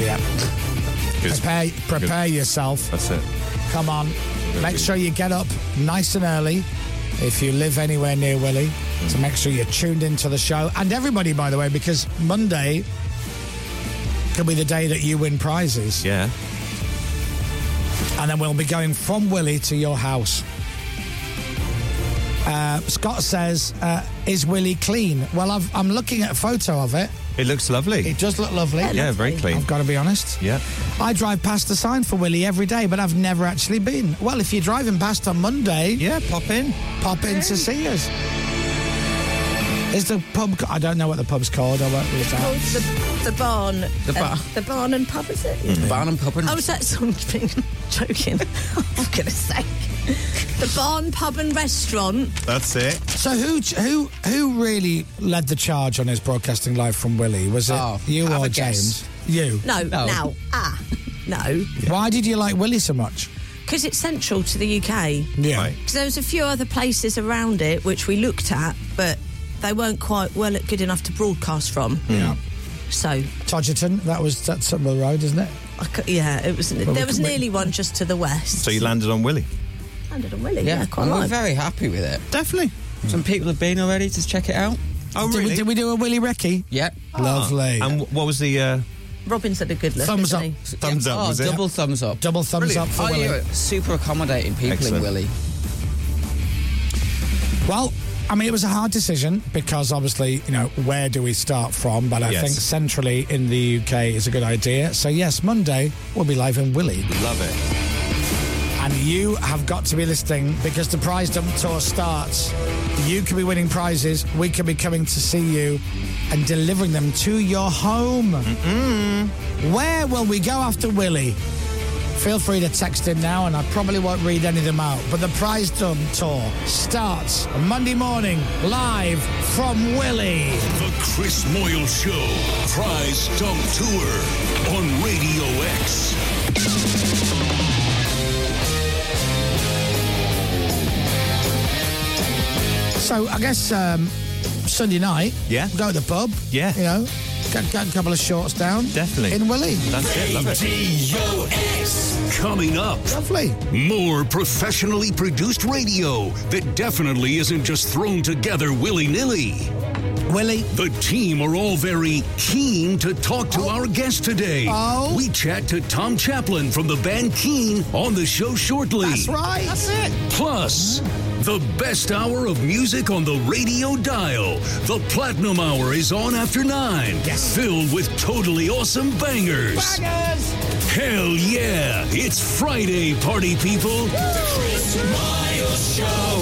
Speaker 5: Yeah.
Speaker 8: Good.
Speaker 5: Prepare, prepare
Speaker 8: Good.
Speaker 5: yourself.
Speaker 8: That's it.
Speaker 5: Come on. Make sure you get up nice and early if you live anywhere near Willie.
Speaker 8: Mm.
Speaker 5: So make sure you're tuned into the show. And everybody, by the way, because Monday could be the day that you win prizes.
Speaker 8: Yeah.
Speaker 5: And then we'll be going from Willie to your house. Uh, Scott says, uh, Is Willie clean? Well, I've, I'm looking at a photo of it.
Speaker 8: It looks lovely.
Speaker 5: It does look lovely.
Speaker 8: Yeah, Yeah, very clean.
Speaker 5: I've got to be honest.
Speaker 8: Yeah.
Speaker 5: I drive past the sign for Willie every day, but I've never actually been. Well, if you're driving past on Monday,
Speaker 8: yeah, pop in,
Speaker 5: pop in to see us. Is the pub? I don't know what the pub's called. I won't read
Speaker 3: Called
Speaker 5: that.
Speaker 3: the, the barn.
Speaker 5: The
Speaker 3: uh,
Speaker 5: bar.
Speaker 3: the barn and pub, is it?
Speaker 5: Mm. Barn
Speaker 9: and pub and-
Speaker 3: Oh, is that something? joking. I was going to say. The barn, pub and restaurant.
Speaker 18: That's it.
Speaker 5: So who ch- who who really led the charge on his broadcasting live from Willie? Was it you
Speaker 3: Oh, have
Speaker 5: or
Speaker 3: a guess.
Speaker 5: James? You.
Speaker 3: No, now. Ah, no.
Speaker 5: Why did you like Willie so much?
Speaker 3: Because it's central to the UK.
Speaker 5: Yeah.
Speaker 3: Because there was a few other places around it which we looked at, but they weren't quite well good enough to broadcast from.
Speaker 9: Mm.
Speaker 5: Yeah.
Speaker 3: So
Speaker 5: Todgerton, that was that's Sutton Road, isn't it?
Speaker 3: I cou- yeah, it was.
Speaker 5: we
Speaker 3: there was
Speaker 5: can-
Speaker 3: nearly one just to the west.
Speaker 8: So you landed on Willie.
Speaker 3: Landed on Willie. Yeah, quite
Speaker 9: and
Speaker 3: right.
Speaker 9: we're very happy with it.
Speaker 5: Definitely.
Speaker 9: Some people have been already to check it out.
Speaker 8: Oh,
Speaker 5: Did we, did we do a Willie Recce?
Speaker 9: Yep.
Speaker 5: Lovely.
Speaker 8: And wh- what was the uh,
Speaker 3: Robin's had a good look.
Speaker 5: Thumbs
Speaker 3: isn't
Speaker 5: up.
Speaker 3: he?
Speaker 8: thumbs up?
Speaker 9: Oh,
Speaker 8: was
Speaker 9: double
Speaker 8: it?
Speaker 9: thumbs up.
Speaker 5: Double thumbs
Speaker 9: Brilliant.
Speaker 5: up for
Speaker 9: oh,
Speaker 5: Willie.
Speaker 9: yeah, super accommodating people
Speaker 5: Excellent.
Speaker 9: in Willie.
Speaker 5: Well, I mean, it was a hard decision because obviously, you know, where do we start from? But I
Speaker 8: Yes.
Speaker 5: think centrally in the UK is a good idea. So, yes, Monday we'll be live in Willie.
Speaker 8: Love it.
Speaker 5: And you have got to be listening because the prize dump tour starts. You could be winning prizes. We could be coming to see you and delivering them to your home. Where will we go after Willie? Feel free to text in now, and I probably won't read any of them out. But the prize dump tour starts on Monday morning, live from Willie.
Speaker 1: The Chris Moyle Show Prize Dump Tour on Radio X.
Speaker 5: So I guess um, Sunday night,
Speaker 8: Yeah.
Speaker 5: go to the pub,
Speaker 8: Yeah.
Speaker 5: you know, get, get a couple of shorts down,
Speaker 8: Definitely.
Speaker 5: in Willie.
Speaker 8: That's it. Love it.
Speaker 1: Radio X. Coming up.
Speaker 5: Lovely.
Speaker 1: More professionally produced radio that definitely isn't just thrown together willy nilly.
Speaker 5: Willie.
Speaker 1: The team are all very keen to talk to our guest today.
Speaker 5: Oh.
Speaker 1: We chat to Tom Chaplin from the band Keen on the show shortly.
Speaker 5: That's right. That's it.
Speaker 1: Plus, the best hour of music on the radio dial. The Platinum Hour is on after nine. Yes. Filled with totally awesome bangers. Hell yeah! It's Friday, party people.
Speaker 15: The Chris Miles Show.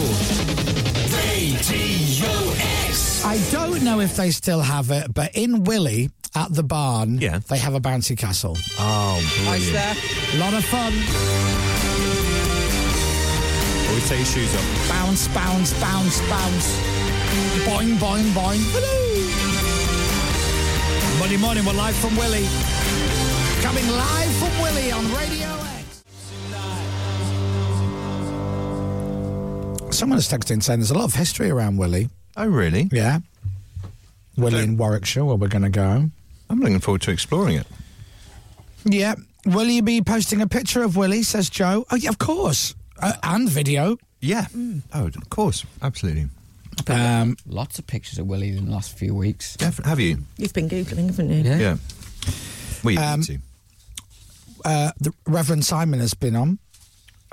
Speaker 15: Radio X.
Speaker 5: I don't know if they still have it, but in Willie at the barn, yeah. they have a bouncy castle.
Speaker 8: Oh,
Speaker 9: Nice there.
Speaker 8: brilliant.
Speaker 5: lot of fun.
Speaker 8: Always take your shoes off.
Speaker 5: Bounce, bounce, bounce, bounce. Boing, boing, boing. Hello. Monday morning, we're live from Willie. Coming live from Willie on Radio X. Someone has texted in saying there's a lot of history around Willie.
Speaker 8: Oh, really?
Speaker 5: Yeah. Willie in Warwickshire, where we're going to go.
Speaker 8: I'm looking forward to exploring it.
Speaker 5: Yeah. Will you be posting a picture of Willie, says Joe? Oh, yeah, of course. Uh, and video.
Speaker 8: Yeah. Oh, of course. Absolutely.
Speaker 5: Um,
Speaker 9: Lots of pictures of Willie in the last few weeks.
Speaker 8: Def- have you?
Speaker 3: You've been googling, haven't you?
Speaker 9: Yeah.
Speaker 8: Yeah. Well, you
Speaker 5: Um,
Speaker 8: need to.
Speaker 5: Uh, the Reverend Simon has been on.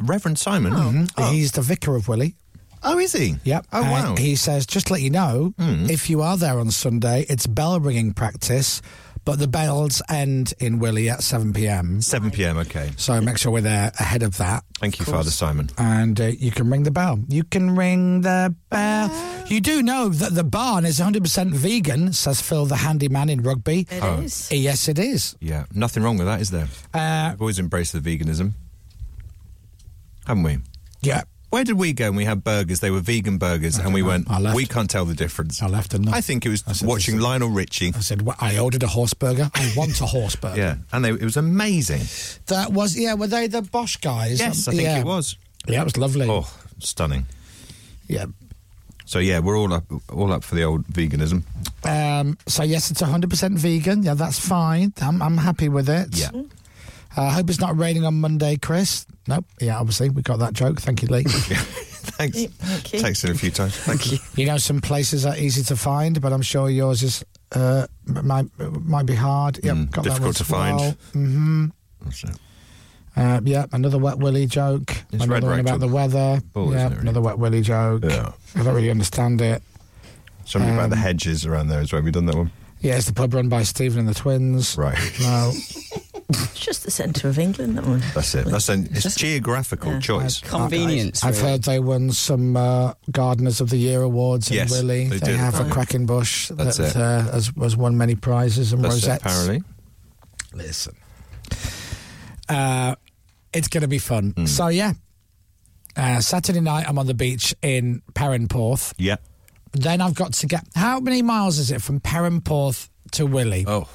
Speaker 8: Reverend Simon?
Speaker 5: Mhm. He's the vicar of Willie.
Speaker 8: Oh, is he?
Speaker 5: Yep.
Speaker 8: Oh,
Speaker 5: Uh,
Speaker 8: wow. Mm.
Speaker 5: he says, just to let you know, if you are there on Sunday, it's bell ringing practice, but the bells end in Willie at 7 p.m.
Speaker 8: 7 p.m. Okay.
Speaker 5: So make sure we're there ahead of that.
Speaker 8: Thank you, Father Simon.
Speaker 5: and uh, you can ring the bell. You can ring the bell. You do know that the barn is 100% vegan, says Phil the handyman in rugby.
Speaker 3: It
Speaker 8: Oh.
Speaker 3: is.
Speaker 5: Yes, it is.
Speaker 8: Yeah. Nothing wrong with that, is there?
Speaker 5: Uh,
Speaker 8: We've always embraced the veganism, haven't we?
Speaker 5: yeah,
Speaker 8: Where did we go and we had burgers? They were vegan burgers, and we went,
Speaker 5: I left.
Speaker 8: we can't tell the difference.
Speaker 5: I left a nut.
Speaker 8: I think it was
Speaker 5: said
Speaker 8: watching Lionel Richie.
Speaker 5: I said, "Well, I ordered a horse burger. I want a horse burger.
Speaker 8: Yeah. And they, it was amazing.
Speaker 5: That was, yeah, were they the Bosch guys?
Speaker 8: Yes, I
Speaker 5: Um,
Speaker 8: think
Speaker 5: yeah.
Speaker 8: it was.
Speaker 5: Yeah, it was lovely.
Speaker 8: Oh, stunning.
Speaker 5: Yeah.
Speaker 8: So, yeah, we're all up, all up for the old veganism.
Speaker 5: Um, so, yes, it's 100% vegan. Yeah, that's fine. I'm, I'm happy with it.
Speaker 8: Yeah.
Speaker 5: Uh, I hope it's not raining on Monday, Chris. Nope. Yeah, obviously, we got that joke. Thank you, Lee.
Speaker 8: Thanks. Texted a few times. Thank you.
Speaker 5: You know, some places are easy to find, but I'm sure yours is uh, m- might might be hard. Yep,
Speaker 8: Mm,
Speaker 5: got
Speaker 8: difficult
Speaker 5: that
Speaker 8: to
Speaker 5: one
Speaker 8: find.
Speaker 5: hmm
Speaker 8: That's it.
Speaker 5: Uh, yeah, another wet willy joke.
Speaker 8: It's
Speaker 5: another
Speaker 8: red
Speaker 5: one
Speaker 8: rectal.
Speaker 5: about the weather.
Speaker 8: Bull,
Speaker 5: yeah,
Speaker 8: isn't it, really?
Speaker 5: another wet willy joke.
Speaker 8: Yeah.
Speaker 5: I don't really understand it.
Speaker 8: Something about
Speaker 5: Um,
Speaker 8: the hedges around there as well. Have you done that one?
Speaker 5: Yeah, it's the pub run by Stephen and the twins.
Speaker 8: Right.
Speaker 5: No.
Speaker 3: It's just the centre of England, that one.
Speaker 8: That's it. That's an it's geographical choice.
Speaker 5: Uh, I've heard they won some uh, Gardeners of the Year awards in
Speaker 8: Yes,
Speaker 5: Willie.
Speaker 8: they
Speaker 5: They,
Speaker 8: did.
Speaker 5: have
Speaker 8: Right.
Speaker 5: a cracking bush
Speaker 8: That's
Speaker 5: that
Speaker 8: it.
Speaker 5: uh, has, has won many prizes and
Speaker 8: That's it,
Speaker 5: rosettes.
Speaker 8: apparently.
Speaker 5: Listen. Uh, it's going to be fun. So, yeah. Uh, Saturday night, I'm on the beach in Perranporth.
Speaker 8: Yep.
Speaker 5: Then I've got to get. How many miles is it from Perranporth to Willie?
Speaker 8: Oh.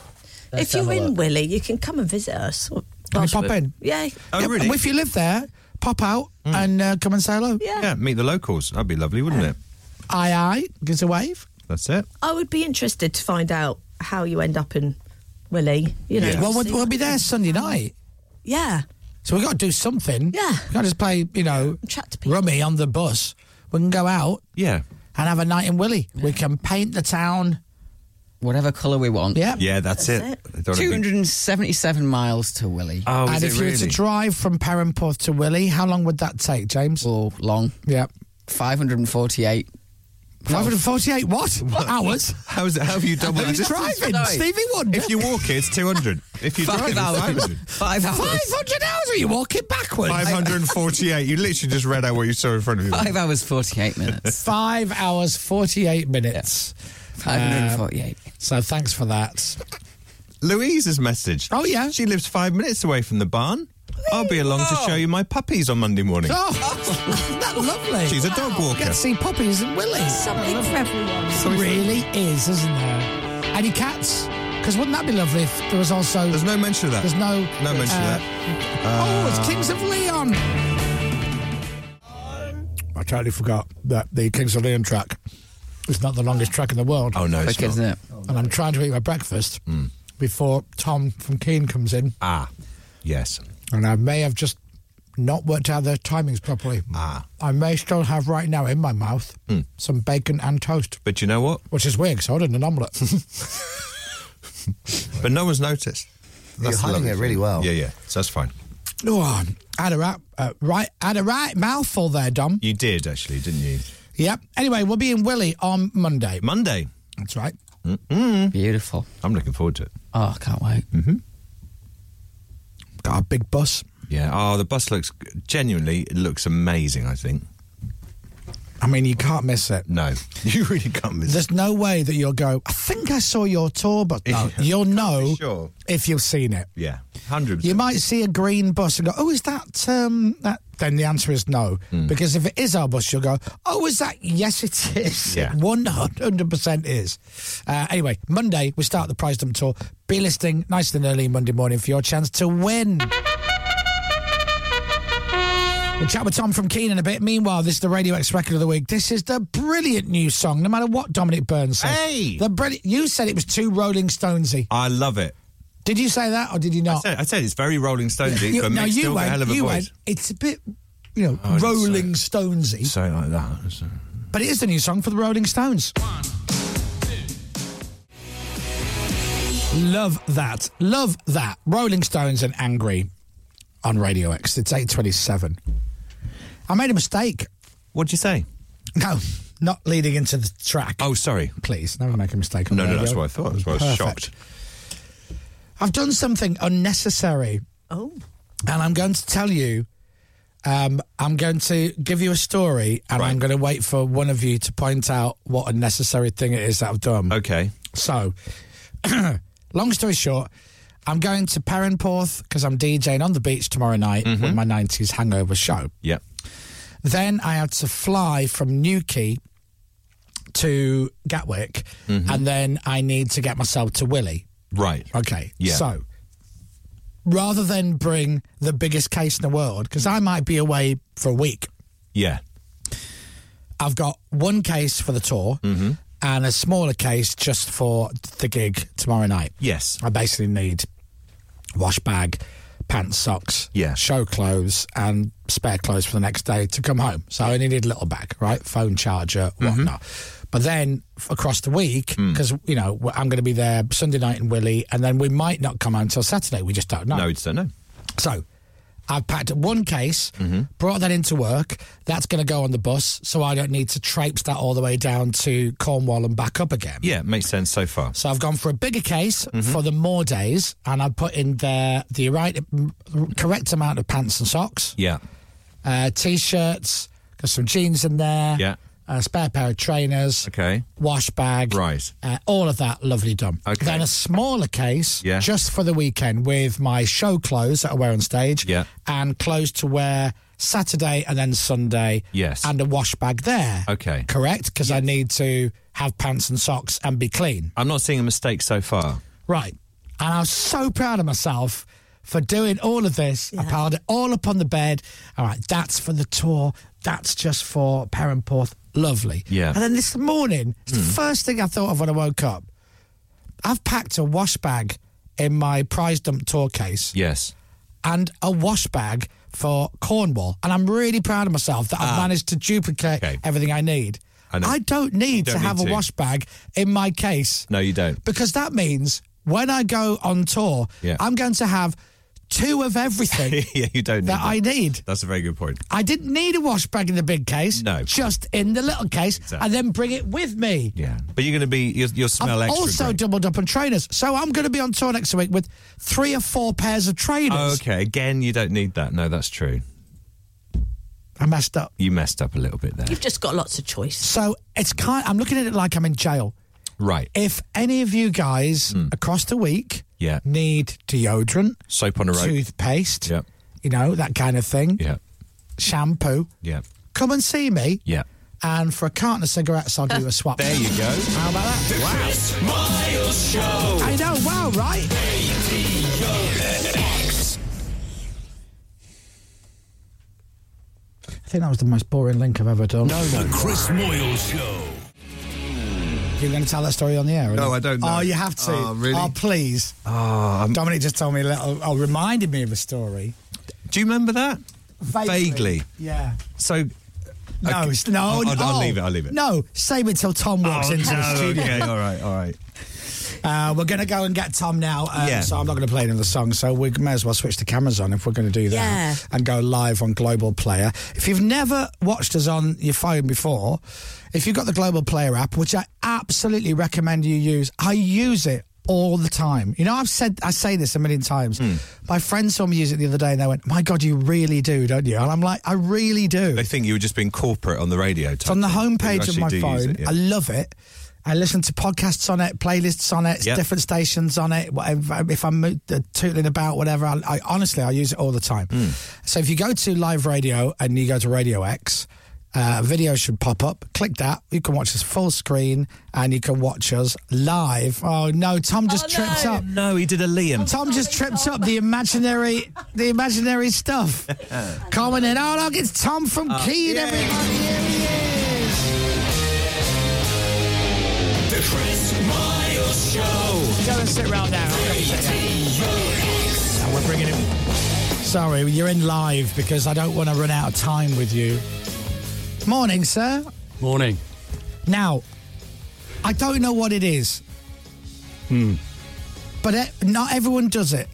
Speaker 3: if you're in Willie, you can come and visit us. Or
Speaker 5: Can we pop in?
Speaker 3: Yeah.
Speaker 5: Yeah, If you live there, pop out and uh, come and say hello.
Speaker 3: Yeah.
Speaker 8: Yeah, meet the locals. That'd be lovely, wouldn't it?
Speaker 5: Aye, aye. Gives a wave.
Speaker 8: That's it.
Speaker 3: I would be interested to find out how you end up in Willie. You know.
Speaker 5: Yeah. Well, we'll-
Speaker 3: see-
Speaker 5: we'll be there Sunday night.
Speaker 3: Yeah.
Speaker 5: So we've got to do something. Yeah. We've got to just play, you know, rummy on the bus. We can go out
Speaker 8: Yeah.
Speaker 5: and have a night in Willie. We can paint the town.
Speaker 9: Whatever colour we want.
Speaker 5: Yeah.
Speaker 8: Yeah, that's, it. I don't know if you-
Speaker 9: 277 miles to Willie.
Speaker 8: Oh,
Speaker 5: and if you were to drive from Perranporth to Willie, how long would that take, James?
Speaker 9: Oh, long.
Speaker 5: Yeah.
Speaker 9: 548.
Speaker 5: 548 what? Hours?
Speaker 8: How is it? How have you doubled
Speaker 5: Are you
Speaker 8: the distance?
Speaker 5: driving? Stevie Wonder?
Speaker 8: If you walk it, it's 200. If you
Speaker 5: Five
Speaker 8: drive it, it's
Speaker 5: hours.
Speaker 8: 500.
Speaker 9: Five
Speaker 5: hours. 500 hours? Are you walking backwards?
Speaker 8: 548. You literally just read out what you saw in front of you.
Speaker 9: Five hours, 48 minutes.
Speaker 5: Five hours, 48 minutes.
Speaker 9: 548.
Speaker 5: Uh, so thanks for that.
Speaker 8: Louise has messaged.
Speaker 5: Oh, yeah.
Speaker 8: She lives five minutes away from the barn. I'll be along to show you my puppies on Monday morning.
Speaker 5: Oh, isn't that lovely?
Speaker 8: She's a dog walker.
Speaker 5: Get to see puppies and Willies. Something for everyone. really is, isn't there? Any cats? Because wouldn't that be lovely if there was also. There's
Speaker 8: no mention of that.
Speaker 5: There's no.
Speaker 8: No mention
Speaker 5: uh,
Speaker 8: of that.
Speaker 5: oh, it's Kings of Leon. I totally forgot that the Kings of Leon track is not the longest track in the world.
Speaker 8: Oh, no, it's Quick, not. isn't it?
Speaker 5: And I'm trying to eat my breakfast before Tom from Keene comes in.
Speaker 8: Ah, yes.
Speaker 5: And I may have just not worked out their timings properly.
Speaker 8: Ah.
Speaker 5: I may still have right now in my mouth
Speaker 8: Mm.
Speaker 5: some bacon and toast,
Speaker 8: But you know what?
Speaker 5: which is weird because I ordered an omelette.
Speaker 8: But no one's noticed.
Speaker 5: You're hiding
Speaker 8: lovely
Speaker 5: it
Speaker 8: thing.
Speaker 5: really well.
Speaker 8: Yeah, yeah. So that's fine.
Speaker 5: oh, I had a right, uh, right, had a right mouthful there, Dom.
Speaker 8: You did, actually, didn't you?
Speaker 5: Yep. Anyway, we'll be in Willie on Monday.
Speaker 8: Monday. Mm-hmm.
Speaker 5: That's right.
Speaker 8: Mm-mm.
Speaker 9: Beautiful.
Speaker 8: I'm looking forward to it.
Speaker 9: Oh, I can't wait.
Speaker 8: Mm-hmm.
Speaker 5: Got a big bus.
Speaker 8: Yeah. Oh, the bus looks genuinely it looks amazing. I think.
Speaker 5: I mean, you can't miss it.
Speaker 8: No, you really can't miss it.
Speaker 5: There's no way that you'll go. I think I saw your tour, but no,
Speaker 8: Yeah,
Speaker 5: you'll know
Speaker 8: Sure.
Speaker 5: if you've seen it.
Speaker 8: Yeah. Hundred.
Speaker 5: You might see a green bus and go, "Oh, is that um that?" Then the answer is no,
Speaker 8: Hmm.
Speaker 5: because if it is our bus, you'll go, "Oh, is that?" Yes, it is.
Speaker 8: Yeah.
Speaker 5: one hundred percent is. Uh, anyway, Monday we start the prize dump tour. Be listening nice and early Monday morning for your chance to win. We'll chat with Tom from Keene in a bit. Meanwhile, this is the Radio X record of the week. This is the brilliant new song. No matter what Dominic Burns says,
Speaker 8: Hey!
Speaker 5: the brilliant. You said it was too Rolling Stonesy.
Speaker 8: I love it.
Speaker 5: Did you say that or did you
Speaker 8: I
Speaker 5: not?
Speaker 8: said, I said it's very Rolling Stonesy,
Speaker 5: Oh. You-
Speaker 8: but
Speaker 5: no,
Speaker 8: Mick's
Speaker 5: you
Speaker 8: still got a
Speaker 5: went.
Speaker 8: hell of a
Speaker 5: you
Speaker 8: voice. Oh,
Speaker 5: went. It's a bit, you know,
Speaker 8: I didn't
Speaker 5: Rolling Stonesy,
Speaker 8: Say it like that.
Speaker 5: but it is the new song for the Rolling Stones. Love that, love that. Rolling Stones and Angry on Radio X. It's eight twenty-seven. I made a mistake.
Speaker 8: What'd you say?
Speaker 5: No, not leading into the track.
Speaker 8: Oh, sorry.
Speaker 5: Please, never make a mistake. On
Speaker 8: No, no,
Speaker 5: radio.
Speaker 8: that's what I thought. That's why I was
Speaker 5: Perfect.
Speaker 8: shocked.
Speaker 5: I've done something unnecessary.
Speaker 3: Oh.
Speaker 5: And I'm going to tell you, um, I'm going to give you a story and I'm going to wait for one of you to point out what unnecessary thing it is that I've done.
Speaker 8: Okay.
Speaker 5: So, long story short, I'm going to Perranporth because I'm DJing on the beach tomorrow night with my 90s hangover show.
Speaker 8: Yeah.
Speaker 5: Then I had to fly from Newquay to Gatwick,
Speaker 8: Mm-hmm.
Speaker 5: and then I need to get myself to Willie.
Speaker 8: Right.
Speaker 5: Okay.
Speaker 8: Yeah.
Speaker 5: So rather than bring the biggest case in the world, because I might be away for a week,
Speaker 8: Yeah.
Speaker 5: I've got one case for the tour and a smaller case just for the gig tomorrow night.
Speaker 8: Yes.
Speaker 5: I basically need wash bag, pants, socks,
Speaker 8: Yeah.
Speaker 5: show clothes, and spare clothes for the next day to come home. So I needed a little bag, right? Phone charger, whatnot. But then f- across the week, because you know w- I'm going to be there Sunday night in Willie, and then we might not come home until Saturday. We just don't know.
Speaker 8: No, it's don't know.
Speaker 5: So I've packed one case, brought that into work. That's going to go on the bus, so I don't need to traipse that all the way down to Cornwall and back up again.
Speaker 8: Yeah, makes sense so far.
Speaker 5: So I've gone for a bigger case for the more days, and I put in there the right, correct amount of pants and socks,
Speaker 8: Yeah.
Speaker 5: uh, t-shirts, got some jeans in there,
Speaker 8: Yeah.
Speaker 5: a Uh, spare pair of trainers,
Speaker 8: Okay.
Speaker 5: wash bag,
Speaker 8: Right.
Speaker 5: uh, all of that lovely done.
Speaker 8: Okay.
Speaker 5: Then a smaller case,
Speaker 8: Yeah.
Speaker 5: just for the weekend, with my show clothes that I wear on stage,
Speaker 8: Yeah.
Speaker 5: and clothes to wear Saturday and then Sunday,
Speaker 8: Yes.
Speaker 5: and a wash bag there.
Speaker 8: Okay.
Speaker 5: correct, because I need to have pants and socks and be clean.
Speaker 8: I'm not seeing a mistake so far.
Speaker 5: Right. And I was so proud of myself for doing all of this. I piled it all up on the bed. All right, that's for the tour. That's just for Perranporth. Lovely.
Speaker 8: Yeah. Hmm.
Speaker 5: And then this morning, it's the first thing I thought of when I woke up. I've packed a wash bag in my prize dump tour case
Speaker 8: Yes.
Speaker 5: and a wash bag for Cornwall. And I'm really proud of myself that I've managed to duplicate everything I need.
Speaker 8: Ah. I know.
Speaker 5: don't need
Speaker 8: don't
Speaker 5: to have
Speaker 8: need
Speaker 5: a
Speaker 8: to.
Speaker 5: wash bag in my case
Speaker 8: No, you don't.
Speaker 5: because that means when I go on tour,
Speaker 8: Yeah.
Speaker 5: I'm going to have two of everything.
Speaker 8: yeah, you don't. Need
Speaker 5: That I need.
Speaker 8: That's a very good point.
Speaker 5: I didn't need a wash bag in the big case. No. Just in the little case and then bring it with me.
Speaker 8: Yeah. But you're going to be. You'll, you'll smell
Speaker 5: I've
Speaker 8: extra.
Speaker 5: also
Speaker 8: great.
Speaker 5: doubled up on trainers. So I'm going to be on tour next week with three or four pairs of trainers.
Speaker 8: Oh, okay. Again, you don't need that. No, that's true.
Speaker 5: I messed up.
Speaker 8: You messed up a little bit there.
Speaker 3: You've just got lots of choice.
Speaker 5: So it's kind I'm looking at it like I'm in jail.
Speaker 8: Right.
Speaker 5: If any of you guys
Speaker 8: Hmm.
Speaker 5: across the week
Speaker 8: Yeah.
Speaker 5: need deodorant,
Speaker 8: Soap on a rope.
Speaker 5: Mm-hmm. toothpaste,
Speaker 8: Yep.
Speaker 5: you know, that kind of thing,
Speaker 8: Yeah.
Speaker 5: shampoo,
Speaker 8: Yeah.
Speaker 5: come and see me.
Speaker 8: Yeah.
Speaker 5: And for a carton of cigarettes, I'll do a swap.
Speaker 8: There you go.
Speaker 5: How about that?
Speaker 15: The Chris Miles Show.
Speaker 5: I know, wow, right?
Speaker 15: AVX.
Speaker 5: I think that was the most boring link I've ever done.
Speaker 1: The Chris Moyle Show.
Speaker 5: You're going to tell that story on the air? or
Speaker 8: No,
Speaker 5: not?
Speaker 8: I don't know.
Speaker 5: Oh, you have to.
Speaker 8: Oh, really?
Speaker 5: Oh, please.
Speaker 8: Oh, I'm-
Speaker 5: Dominic just told me a little, oh, reminded me of a story.
Speaker 8: Do you remember that? Vaguely.
Speaker 5: Yeah.
Speaker 8: So.
Speaker 5: No,
Speaker 8: okay.
Speaker 5: it's- no,
Speaker 8: I'll, I'll- I'll
Speaker 5: oh,
Speaker 8: leave it. I'll leave it.
Speaker 5: No, save it till Tom walks
Speaker 8: Oh,
Speaker 5: into the
Speaker 8: no,
Speaker 5: studio.
Speaker 8: Okay. All right. All right.
Speaker 5: Uh, we're going to go and get Tom now. Um,
Speaker 8: Yeah.
Speaker 5: So I'm not going to play another song. So we may as well switch the cameras on if we're going to do that
Speaker 3: Yeah.
Speaker 5: and go live on Global Player. If you've never watched us on your phone before, if you've got the Global Player app, which I absolutely recommend you use, I use it all the time. You know, I've said I say this a million times. My friends saw me use it the other day and they went, "My God, you really do, don't you?" And I'm like, "I really do."
Speaker 8: They think you were just being corporate on the radio.
Speaker 5: Mm. It's on the homepage of my phone.
Speaker 8: It, yeah.
Speaker 5: I love it. I listen to podcasts on it, playlists on it,
Speaker 8: Yep.
Speaker 5: different stations on it. Whatever, if I'm uh, tootling about, whatever. I, I honestly, I use it all the time.
Speaker 8: Mm. Hmm.
Speaker 5: So if you go to live radio and you go to Radio X, uh, a video should pop up. Click that. You can watch us full screen and you can watch us live. Oh no, Tom just tripped up.
Speaker 8: No, he did a Liam.
Speaker 5: Tom just tripped up the imaginary, the imaginary stuff. Coming in. Oh look, it's Tom from
Speaker 8: Uh,
Speaker 15: Oh,
Speaker 5: Keene. Everybody, here he is.
Speaker 15: The Chris Miles Show.
Speaker 5: Go and sit round now.
Speaker 15: AVX.
Speaker 5: We're bringing him. Sorry, you're in live because I don't want to run out of time with you. Morning, sir.
Speaker 18: Morning.
Speaker 5: Now, I don't know what it is,
Speaker 18: Hmm.
Speaker 5: but it, not everyone does it.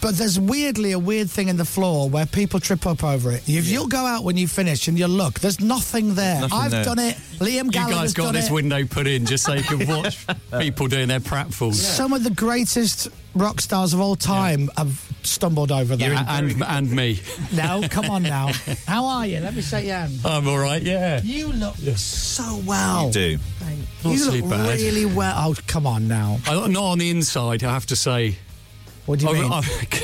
Speaker 5: But there's weirdly a weird thing in the floor where people trip up over it. If you'll go out when you finish and you'll look, there's nothing there.
Speaker 18: Nothing
Speaker 5: I've
Speaker 18: there.
Speaker 5: done it. Liam
Speaker 18: You
Speaker 5: Gallagher's
Speaker 18: guys got
Speaker 5: done
Speaker 18: this
Speaker 5: it.
Speaker 18: window put in just so you can watch people doing their pratfalls.
Speaker 5: Some of the greatest rock stars of all time have stumbled over there.
Speaker 18: Yeah, and, and me.
Speaker 5: No, come on now. How are you? Let me shake your hand.
Speaker 18: I'm all right, yeah.
Speaker 5: You look so well.
Speaker 18: You do. Not
Speaker 5: You
Speaker 18: too
Speaker 5: look
Speaker 18: bad.
Speaker 5: really well. Oh, come on now.
Speaker 18: I, not on the inside, I have to say.
Speaker 5: What do you
Speaker 18: I,
Speaker 5: mean?
Speaker 18: I,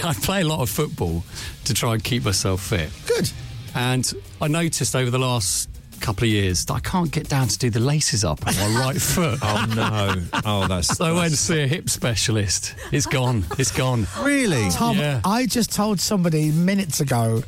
Speaker 18: I play a lot of football to try and keep myself fit.
Speaker 5: Good.
Speaker 18: And I noticed over the last couple of years that I can't get down to do the laces up on my right foot.
Speaker 8: Oh no! Oh, that's
Speaker 18: So I went to see a hip specialist. It's gone. It's gone.
Speaker 8: really
Speaker 5: Tom,
Speaker 18: Yeah.
Speaker 5: I just told somebody minutes ago,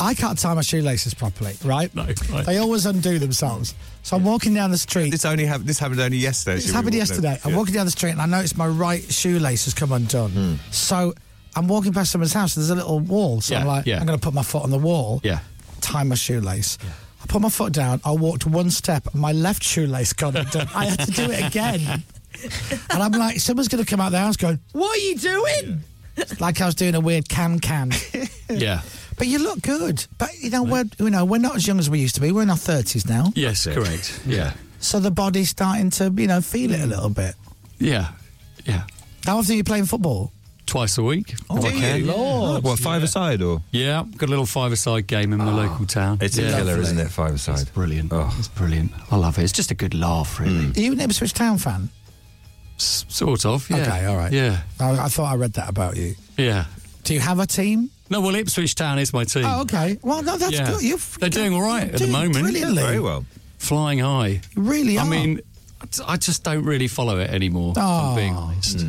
Speaker 5: I can't tie my shoelaces properly, right? No.
Speaker 18: right.
Speaker 5: They always undo themselves. So I'm walking down the street.
Speaker 8: This only happened. This happened only yesterday.
Speaker 5: This
Speaker 8: actually.
Speaker 5: happened
Speaker 8: We walked over-
Speaker 5: yesterday. I'm
Speaker 8: yeah.
Speaker 5: walking down the street and I noticed my right shoelace has come undone. So I'm walking past someone's house and there's a little wall. So I'm
Speaker 18: Yeah,
Speaker 5: like,
Speaker 18: yeah.
Speaker 5: I'm going to put my foot on the wall,
Speaker 18: Yeah.
Speaker 5: tie my shoelace. I put my foot down. I walked one step and my left shoelace got undone. I had to do it again. and I'm like, someone's going to come out of the house going, What are you doing? It's like I was doing a weird can can.
Speaker 18: Yeah.
Speaker 5: But you look good. But you know we're you know we're not as young as we used to be. We're in our thirties now.
Speaker 18: Yes, correct. Yeah.
Speaker 5: So the body's starting to you know feel
Speaker 18: Mm.
Speaker 5: it a little bit.
Speaker 18: Yeah.
Speaker 5: How often are you playing football?
Speaker 18: Twice a week.
Speaker 5: Oh,
Speaker 18: if I
Speaker 5: do
Speaker 18: can.
Speaker 5: you? Lord.
Speaker 8: What, five-a-side or? Ah,
Speaker 18: Yeah, got a little five-a-side game in my local town.
Speaker 8: It's a
Speaker 18: Yeah.
Speaker 8: killer, isn't it? Five aside. It's
Speaker 18: brilliant. It's brilliant. I love it. It's just a good laugh, really.
Speaker 8: Hmm.
Speaker 5: Are you an Ipswich Town fan?
Speaker 18: S- sort of. Yeah.
Speaker 5: Okay, all right.
Speaker 18: Yeah.
Speaker 5: I, I thought I read that about you.
Speaker 18: Yeah.
Speaker 5: Do you have a team?
Speaker 18: No, well, Ipswich Town is my team.
Speaker 5: Oh, okay. Well, no, that's
Speaker 18: Yeah.
Speaker 5: good. You're
Speaker 18: They're doing all right at the
Speaker 5: doing
Speaker 18: moment.
Speaker 5: brilliantly. Very well.
Speaker 18: Flying high.
Speaker 5: You really
Speaker 18: I
Speaker 5: are.
Speaker 18: mean, I t- I just don't really follow it anymore. if I'm being
Speaker 5: Oh.
Speaker 18: honest.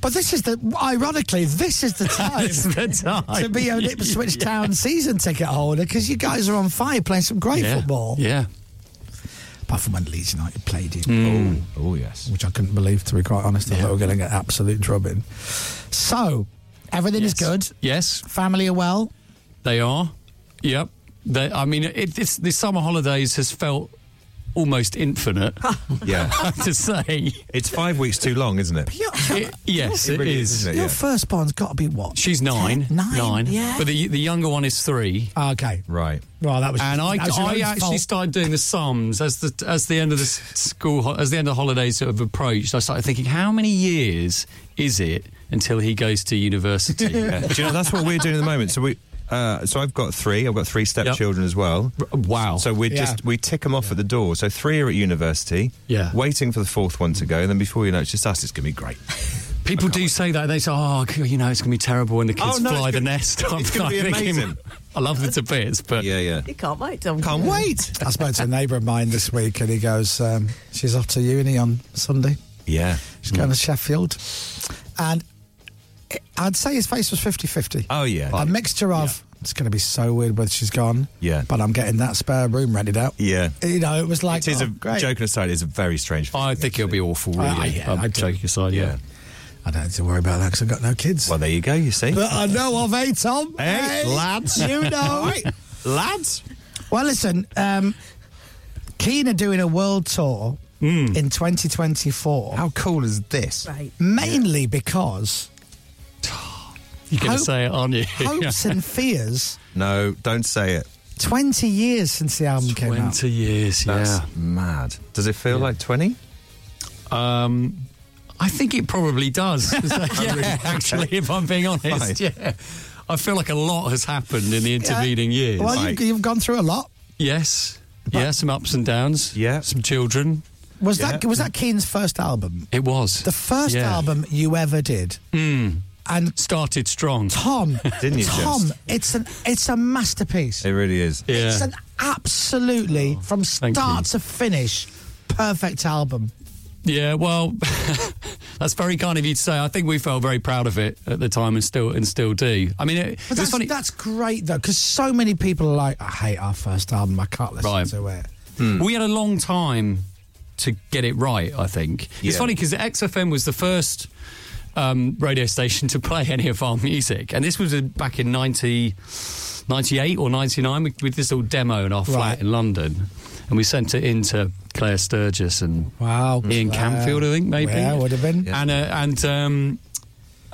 Speaker 5: But this is the ironically, this is the time,
Speaker 18: It's the time.
Speaker 5: to be an Ipswich
Speaker 18: Yeah.
Speaker 5: Town season ticket holder because you guys are on fire playing some great
Speaker 18: yeah.
Speaker 5: football.
Speaker 18: Yeah.
Speaker 5: Apart from when Leeds United played you.
Speaker 18: Mm.
Speaker 8: Oh, oh yes.
Speaker 5: Which I couldn't believe, to be quite honest. I thought we were going to get absolute drubbing. So, everything is good.
Speaker 18: Yes.
Speaker 5: Family are well.
Speaker 18: They are. Yep. They, I mean, it, this, this summer holidays has felt almost infinite.
Speaker 8: Yeah.
Speaker 18: I have to say.
Speaker 8: It's five weeks too long, isn't it?
Speaker 18: It- yes, it
Speaker 8: really
Speaker 18: is.
Speaker 8: isn't it?
Speaker 5: Your
Speaker 8: Yeah.
Speaker 5: firstborn's got to be what?
Speaker 18: She's nine.
Speaker 5: Ten? Nine, yeah.
Speaker 18: But the, the younger one is three.
Speaker 5: Okay.
Speaker 8: Right.
Speaker 5: Well, that was.
Speaker 18: And I,
Speaker 5: that was your
Speaker 18: I
Speaker 5: own
Speaker 18: actually
Speaker 5: fault.
Speaker 18: started doing the sums as the as the end of the s- school ho- as the end of holidays sort of approached. I started thinking, how many years is it until he goes to university?
Speaker 8: Do you know that's what we're doing at the moment? So we, uh, so I've got three. I've got three stepchildren as well.
Speaker 18: uh, Wow.
Speaker 8: So we are
Speaker 18: Yeah.
Speaker 8: just we tick them off at the door. So three are at university.
Speaker 18: Yeah.
Speaker 8: Waiting for the fourth one to go, and then before you know, it, it's just us. It's gonna be great.
Speaker 18: People do say that they say, "Oh, g- you know, it's going to be terrible when the kids
Speaker 8: Oh, no,
Speaker 18: fly
Speaker 8: it's
Speaker 18: the
Speaker 8: gonna-
Speaker 18: nest."
Speaker 8: it's gonna be amazing.
Speaker 18: I love them to bits, but
Speaker 8: yeah, yeah.
Speaker 3: You can't wait, Dom.
Speaker 8: Can't wait.
Speaker 5: I spoke to a neighbour of mine this week, and he goes, um, "She's off to uni on Sunday.
Speaker 8: Yeah.
Speaker 5: She's
Speaker 8: Mm.
Speaker 5: going to Sheffield." And it- I'd say his face was 50-50.
Speaker 8: Oh yeah.
Speaker 5: a mixture of it's going to be so weird whether she's gone.
Speaker 8: Yeah.
Speaker 5: but I'm getting that spare room rented out.
Speaker 8: Yeah.
Speaker 5: You know, it was like
Speaker 8: It is
Speaker 5: oh,
Speaker 8: a
Speaker 5: great.
Speaker 8: joking aside. It's a very strange.
Speaker 18: I think it'll be awful.
Speaker 5: Oh,
Speaker 18: Really,
Speaker 5: yeah,
Speaker 18: I'm
Speaker 5: I do.
Speaker 18: joking aside. Yeah.
Speaker 5: I don't need to worry about that because I've got no kids.
Speaker 8: Well, there you go. You see.
Speaker 5: But I know of, eh, Tom?
Speaker 8: Hey, lads.
Speaker 5: You know.
Speaker 8: Right, lads.
Speaker 5: Well, listen, um, Keen are doing a world tour in 2024. How
Speaker 8: Hmm. cool is this?
Speaker 3: Right.
Speaker 5: Mainly because
Speaker 18: You're going to
Speaker 5: Hope-
Speaker 18: say it, aren't you?
Speaker 5: Hopes and Fears,
Speaker 8: No, don't say it.
Speaker 5: 20 years since the album came out.
Speaker 18: Twenty years.
Speaker 8: That's
Speaker 18: yeah.
Speaker 8: mad. Does it feel like twenty?
Speaker 18: Um, I think it probably does. yeah, actually, if I'm being honest, yeah. I feel like a lot has happened in the intervening years.
Speaker 5: Well, you've, you've gone through a lot.
Speaker 18: yes, yeah, some ups and downs. Yeah, some children.
Speaker 5: Was that was that Keen's first album?
Speaker 18: It was
Speaker 5: The first
Speaker 18: Yeah.
Speaker 5: album you ever did.
Speaker 18: Mm.
Speaker 5: And
Speaker 18: started strong.
Speaker 5: Tom,
Speaker 8: Hmm. Didn't you
Speaker 5: Tom,
Speaker 8: just?
Speaker 5: it's an it's a masterpiece.
Speaker 8: It really is.
Speaker 5: It's an absolutely from
Speaker 18: Oh, thank
Speaker 5: start
Speaker 18: you.
Speaker 5: to finish perfect album.
Speaker 18: Yeah, well, that's very kind of you to say. I think we felt very proud of it at the time, and still and still do. I mean, it,
Speaker 5: But
Speaker 18: it's
Speaker 5: that's,
Speaker 18: funny.
Speaker 5: that's great though, because so many people are like, I hate our first album, I can't listen
Speaker 18: Right.
Speaker 5: to it.
Speaker 18: We had a long time to get it right, I think. It's
Speaker 5: Yeah.
Speaker 18: funny because XFM was the first um, radio station to play any of our music. And this was uh, back in 90, 98 or 99 with, with this little demo in our flat
Speaker 5: Right.
Speaker 18: in London. And we sent it in to Claire Sturgis and
Speaker 5: wow,
Speaker 18: Ian Camfield, I think, maybe.
Speaker 5: Yeah, would have been.
Speaker 18: And, uh, and, um,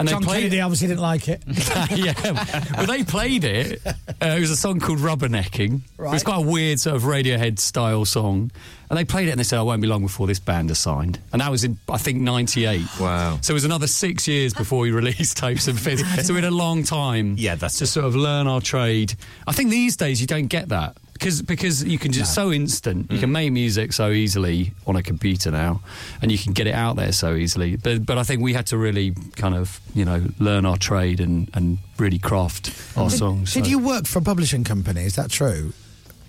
Speaker 18: and
Speaker 5: John
Speaker 18: they played
Speaker 5: Kennedy obviously didn't like it.
Speaker 18: yeah. Well, they played it. Uh, it was a song called Rubbernecking. It was
Speaker 5: Right.
Speaker 18: quite a weird sort of Radiohead style song. And they played it and they said, I won't be long before this band is signed. And that was in, I think, 98.
Speaker 8: Wow.
Speaker 18: So it was another six years before we released Hopes and Fears. So we had a long time yeah, that's to sort of learn our trade. I think these days you don't get that. Because, because you can just so instant, you can make music so easily on a computer now, and you can get it out there so easily. But but I think we had to really kind of you know learn our trade and, and really craft our
Speaker 5: did,
Speaker 18: songs.
Speaker 5: did
Speaker 18: so.
Speaker 5: you work for a publishing company? Is that true?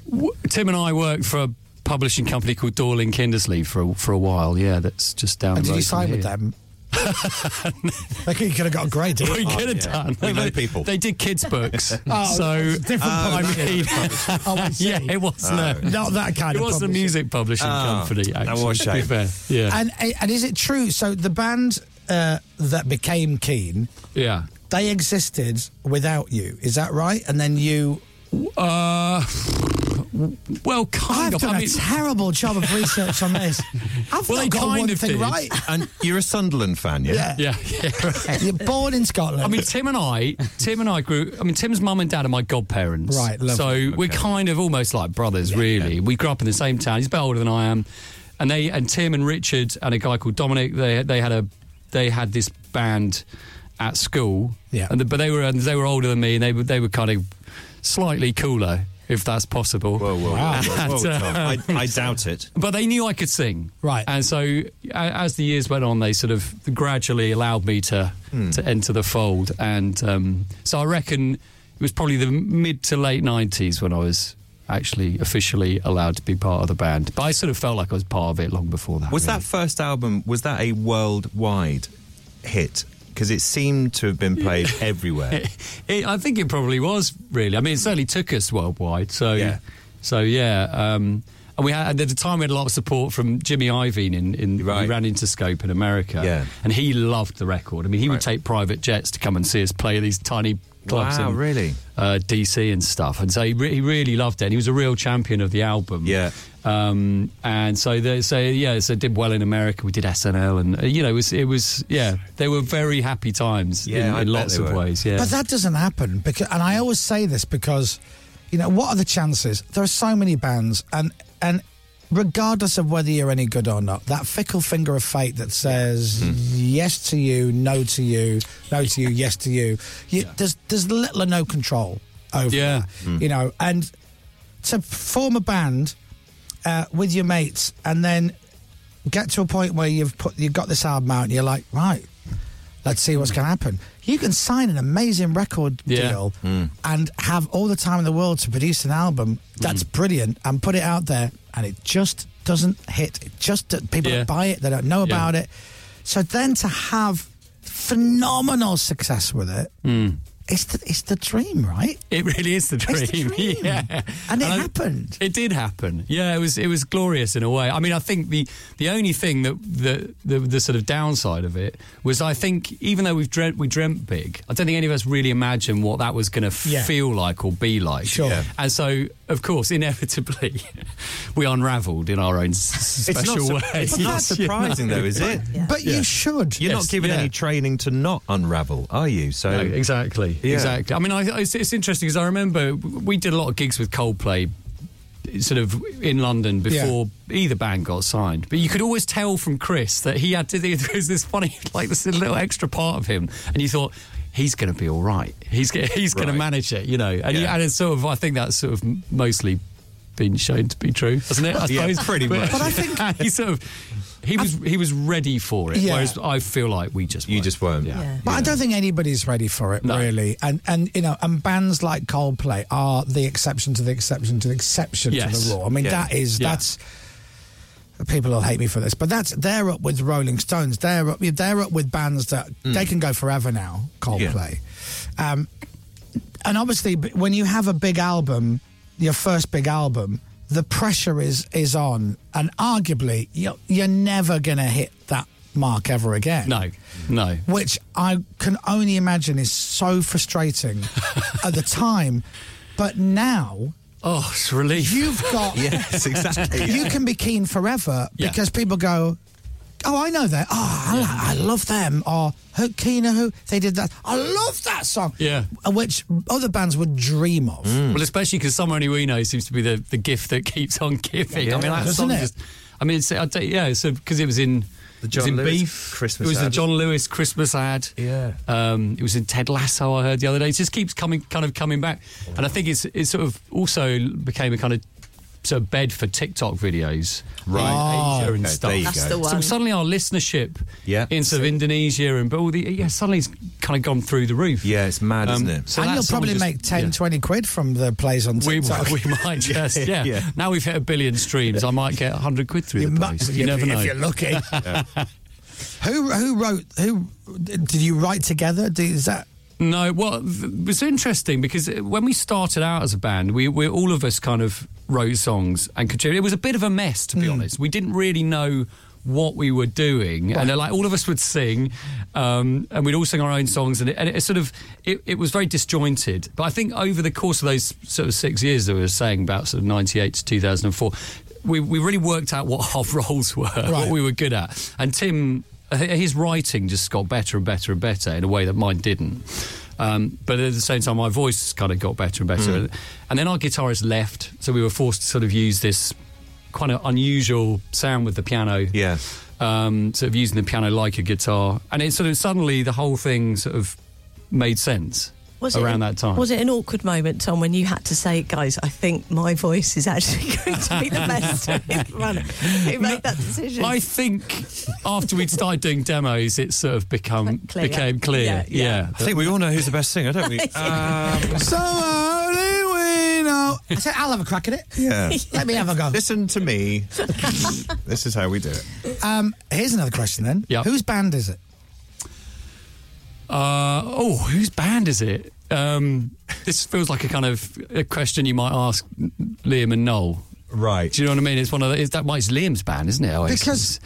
Speaker 18: W- Tim and I worked for a publishing company called Dorling Kindersley for a, for a while. Yeah, that's just down.
Speaker 5: And did
Speaker 18: the
Speaker 5: you
Speaker 18: road from
Speaker 5: sign with
Speaker 18: here.
Speaker 5: them? like you could have got a great deal.
Speaker 18: Oh, We could have done.
Speaker 8: We know
Speaker 18: They-
Speaker 8: people.
Speaker 18: They did kids books.
Speaker 5: Oh,
Speaker 18: so um,
Speaker 5: it's different
Speaker 18: I
Speaker 5: publishing.
Speaker 18: mean-
Speaker 5: Oh, I see.
Speaker 18: yeah, it wasn't.
Speaker 5: Oh. Not that kind
Speaker 18: It
Speaker 5: of
Speaker 18: was a
Speaker 5: publishing.
Speaker 18: music publishing
Speaker 8: Oh,
Speaker 18: company.
Speaker 8: that
Speaker 18: Actually,
Speaker 8: was
Speaker 18: to be
Speaker 8: shame.
Speaker 18: fair. Yeah,
Speaker 5: And and is it true? So the band uh, that became Keen,
Speaker 18: yeah.
Speaker 5: they existed without you. Is that right? And then you
Speaker 18: Uh, Well, kind
Speaker 5: I've
Speaker 18: of.
Speaker 5: done
Speaker 18: I
Speaker 5: a
Speaker 18: mean-
Speaker 5: terrible job of research on this. I've
Speaker 8: Well,
Speaker 5: not
Speaker 8: they
Speaker 5: got
Speaker 8: kind
Speaker 5: one
Speaker 8: of
Speaker 5: thing
Speaker 8: did.
Speaker 5: right.
Speaker 8: And you're a Sunderland fan, yeah?
Speaker 18: Yeah.
Speaker 5: You're born in Scotland.
Speaker 18: I mean, Tim and I, Tim and I grew. I mean, Tim's mum and dad are my godparents.
Speaker 5: Right, lovely.
Speaker 18: So we're kind of almost like brothers, really. We grew up in the same town. He's a bit older than I am, and they and Tim and Richard and a guy called Dominic. They they had a they had this band at school.
Speaker 5: Yeah.
Speaker 18: And the, but they were and they were older than me, and they were they were kind of slightly cooler, if that's possible. Whoa, whoa,
Speaker 8: Whoa, whoa, Tom, I, I doubt it.
Speaker 18: but they knew I could sing, right? And so, a- as the years went on, they sort of gradually allowed me to to enter the fold, and um, so I reckon it was probably the mid to late nineties when I was actually officially allowed to be part of the band. But I sort of felt like I was part of it long before that.
Speaker 8: Was
Speaker 18: really.
Speaker 8: that first album, was that a worldwide hit? Because it seemed to have been played everywhere.
Speaker 18: It, I think it probably was really. I mean, it certainly took us worldwide. So yeah, so yeah. Um, and we had and at the time we had a lot of support from Jimmy Iovine in, in who ran Interscope in America.
Speaker 8: Yeah.
Speaker 18: and he loved the record. I mean, he would take private jets to come and see us play these tiny clubs.
Speaker 8: Wow,
Speaker 18: in,
Speaker 8: really?
Speaker 18: uh, DC and stuff. And so he, re- he really loved it. And he was a real champion of the album. Yeah. Um, and so they so yeah, so it did well in America. We did SNL, and uh, you know, it was it was yeah, they were very happy times
Speaker 8: Yeah,
Speaker 18: in,
Speaker 8: I
Speaker 18: in
Speaker 8: bet
Speaker 18: lots
Speaker 8: they
Speaker 18: of
Speaker 8: were.
Speaker 18: ways. Yeah.
Speaker 5: But that doesn't happen because, and I always say this because, you know, what are the chances? There are so many bands, and and regardless of whether you're any good or not, that fickle finger of fate that says
Speaker 18: Hmm.
Speaker 5: yes to you, no to you, no to you, yes to you, you there's there's little or no control over.
Speaker 18: Yeah.
Speaker 5: that,
Speaker 18: Mm.
Speaker 5: you know, and to form a band uh, with your mates and then get to a point where you've put you've got this album out and you're like right let's see what's going to happen you can sign an amazing record deal
Speaker 8: Hmm.
Speaker 5: and have all the time in the world to produce an album that's
Speaker 18: Mm.
Speaker 5: brilliant and put it out there and it just doesn't hit it just people
Speaker 18: Yeah.
Speaker 5: don't buy it they don't know
Speaker 18: Yeah.
Speaker 5: about it so then to have phenomenal success with it
Speaker 8: Hmm.
Speaker 18: Mm.
Speaker 5: it's the, it's the dream right
Speaker 18: It really is the dream. Yeah.
Speaker 5: And it
Speaker 18: happened. It did happen. Yeah, it was it was glorious in a way. I mean, I think the the only thing that the the, the sort of downside of it was I think even though we've dreamt we dreamt big, I don't think any of us really imagined what that was going to
Speaker 5: Yeah.
Speaker 18: feel like or be like.
Speaker 5: Sure. Yeah.
Speaker 18: And so, of course, inevitably, we unraveled in our own s-
Speaker 8: It's not
Speaker 18: special
Speaker 8: sur-
Speaker 18: way.
Speaker 8: it's not surprising, though, is it? Yeah. But you
Speaker 5: should.
Speaker 8: You're not given any training to not unravel, are you? So
Speaker 18: No, exactly,
Speaker 8: Yeah.
Speaker 18: exactly. I mean, I, it's, it's interesting because I remember we did a lot of gigs with Coldplay, sort of in London before either band got signed. But you could always tell from Chris that he had to. There was this funny, like this little extra part of him, and you thought he's going to be all right. He's gonna, he's going to manage it, you know. And, you, and it's sort of, I think that's sort of mostly been shown to be true, hasn't it? I
Speaker 8: Yeah,
Speaker 18: suppose
Speaker 8: pretty much. But I
Speaker 18: think he sort of. He was he was ready for it,
Speaker 5: Yeah.
Speaker 18: whereas I feel like we just you
Speaker 8: just weren't.
Speaker 5: But I don't think anybody's ready for it, really. And and you know, and bands like Coldplay are the exception to the exception to the exception
Speaker 18: Yes.
Speaker 5: to the rule. I mean,
Speaker 18: Yeah.
Speaker 5: that is
Speaker 18: Yeah.
Speaker 5: that's. People will hate me for this, but that's they're up with Rolling Stones. They're up. They're up with bands that
Speaker 18: Hmm.
Speaker 5: they can go forever now. Coldplay, um, and obviously, b- when you have a big album, your first big album, the pressure is is on, and arguably, you're, you're never going to hit that mark ever again
Speaker 18: No, no.
Speaker 5: which I can only imagine is so frustrating at the time. But now,
Speaker 18: oh, it's relief.
Speaker 5: You've got
Speaker 18: Yes, exactly.
Speaker 5: You can be keen forever
Speaker 18: Yeah.
Speaker 5: because people go, "Oh, I know that. Oh, I, li- I love them." Or who, Keener, who they did that. I love that song.
Speaker 18: Yeah.
Speaker 5: which other bands would dream of.
Speaker 8: Mm.
Speaker 18: Well, especially because "Somewhere Only We Know" seems to be the, the gift that keeps on giving. I mean, that
Speaker 5: Doesn't
Speaker 18: song
Speaker 5: it?
Speaker 18: just. I mean, it's, I don't- yeah, so because it was in. it was
Speaker 8: John
Speaker 18: in
Speaker 8: Lewis
Speaker 18: Beef.
Speaker 8: Christmas
Speaker 18: It was the
Speaker 8: ad.
Speaker 18: John Lewis Christmas ad. Yeah. Um, it was in Ted Lasso. I heard the other day. It just keeps coming, kind of coming back, and I think it's it sort of also became a kind of sort of bed for TikTok videos,
Speaker 8: Right.
Speaker 18: in Asia
Speaker 8: Oh,
Speaker 18: and
Speaker 8: okay,
Speaker 18: stuff.
Speaker 8: there you That's go. the
Speaker 18: So
Speaker 8: one.
Speaker 18: suddenly our listenership,
Speaker 8: Yeah.
Speaker 18: in sort of Indonesia and but all the yeah, suddenly it's kind of gone through the roof. Um,
Speaker 8: Yeah, it's mad, isn't it?
Speaker 5: and you'll probably make 10, 20 quid from the plays on
Speaker 18: We,
Speaker 5: TikTok.
Speaker 18: we might just, yeah. Now we've hit a billion streams, I might get 100 quid through the place.
Speaker 5: mu-
Speaker 18: you never
Speaker 5: if
Speaker 18: know.
Speaker 5: you're lucky. who who wrote who did you write together? Did, is that
Speaker 18: No, well, th- it was interesting because when we started out as a band, we, we all of us kind of wrote songs and contributed. It was a bit of a mess, to be honest. We didn't really know what we were doing, and they're like all of us would sing, um, and we'd all sing our own songs, and it, and it sort of it, it was very disjointed. But I think over the course of those sort of six years that we were saying about sort of ninety eight to two thousand and four, we we really worked out what our roles were, what we were good at, and Tim. I think His writing just got better and better and better in a way that mine didn't. Um, but at the same time, my voice kind of got better and better.
Speaker 19: Mm.
Speaker 18: And then our guitarist left, so we were forced to sort of use this kind of unusual sound with the piano. Yeah. Um, sort of using the piano like a guitar. And it sort of suddenly the whole thing sort of made sense around
Speaker 3: it,
Speaker 18: that time.
Speaker 3: Was it an awkward moment, Tom, when you had to say, guys, I think my voice is actually going to be the best with runner? Who made that decision?
Speaker 18: I think after we'd started doing demos, it sort of become
Speaker 3: Clear.
Speaker 18: became clear.
Speaker 3: Yeah,
Speaker 18: Yeah,
Speaker 3: yeah.
Speaker 8: I think we all know who's the best singer, don't we? Um,
Speaker 5: So only we know. I said, I'll have a crack at it.
Speaker 8: yeah.
Speaker 5: Let me have a go.
Speaker 8: Listen to me. this is how we do it.
Speaker 5: Um, here's another question then. Whose band is it?
Speaker 18: Uh, oh, whose band is it? Um, this feels like a kind of a question you might ask Liam and Noel.
Speaker 8: Right.
Speaker 18: Do you know what I mean? It's one of the, it's that might it's Liam's band, isn't it? Oasis?
Speaker 5: Because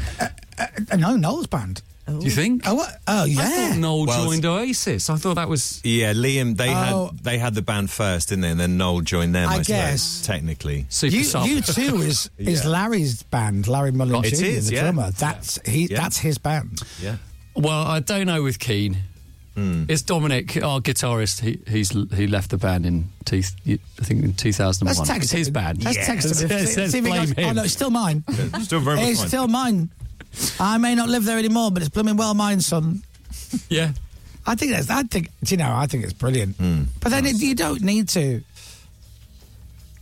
Speaker 5: uh, uh, no, Noel's band.
Speaker 18: do Oh, you think?
Speaker 5: Oh, oh yeah.
Speaker 18: I thought Noel
Speaker 8: Well,
Speaker 18: joined Oasis. I thought that was
Speaker 8: Yeah, Liam. They
Speaker 5: Oh.
Speaker 8: had they had the band first, didn't they? And then Noel joined them.
Speaker 5: I
Speaker 8: I, suppose,
Speaker 5: guess.
Speaker 8: technically.
Speaker 5: you, you two is is
Speaker 8: Yeah.
Speaker 5: Larry's band, Larry Mullen
Speaker 8: It
Speaker 5: Jr.,
Speaker 8: is,
Speaker 5: the
Speaker 8: yeah.
Speaker 5: drummer. That's he. That's his band.
Speaker 8: Yeah.
Speaker 18: Well, I don't know with Keane. It's Dominic, our guitarist. He he's he left the band in two, I think in two thousand and
Speaker 5: Let's
Speaker 18: one.
Speaker 5: text
Speaker 18: It's his
Speaker 5: him.
Speaker 18: band.
Speaker 5: Let's text him.
Speaker 18: Let's-
Speaker 5: See-
Speaker 18: let's
Speaker 5: see if he
Speaker 18: blame
Speaker 5: goes,
Speaker 18: him.
Speaker 5: Oh no, it's still mine. it's still mine. I may not live there anymore, but it's blooming well mine, son.
Speaker 18: Yeah.
Speaker 5: I think that's. I think do you know. I think it's brilliant.
Speaker 8: Hmm.
Speaker 5: But then it, you don't need to.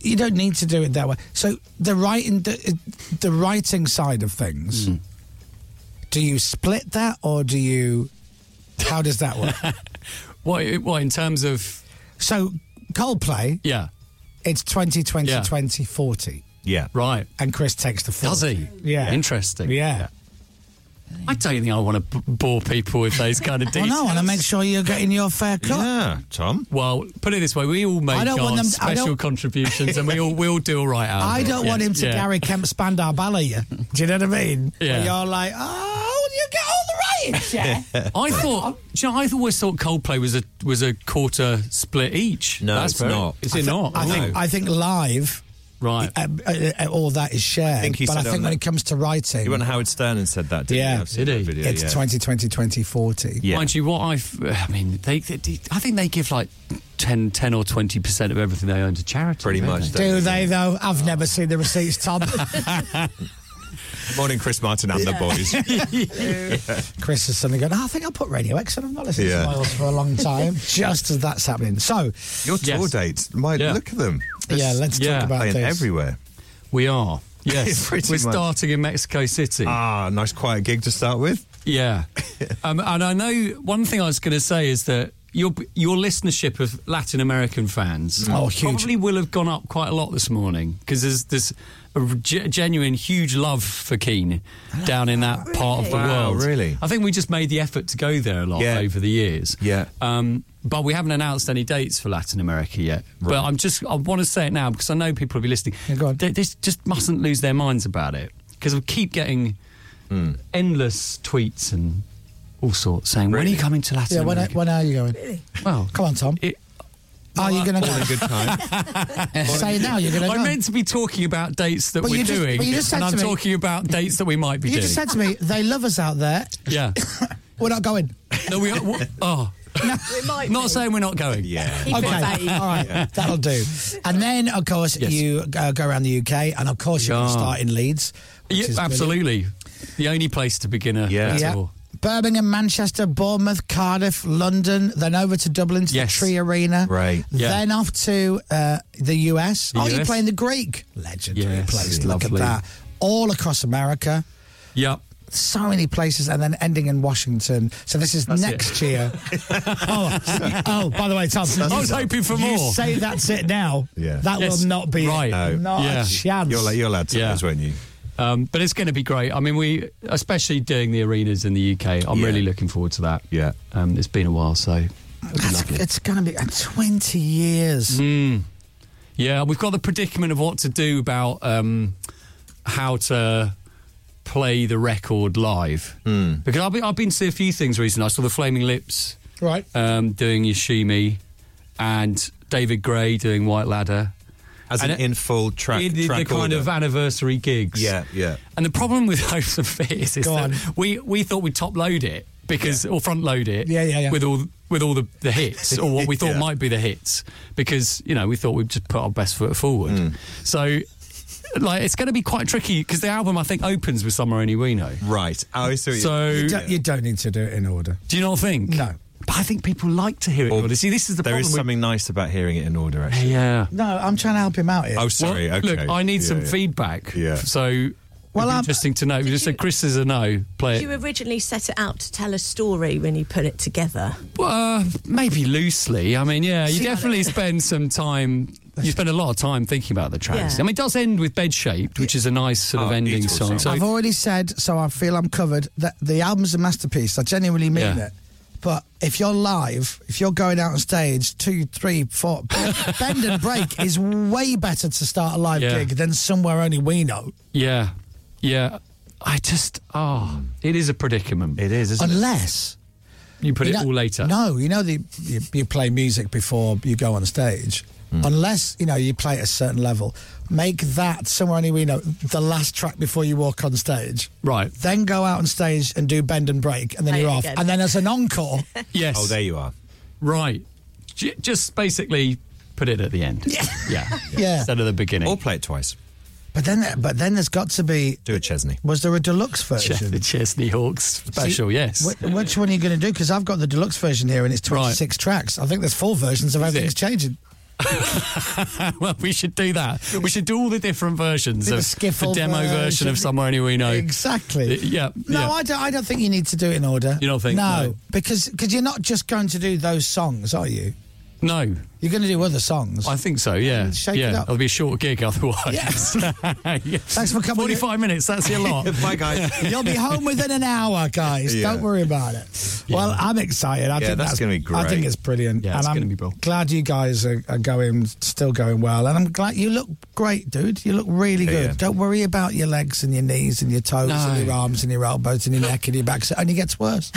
Speaker 5: You don't need to do it that way. So the writing, the, the writing side of things.
Speaker 18: Mm.
Speaker 5: Do you split that, or do you? How does that work?
Speaker 18: what? What in terms of?
Speaker 5: So Coldplay.
Speaker 18: Yeah.
Speaker 5: It's 2020, 2040.
Speaker 8: Yeah.
Speaker 18: Right.
Speaker 5: And Chris takes the 40.
Speaker 18: Does he?
Speaker 5: Yeah.
Speaker 18: Interesting.
Speaker 5: Yeah.
Speaker 18: I don't think I want to b- bore people with those kind of
Speaker 5: Well,
Speaker 18: details.
Speaker 5: no, I want to make sure you're getting your fair cut.
Speaker 8: Tom.
Speaker 18: Well, put it this way: we all make
Speaker 5: I don't want
Speaker 18: our
Speaker 5: them- I
Speaker 18: special
Speaker 5: don't-
Speaker 18: contributions, and we all we all do all right. out of
Speaker 5: I
Speaker 18: it.
Speaker 5: don't
Speaker 18: Um, Yeah,
Speaker 5: want him to
Speaker 18: yeah.
Speaker 5: Gary Kemp Spandau ballet you. Do you know what I mean?
Speaker 18: Yeah.
Speaker 5: Where You're like, oh, you get all the rights, yeah.
Speaker 18: I thought. Do you know, I always thought Coldplay was a was a quarter split each.
Speaker 8: No,
Speaker 18: That's
Speaker 8: it's
Speaker 18: very-
Speaker 8: not.
Speaker 18: Is
Speaker 8: I
Speaker 18: it
Speaker 8: thi-
Speaker 18: not?
Speaker 5: I think I think live,
Speaker 18: right.
Speaker 5: uh, uh, uh, all that is shared.
Speaker 8: think he
Speaker 5: but
Speaker 8: said
Speaker 5: I
Speaker 8: it on
Speaker 5: think when
Speaker 8: that-
Speaker 5: it comes to
Speaker 8: He
Speaker 5: writing,
Speaker 8: went to Howard Stern and said that. Didn't
Speaker 5: Yeah.
Speaker 8: he? I've seen
Speaker 18: Did
Speaker 8: that
Speaker 18: he?
Speaker 8: Video,
Speaker 5: it's
Speaker 8: yeah.
Speaker 5: 2020, 2040.
Speaker 18: Mind you, what I I mean, they, they, they- I think they give like 10, 10 or twenty percent of everything they own to charity. Pretty
Speaker 8: much,
Speaker 5: Do they though? I've never seen the receipts, Tom.
Speaker 8: Morning, Chris Martin and the boys.
Speaker 5: Chris is suddenly going. Oh, I think I'll put Radio X on. I've not listened
Speaker 8: Yeah.
Speaker 5: to Miles for a long time. Just as that's happening, so
Speaker 8: Your tour dates. My look at them.
Speaker 5: Yeah, let's talk Yeah. about
Speaker 8: playing
Speaker 5: this.
Speaker 8: everywhere.
Speaker 18: We are. Yes,
Speaker 8: Pretty
Speaker 18: we're
Speaker 8: much.
Speaker 18: starting in Mexico City.
Speaker 8: Ah, nice quiet gig to start with.
Speaker 18: Yeah, um, and I know one thing I was going to say is that your your listenership of Latin American fans
Speaker 8: Mm.
Speaker 5: Oh, huge.
Speaker 18: probably will have gone up quite a lot this morning because there's there's a ge- genuine huge love for Keane down in that part of the
Speaker 8: Wow,
Speaker 18: world.
Speaker 8: really?
Speaker 18: I think we just made the effort to go there a lot
Speaker 8: Yeah.
Speaker 18: over the years.
Speaker 8: Yeah.
Speaker 18: Um, but we haven't announced any dates for Latin America yet. But I'm just I want to say it now because I know people will be listening. They, they just mustn't lose their minds about it because we keep getting
Speaker 5: Hmm.
Speaker 18: endless tweets and all sorts saying, "When are you coming to Latin
Speaker 5: yeah. When,
Speaker 18: America?"
Speaker 5: are- when are you going?
Speaker 18: Well,
Speaker 5: come on, Tom. are you going to go? Oh, Say now you're going to
Speaker 18: I
Speaker 5: go.
Speaker 18: meant to be talking about dates that
Speaker 5: But
Speaker 18: we're
Speaker 5: you just-
Speaker 18: doing,
Speaker 5: but you just said
Speaker 18: and
Speaker 5: to
Speaker 18: I'm
Speaker 5: me-
Speaker 18: talking about dates that we might be
Speaker 5: you
Speaker 18: doing.
Speaker 5: just said to me, they love us out there.
Speaker 18: yeah.
Speaker 5: We're not going.
Speaker 18: No, we are. w- Oh. not saying we're not going.
Speaker 8: Yeah.
Speaker 5: okay, all right, that'll do. And then, of course, you uh, go around the UK, and of course, you can
Speaker 18: Yeah.
Speaker 5: start in Leeds. which
Speaker 18: Yeah,
Speaker 5: is brilliant.
Speaker 18: absolutely. The only place to begin a yeah.
Speaker 5: Yeah. Birmingham, Manchester, Bournemouth, Cardiff, London, then over to Dublin to
Speaker 18: Yes.
Speaker 5: the Tree Arena.
Speaker 18: Right. Yeah.
Speaker 5: Then off to uh, the US.
Speaker 18: The
Speaker 5: oh, you're
Speaker 18: US.
Speaker 5: playing the Greek. Legendary
Speaker 18: Yes,
Speaker 5: place. Look
Speaker 18: lovely.
Speaker 5: at that. All across America.
Speaker 18: Yep.
Speaker 5: So many places, and then ending in Washington. So this is
Speaker 18: That's it.
Speaker 5: next year. oh, oh, by the way, Tom,
Speaker 18: I was
Speaker 5: you-
Speaker 18: hoping for
Speaker 5: You
Speaker 18: more.
Speaker 5: say that's it now.
Speaker 8: Yeah.
Speaker 5: That
Speaker 18: Yes.
Speaker 5: will not be it.
Speaker 18: Right. No.
Speaker 5: Not
Speaker 18: Yeah.
Speaker 5: a chance.
Speaker 8: You're like you're allowed to those, weren't you?
Speaker 18: Um, but it's going to be great. I mean, we, especially doing the arenas in the UK, I'm
Speaker 8: Yeah.
Speaker 18: really looking forward to that.
Speaker 8: Yeah.
Speaker 18: Um, it's been a while, so it'll be
Speaker 5: That's-
Speaker 18: lovely.
Speaker 5: it's going to be uh, 20 years.
Speaker 18: Mm. Yeah, we've got the predicament of what to do about um, how to play the record live.
Speaker 8: Hmm.
Speaker 18: Because I've been, I've been to see a few things recently. I saw the Flaming Lips
Speaker 5: Right.
Speaker 18: um, doing Yoshimi and David Gray doing White Ladder.
Speaker 8: As in,
Speaker 18: And it-
Speaker 8: in full track,
Speaker 18: in the,
Speaker 8: track
Speaker 18: the kind
Speaker 8: order.
Speaker 18: of anniversary gigs.
Speaker 8: Yeah, yeah.
Speaker 18: And the problem with Hopes and Fears is
Speaker 8: Go
Speaker 18: that
Speaker 8: on.
Speaker 18: we we thought we'd top load it because or front load it
Speaker 5: Yeah, yeah, yeah.
Speaker 18: with all with all the, the hits or what we thought
Speaker 5: Yeah.
Speaker 18: might be the hits because you know we thought we'd just put our best foot forward.
Speaker 8: Mm.
Speaker 18: So like it's going to be quite tricky because the album I think opens with Summer Only We Know.
Speaker 8: Right. Oh, I see.
Speaker 18: So
Speaker 5: you don't, you don't need to do it in order.
Speaker 18: do you not think?
Speaker 5: No.
Speaker 18: But I think people like to hear it. in order. See, this is the
Speaker 8: There is
Speaker 18: problem with-
Speaker 8: something nice about hearing it in order, actually.
Speaker 18: Yeah.
Speaker 5: No, I'm trying to help him out here.
Speaker 8: Oh, sorry.
Speaker 18: Well,
Speaker 8: okay.
Speaker 18: Look, I need
Speaker 8: Yeah,
Speaker 18: some
Speaker 8: yeah.
Speaker 18: feedback.
Speaker 8: Yeah.
Speaker 18: So,
Speaker 3: Well,
Speaker 18: well,
Speaker 3: I'm-
Speaker 18: interesting to know. You just said Chris is a no. Play it.
Speaker 3: You originally set it out to tell a story when you put it together.
Speaker 18: Uh, maybe loosely. I mean, yeah, you
Speaker 3: See, I
Speaker 18: definitely spend some time. You spend a lot of time thinking about the tracks.
Speaker 5: Yeah.
Speaker 18: I mean, it does end with Bed Shaped, which is a nice sort of ending Oh, song. So,
Speaker 5: I've already said, so I feel I'm covered, that the album's a masterpiece. I genuinely mean
Speaker 18: Yeah.
Speaker 5: it. But if you're live, if you're going out on stage, two, three, four, bend, bend and break is way better to start a live
Speaker 18: Yeah.
Speaker 5: gig than somewhere only we know.
Speaker 18: yeah, yeah. I just, oh, it is a predicament. It is,
Speaker 5: Unless
Speaker 18: You put
Speaker 5: You
Speaker 18: it
Speaker 5: know-
Speaker 18: all later.
Speaker 5: No, you know the you, you play music before you go on stage.
Speaker 18: Hmm.
Speaker 5: Unless you know you play at a certain level, make that somewhere only we know the last track before you walk on stage.
Speaker 18: Right.
Speaker 5: Then go out on stage and do bend and break, and then
Speaker 18: Play
Speaker 5: you're
Speaker 18: it
Speaker 5: off.
Speaker 18: again.
Speaker 5: And then there's an encore.
Speaker 18: Yes.
Speaker 8: Oh, there you are.
Speaker 18: Right. J- just basically put it at the end. Yeah. Yeah.
Speaker 5: Yeah.
Speaker 18: Instead of the beginning.
Speaker 8: Or play it twice.
Speaker 5: But then, but then there's got to be.
Speaker 8: Do a Chesney.
Speaker 5: Was there a deluxe version?
Speaker 18: the Chesney Hawks special,
Speaker 5: See,
Speaker 18: yes.
Speaker 5: wh- which one are you going to do? Because I've got the deluxe version here, and it's 26 tracks. I think there's four versions of everything's changing.
Speaker 18: well, we should do that. We should do all the different versions
Speaker 5: Do
Speaker 18: of
Speaker 5: the skiffle
Speaker 18: the demo version,
Speaker 5: version.
Speaker 18: of Somewhere Only We Know. Uh,
Speaker 5: Exactly.
Speaker 18: Yeah.
Speaker 5: No,
Speaker 18: yeah.
Speaker 5: I don't. I don't think you need to do it in order.
Speaker 18: You don't think?
Speaker 5: No,
Speaker 18: No.
Speaker 5: because because you're not just going to do those songs, are you?
Speaker 18: No.
Speaker 5: You're going to do other songs.
Speaker 18: I think so. Yeah.
Speaker 5: Shake it up.
Speaker 18: yeah. It'll be a short gig otherwise. Yes.
Speaker 5: Thanks for coming.
Speaker 18: Forty-five minutes. That's a lot.
Speaker 5: Bye,
Speaker 8: guys.
Speaker 5: You'll be home within an hour, guys.
Speaker 18: Yeah.
Speaker 5: Don't worry about it. Well, I'm excited. I
Speaker 18: Yeah,
Speaker 5: think
Speaker 18: that's gonna be
Speaker 5: I think
Speaker 18: great.
Speaker 5: it's brilliant.
Speaker 18: Yeah,
Speaker 5: and
Speaker 18: it's
Speaker 5: I'm
Speaker 18: gonna be brilliant.
Speaker 5: glad you guys are, are going, still going well. And I'm glad you look great, dude. You look really
Speaker 18: Yeah,
Speaker 5: good.
Speaker 18: yeah.
Speaker 5: Don't worry about your legs and your knees and your toes and
Speaker 18: No.
Speaker 5: your arms and your elbows and your neck and your back. So It only gets worse.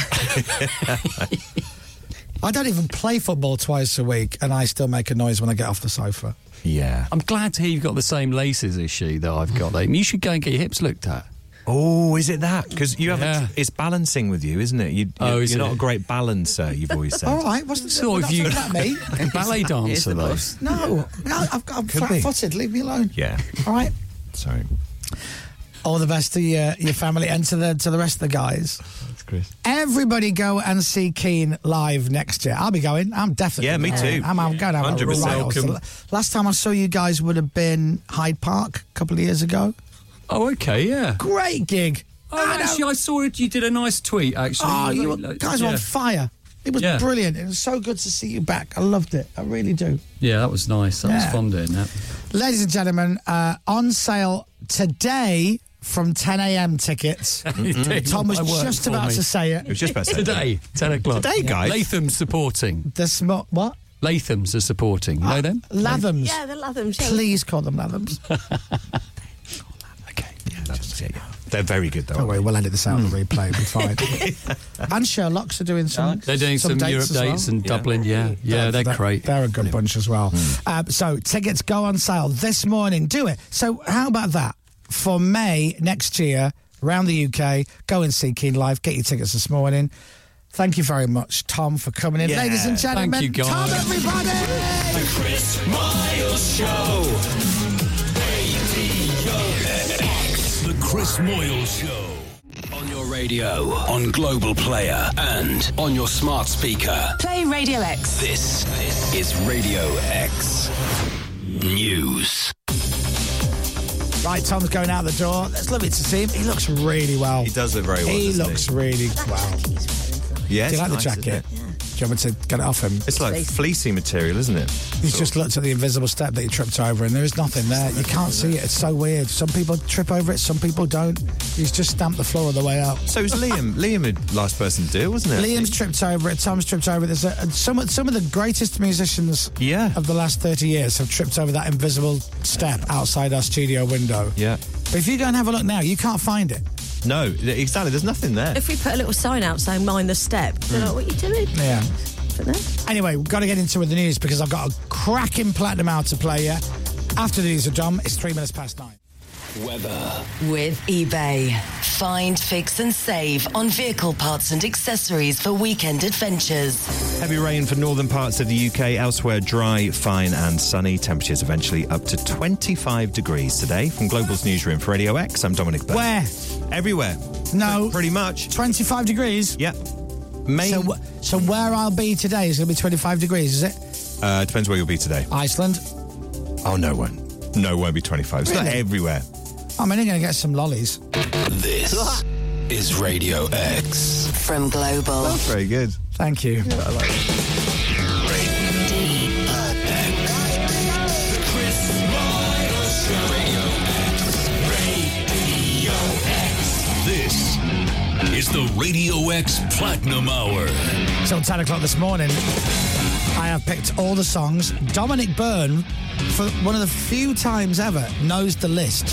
Speaker 5: I don't even play football twice a week, and I still make a noise when I get off the sofa.
Speaker 8: Yeah.
Speaker 18: I'm glad to hear you've got the same laces issue that I've got. though. You should go and get your hips looked at.
Speaker 8: Oh, is it that? Because you haven't. It's balancing with you, isn't it? You,
Speaker 18: Oh,
Speaker 8: you're,
Speaker 18: is
Speaker 8: you're not
Speaker 18: it?
Speaker 8: a great balancer. You've always said.
Speaker 5: All right, what's the
Speaker 18: Sort of
Speaker 5: that's
Speaker 18: you-
Speaker 5: not about me?
Speaker 18: Ballet dancer, though.
Speaker 5: No, no, I've got, I'm
Speaker 18: Could be.
Speaker 5: flat-footed. Leave me alone.
Speaker 8: Yeah.
Speaker 5: All right.
Speaker 8: Sorry.
Speaker 5: All the best to your, your family and to the to the rest of the guys.
Speaker 8: That's Chris.
Speaker 5: Everybody go and see Keen live next year. I'i'll be going. I'm definitely.
Speaker 8: Yeah, me
Speaker 5: going.
Speaker 8: too.
Speaker 5: I'm, I'm going to have a
Speaker 8: 100%
Speaker 5: right old-
Speaker 8: welcome.
Speaker 5: Last time I saw you guys would have been Hyde Park a couple of years ago.
Speaker 18: Oh, okay. Yeah.
Speaker 5: Great gig.
Speaker 18: Oh, actually, I saw it. You did a nice tweet. Actually.
Speaker 5: Oh, you were- guys were
Speaker 18: Yeah.
Speaker 5: on fire. It was
Speaker 18: Yeah.
Speaker 5: brilliant. It was so good to see you back. I loved it. I really do.
Speaker 18: Yeah, that was nice. That was
Speaker 5: Yeah.
Speaker 18: fun doing that.
Speaker 5: Ladies and gentlemen, uh, on sale today from 10 a.m. tickets.
Speaker 18: It
Speaker 5: Mm-hmm. Tom was
Speaker 18: did work
Speaker 5: just
Speaker 18: for
Speaker 5: about
Speaker 18: me.
Speaker 5: to say it.
Speaker 18: today, ten o'clock.
Speaker 5: Today, guys.
Speaker 18: Latham's supporting.
Speaker 5: The smart what? Ah,
Speaker 18: Latham's are supporting. Know them?
Speaker 5: Lathams.
Speaker 3: Yeah, the Lathams. yeah.
Speaker 5: Please call them Lathams.
Speaker 8: They're very good, though.
Speaker 5: Don't
Speaker 8: aren't Hmm.
Speaker 5: worry, we'll edit this out and replay. It'll be fine. and Sherlock's are doing some.
Speaker 18: They're doing some,
Speaker 5: dates
Speaker 18: Europe
Speaker 5: as well.
Speaker 18: dates in Dublin. Yeah, yeah, they're, great.
Speaker 5: They're a good bunch as well. Um, so tickets go on sale this morning. Do it. So how about that for May next year around the UK? Go and see Keen Live. Get your tickets this morning. Thank you very much, Tom, for coming in,
Speaker 15: Yeah.
Speaker 5: ladies and
Speaker 15: Thank
Speaker 5: gentlemen.
Speaker 15: you, guys.
Speaker 5: Tom, everybody.
Speaker 15: The Chris Miles Show.
Speaker 6: The Chris Moyle Show. On your radio, on Global Player, and on your smart speaker.
Speaker 2: Play Radio X.
Speaker 6: This, this is Radio X News.
Speaker 5: Right, Tom's going out the door. That's lovely to see him. He looks really well. He
Speaker 8: does look very well,
Speaker 5: He
Speaker 8: doesn't
Speaker 5: looks really well.
Speaker 8: Yeah,
Speaker 5: Do you
Speaker 8: it's
Speaker 5: like
Speaker 8: nice,
Speaker 5: the
Speaker 8: isn't
Speaker 5: jacket?
Speaker 8: it?
Speaker 5: Do you want me to get it off him?
Speaker 8: It's like fleecy material, isn't it?
Speaker 5: He's just looked at the invisible step that he tripped over, and there is nothing there. You can't see it. It's so weird. Some people trip over it, some people don't. He's just stamped the floor on the way out.
Speaker 8: So it was Liam. Liam, the last person to do, it, wasn't it?
Speaker 5: Liam's tripped over it. Tom's tripped over it. There's a, and some of- some of the greatest musicians
Speaker 8: yeah.
Speaker 5: of the last thirty years have tripped over that invisible step outside our studio window.
Speaker 8: Yeah.
Speaker 5: But if you go and have a look now, you can't find it.
Speaker 8: No, th- exactly. There's nothing there.
Speaker 3: If we put a little sign out saying mind the step, they're
Speaker 5: Mm.
Speaker 8: Hmm.
Speaker 3: like, what are you doing?
Speaker 5: Yeah. Anyway, we've got to get into the news because I've got a cracking platinum hour to play you. After the news are done, it's three minutes past nine.
Speaker 2: Weather. With eBay. Find, fix, and save on vehicle parts and accessories for weekend adventures.
Speaker 8: Heavy rain for northern parts of the UK, elsewhere dry, fine, and sunny. Temperatures eventually up to 25 degrees today. From Global's newsroom for Radio X, I'm Dominic Bell.
Speaker 5: Where?
Speaker 8: Everywhere.
Speaker 5: No.
Speaker 8: Pretty much.
Speaker 5: 25 degrees?
Speaker 8: Yep.
Speaker 5: So, wh- so where I'll be today is going to be 25 degrees, is it?
Speaker 8: Uh, depends where you'll be today.
Speaker 5: Iceland.
Speaker 8: Oh, no one. No, it won't be 25. It's not
Speaker 5: Really?
Speaker 8: everywhere.
Speaker 5: I'm only going to get some lollies.
Speaker 6: This is Radio X.
Speaker 2: From Global.
Speaker 8: That's very good.
Speaker 5: Thank you.
Speaker 1: This is the Radio X Platinum Hour.
Speaker 5: Till 10 o'clock this morning, I have picked all the songs. Dominic Byrne, for one of the few times ever, knows the list.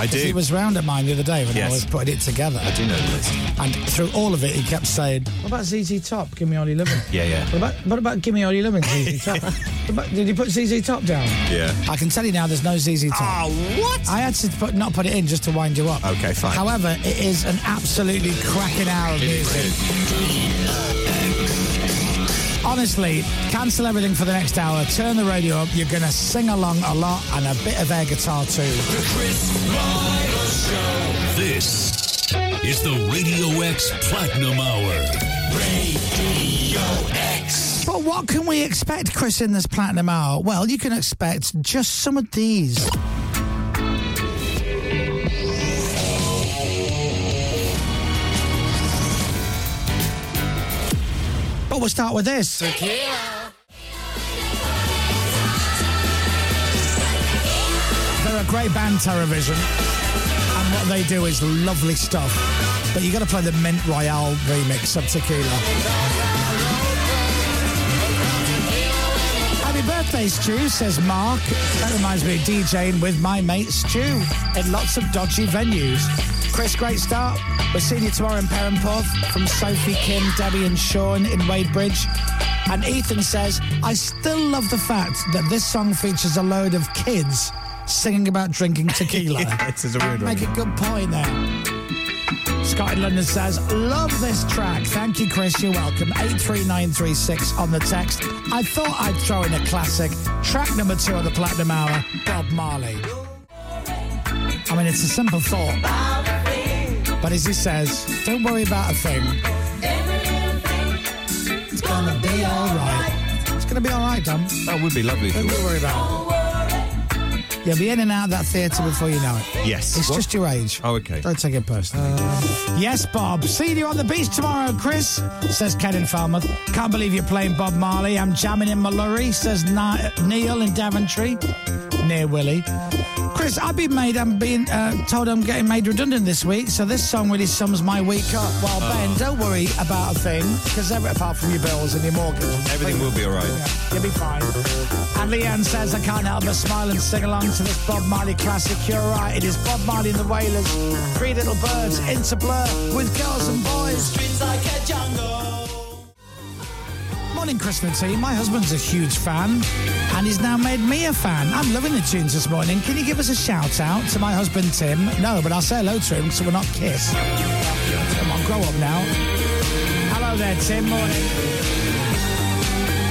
Speaker 8: I
Speaker 5: 'Cause
Speaker 8: do.
Speaker 5: He was round at mine the other day when
Speaker 8: Yes.
Speaker 5: I was putting it together.
Speaker 8: I do know the list.
Speaker 5: And through all of it, he kept saying, What about ZZ Top? Give me Ollie Living.
Speaker 8: Yeah, yeah.
Speaker 5: What about, what about Gimme Ollie Living, ZZ Top? What about- did you put ZZ Top down?
Speaker 8: Yeah.
Speaker 5: I can tell you now there's no ZZ Top. Oh, what? I had to put, not put it in just to wind you up.
Speaker 8: Okay, fine.
Speaker 5: However, it is an absolutely cracking hour of music. Honestly, cancel everything for the next hour, turn the radio up, you're going to sing along a lot and a bit of air guitar too.
Speaker 1: This is the Radio X Platinum Hour.
Speaker 5: But what can we expect, Chris, in this Platinum Hour? Well, you can expect just some of these. But we'll start with this. They're a great band, Terrorvision. And what they do is lovely stuff. But you got to play the Mint Royale remix of Tequila. Happy birthday, Stu, says Mark. That reminds me of DJing with my mate Stu in lots of dodgy venues. Chris, great start. We're seeing you tomorrow in Perranporth from Sophie, Kim, Debbie, and Sean in Wadebridge. And Ethan says, I still love the fact that this song features a load of kids singing about drinking tequila.
Speaker 8: this is a weird
Speaker 5: Make
Speaker 8: one.
Speaker 5: a good point there. Scott in London says, Love this track. Thank you, Chris. You're welcome. 83936 on the text. I thought I'd throw in a classic. Track number two of the Platinum Hour Bob Marley. I mean, it's a simple thought. But as he says, don't worry about a thing. It's going to be all right. It's going to be all right, Dom.
Speaker 8: That would be lovely. if it
Speaker 5: Don't
Speaker 8: was.
Speaker 5: worry about it. You'll be in and out of that theatre before you know it.
Speaker 8: Yes.
Speaker 5: It's
Speaker 8: What?
Speaker 5: just your age.
Speaker 8: Oh, okay. Uh,
Speaker 5: Don't take it personally. yes, Bob. See you on the beach tomorrow, Chris, says Ken in Falmouth. Can't believe you're playing Bob Marley. I'm jamming in Mallory, says Ni- Neil in Daventry, near Willie. Chris, I've been made, I'm being uh, told I'm getting made redundant this week, so this song really sums my week up. While Ben, don't worry about a thing, because apart from your bills and your mortgage.
Speaker 8: Everything will be all right.
Speaker 5: You'll be fine. And Leanne says, I can't help but smile and sing along to this Bob Marley classic. You're right, it is Bob Marley and the Wailers. Three little birds into blur with girls and boys. Streets like a jungle. Morning, Chris and the team. My husband's a huge fan, and he's now made me a fan. I'm loving the tunes this morning. Can you give us a shout out to my husband, Tim? No, but I'll say hello to him so we're not kiss. Come on, grow up now. Hello there, Tim. Morning.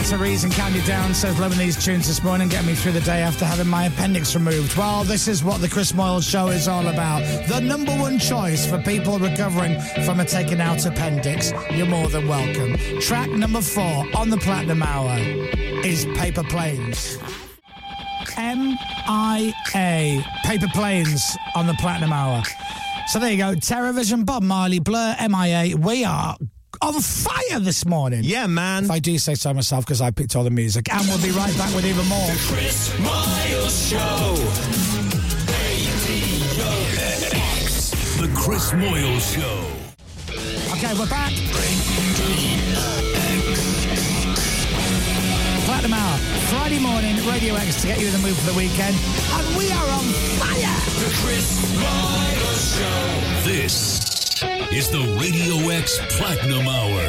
Speaker 5: Therese and Candy Down says loving these tunes this morning, getting me through the day after having my appendix removed. Well, this is what the Chris Moyle show is all about. The number one choice for people recovering from a taken out appendix. You're more than welcome. Track number four on the Platinum Hour is Paper Planes. M I A Paper Planes on the Platinum Hour. So there you go. Terrorvision, Bob Marley, Blur, MIA. We are on fire this morning.
Speaker 8: Yeah, man.
Speaker 5: If I do say so myself, because I picked all the music. And we'll be right back with even more.
Speaker 15: Chris Miles Show.
Speaker 1: The Chris Moyle Show.
Speaker 5: Okay, we're back. Platinum Hour, Friday morning, Radio X to get you in the mood for the weekend. And we are on fire.
Speaker 15: The Chris Miles Show.
Speaker 1: This It's the Radio X Platinum Hour.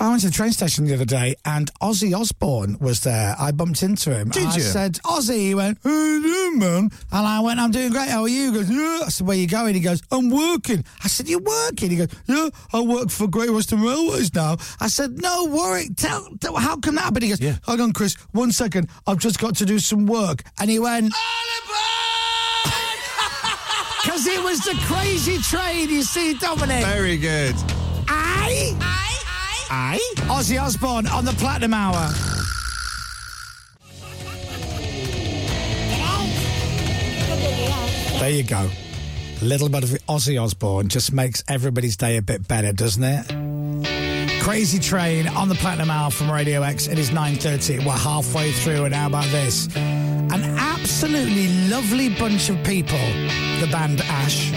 Speaker 5: I went to the train station the other day and Ozzy Osbourne was there. I bumped into him.
Speaker 13: Did
Speaker 5: and
Speaker 13: you?
Speaker 5: I said, Ozzy, he went, How you doing, man? And I went, I'm doing great. How are you? He goes, Yeah. I said, Where you going? He goes, I'm working. I said, You're working? He goes, Yeah, I work for Great Western Railways now. I said, No worry. Tell, tell how can that happen? He goes, Hold on, Chris, one second. I've just got to do some work. And he went, Because it was the crazy train, you see, Dominic.
Speaker 8: Very good.
Speaker 5: I, I, I, Ozzy Osbourne on the Platinum Hour. There you go. A little bit of Ozzy Osbourne just makes everybody's day a bit better, doesn't it? Crazy Train on the Platinum Hour from Radio X. It is 9.30. We're halfway through and how about this? An absolutely lovely bunch of people. The band Ash.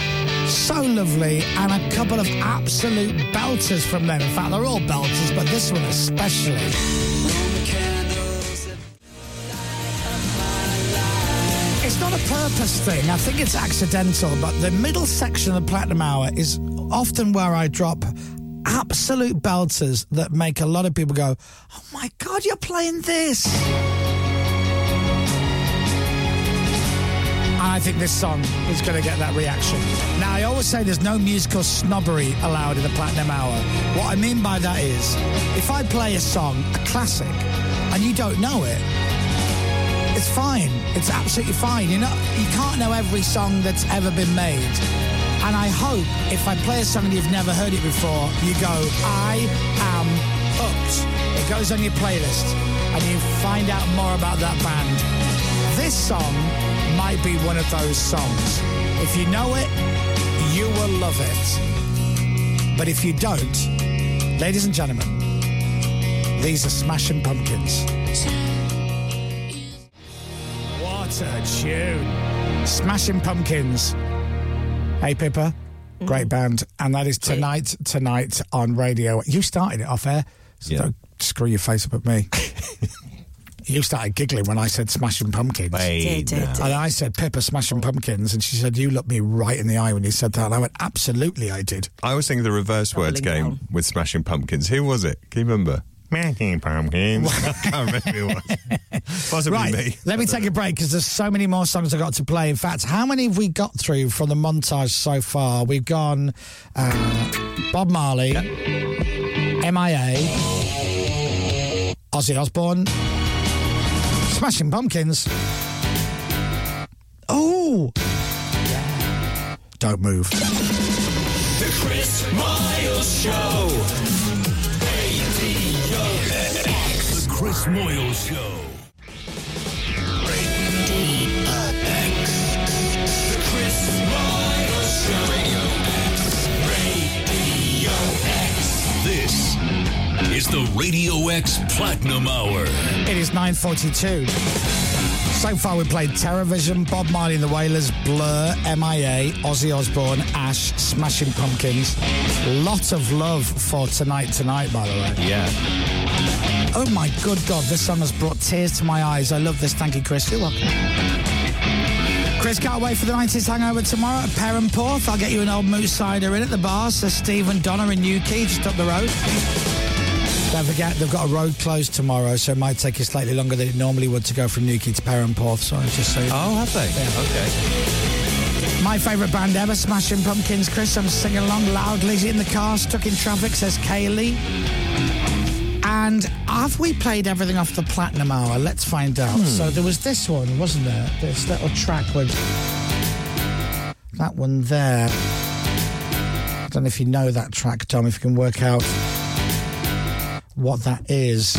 Speaker 5: So lovely and a couple of absolute belters from them. In fact, they're all belters, but this one especially. It's not a purpose thing. I think it's accidental, but the middle section of the platinum hour is often where I drop absolute belters that make a lot of people go, "Oh my god, you're playing this." And I think this song is going to get that reaction. Now, I always say there's no musical snobbery allowed in the Platinum Hour. What I mean by that is, if I play a song, a classic, and you don't know it, it's fine. It's absolutely fine. You know, you can't know every song that's ever been made. And I hope if I play a song and you've never heard it before, you go, I am hooked. It goes on your playlist and you find out more about that band. This song might be one of those songs. If you know it, you will love it. But if you don't, ladies and gentlemen, these are Smashing Pumpkins. What a tune. Smashing Pumpkins. Hey, Pippa. Great band. And that is tonight, tonight on radio. You started it off air. So Don't screw your face up at me. you started giggling when I said Smashing Pumpkins.
Speaker 8: Hey, Dear, dear, now. dear.
Speaker 5: And I said, Pippa, Smashing Pumpkins. And she said, You looked me right in the eye when you said that. And I went, Absolutely, I did.
Speaker 8: I was thinking the reverse words game with Smashing Pumpkins. Who was it? Can you remember? Smashing Pumpkins. I can't remember who it was. Possibly
Speaker 5: right,
Speaker 8: me.
Speaker 5: let me take a break because there's so many more songs I've got to play. In fact, how many have we got through from the montage so far? We've gone uh, Bob Marley, MIA, Ozzy Osbourne, Smashing Pumpkins. Oh! Don't move.
Speaker 15: The Chris Miles Show. Radio X.
Speaker 1: The Chris Moyle Show.
Speaker 15: The Chris Miles Show. Radio X. Radio X.
Speaker 1: This is the Radio X Platinum Hour.
Speaker 5: It is 9.42. So far, we played TerraVision, Bob Marley and the Wailers, Blur, MIA, Ozzy Osbourne, Ash, Smashing Pumpkins. Lot of love for Tonight Tonight, by the way.
Speaker 8: Yeah.
Speaker 5: Oh my good God, this song has brought tears to my eyes. I love this. Thank you, Chris. You're welcome. Chris, can't wait for the 90s hangover tomorrow at Perham Porth. I'll get you an old moose cider in at the bar. So Steve and Donna in Newquay, just up the road. Don't forget, they've got a road closed tomorrow, so it might take you slightly longer than it normally would to go from Newquay to Perham Porth. So I'm just saying.
Speaker 8: Oh, have they? Okay.
Speaker 5: My favourite band ever, Smashing Pumpkins. Chris, I'm singing along loudly in the car, stuck in traffic, says Kaylee. And have we played everything off the Platinum Hour? Let's find out.
Speaker 13: Hmm.
Speaker 5: So there was this one, wasn't there? This little track with that one there. I don't know if you know that track, Tom, if you can work out what that is.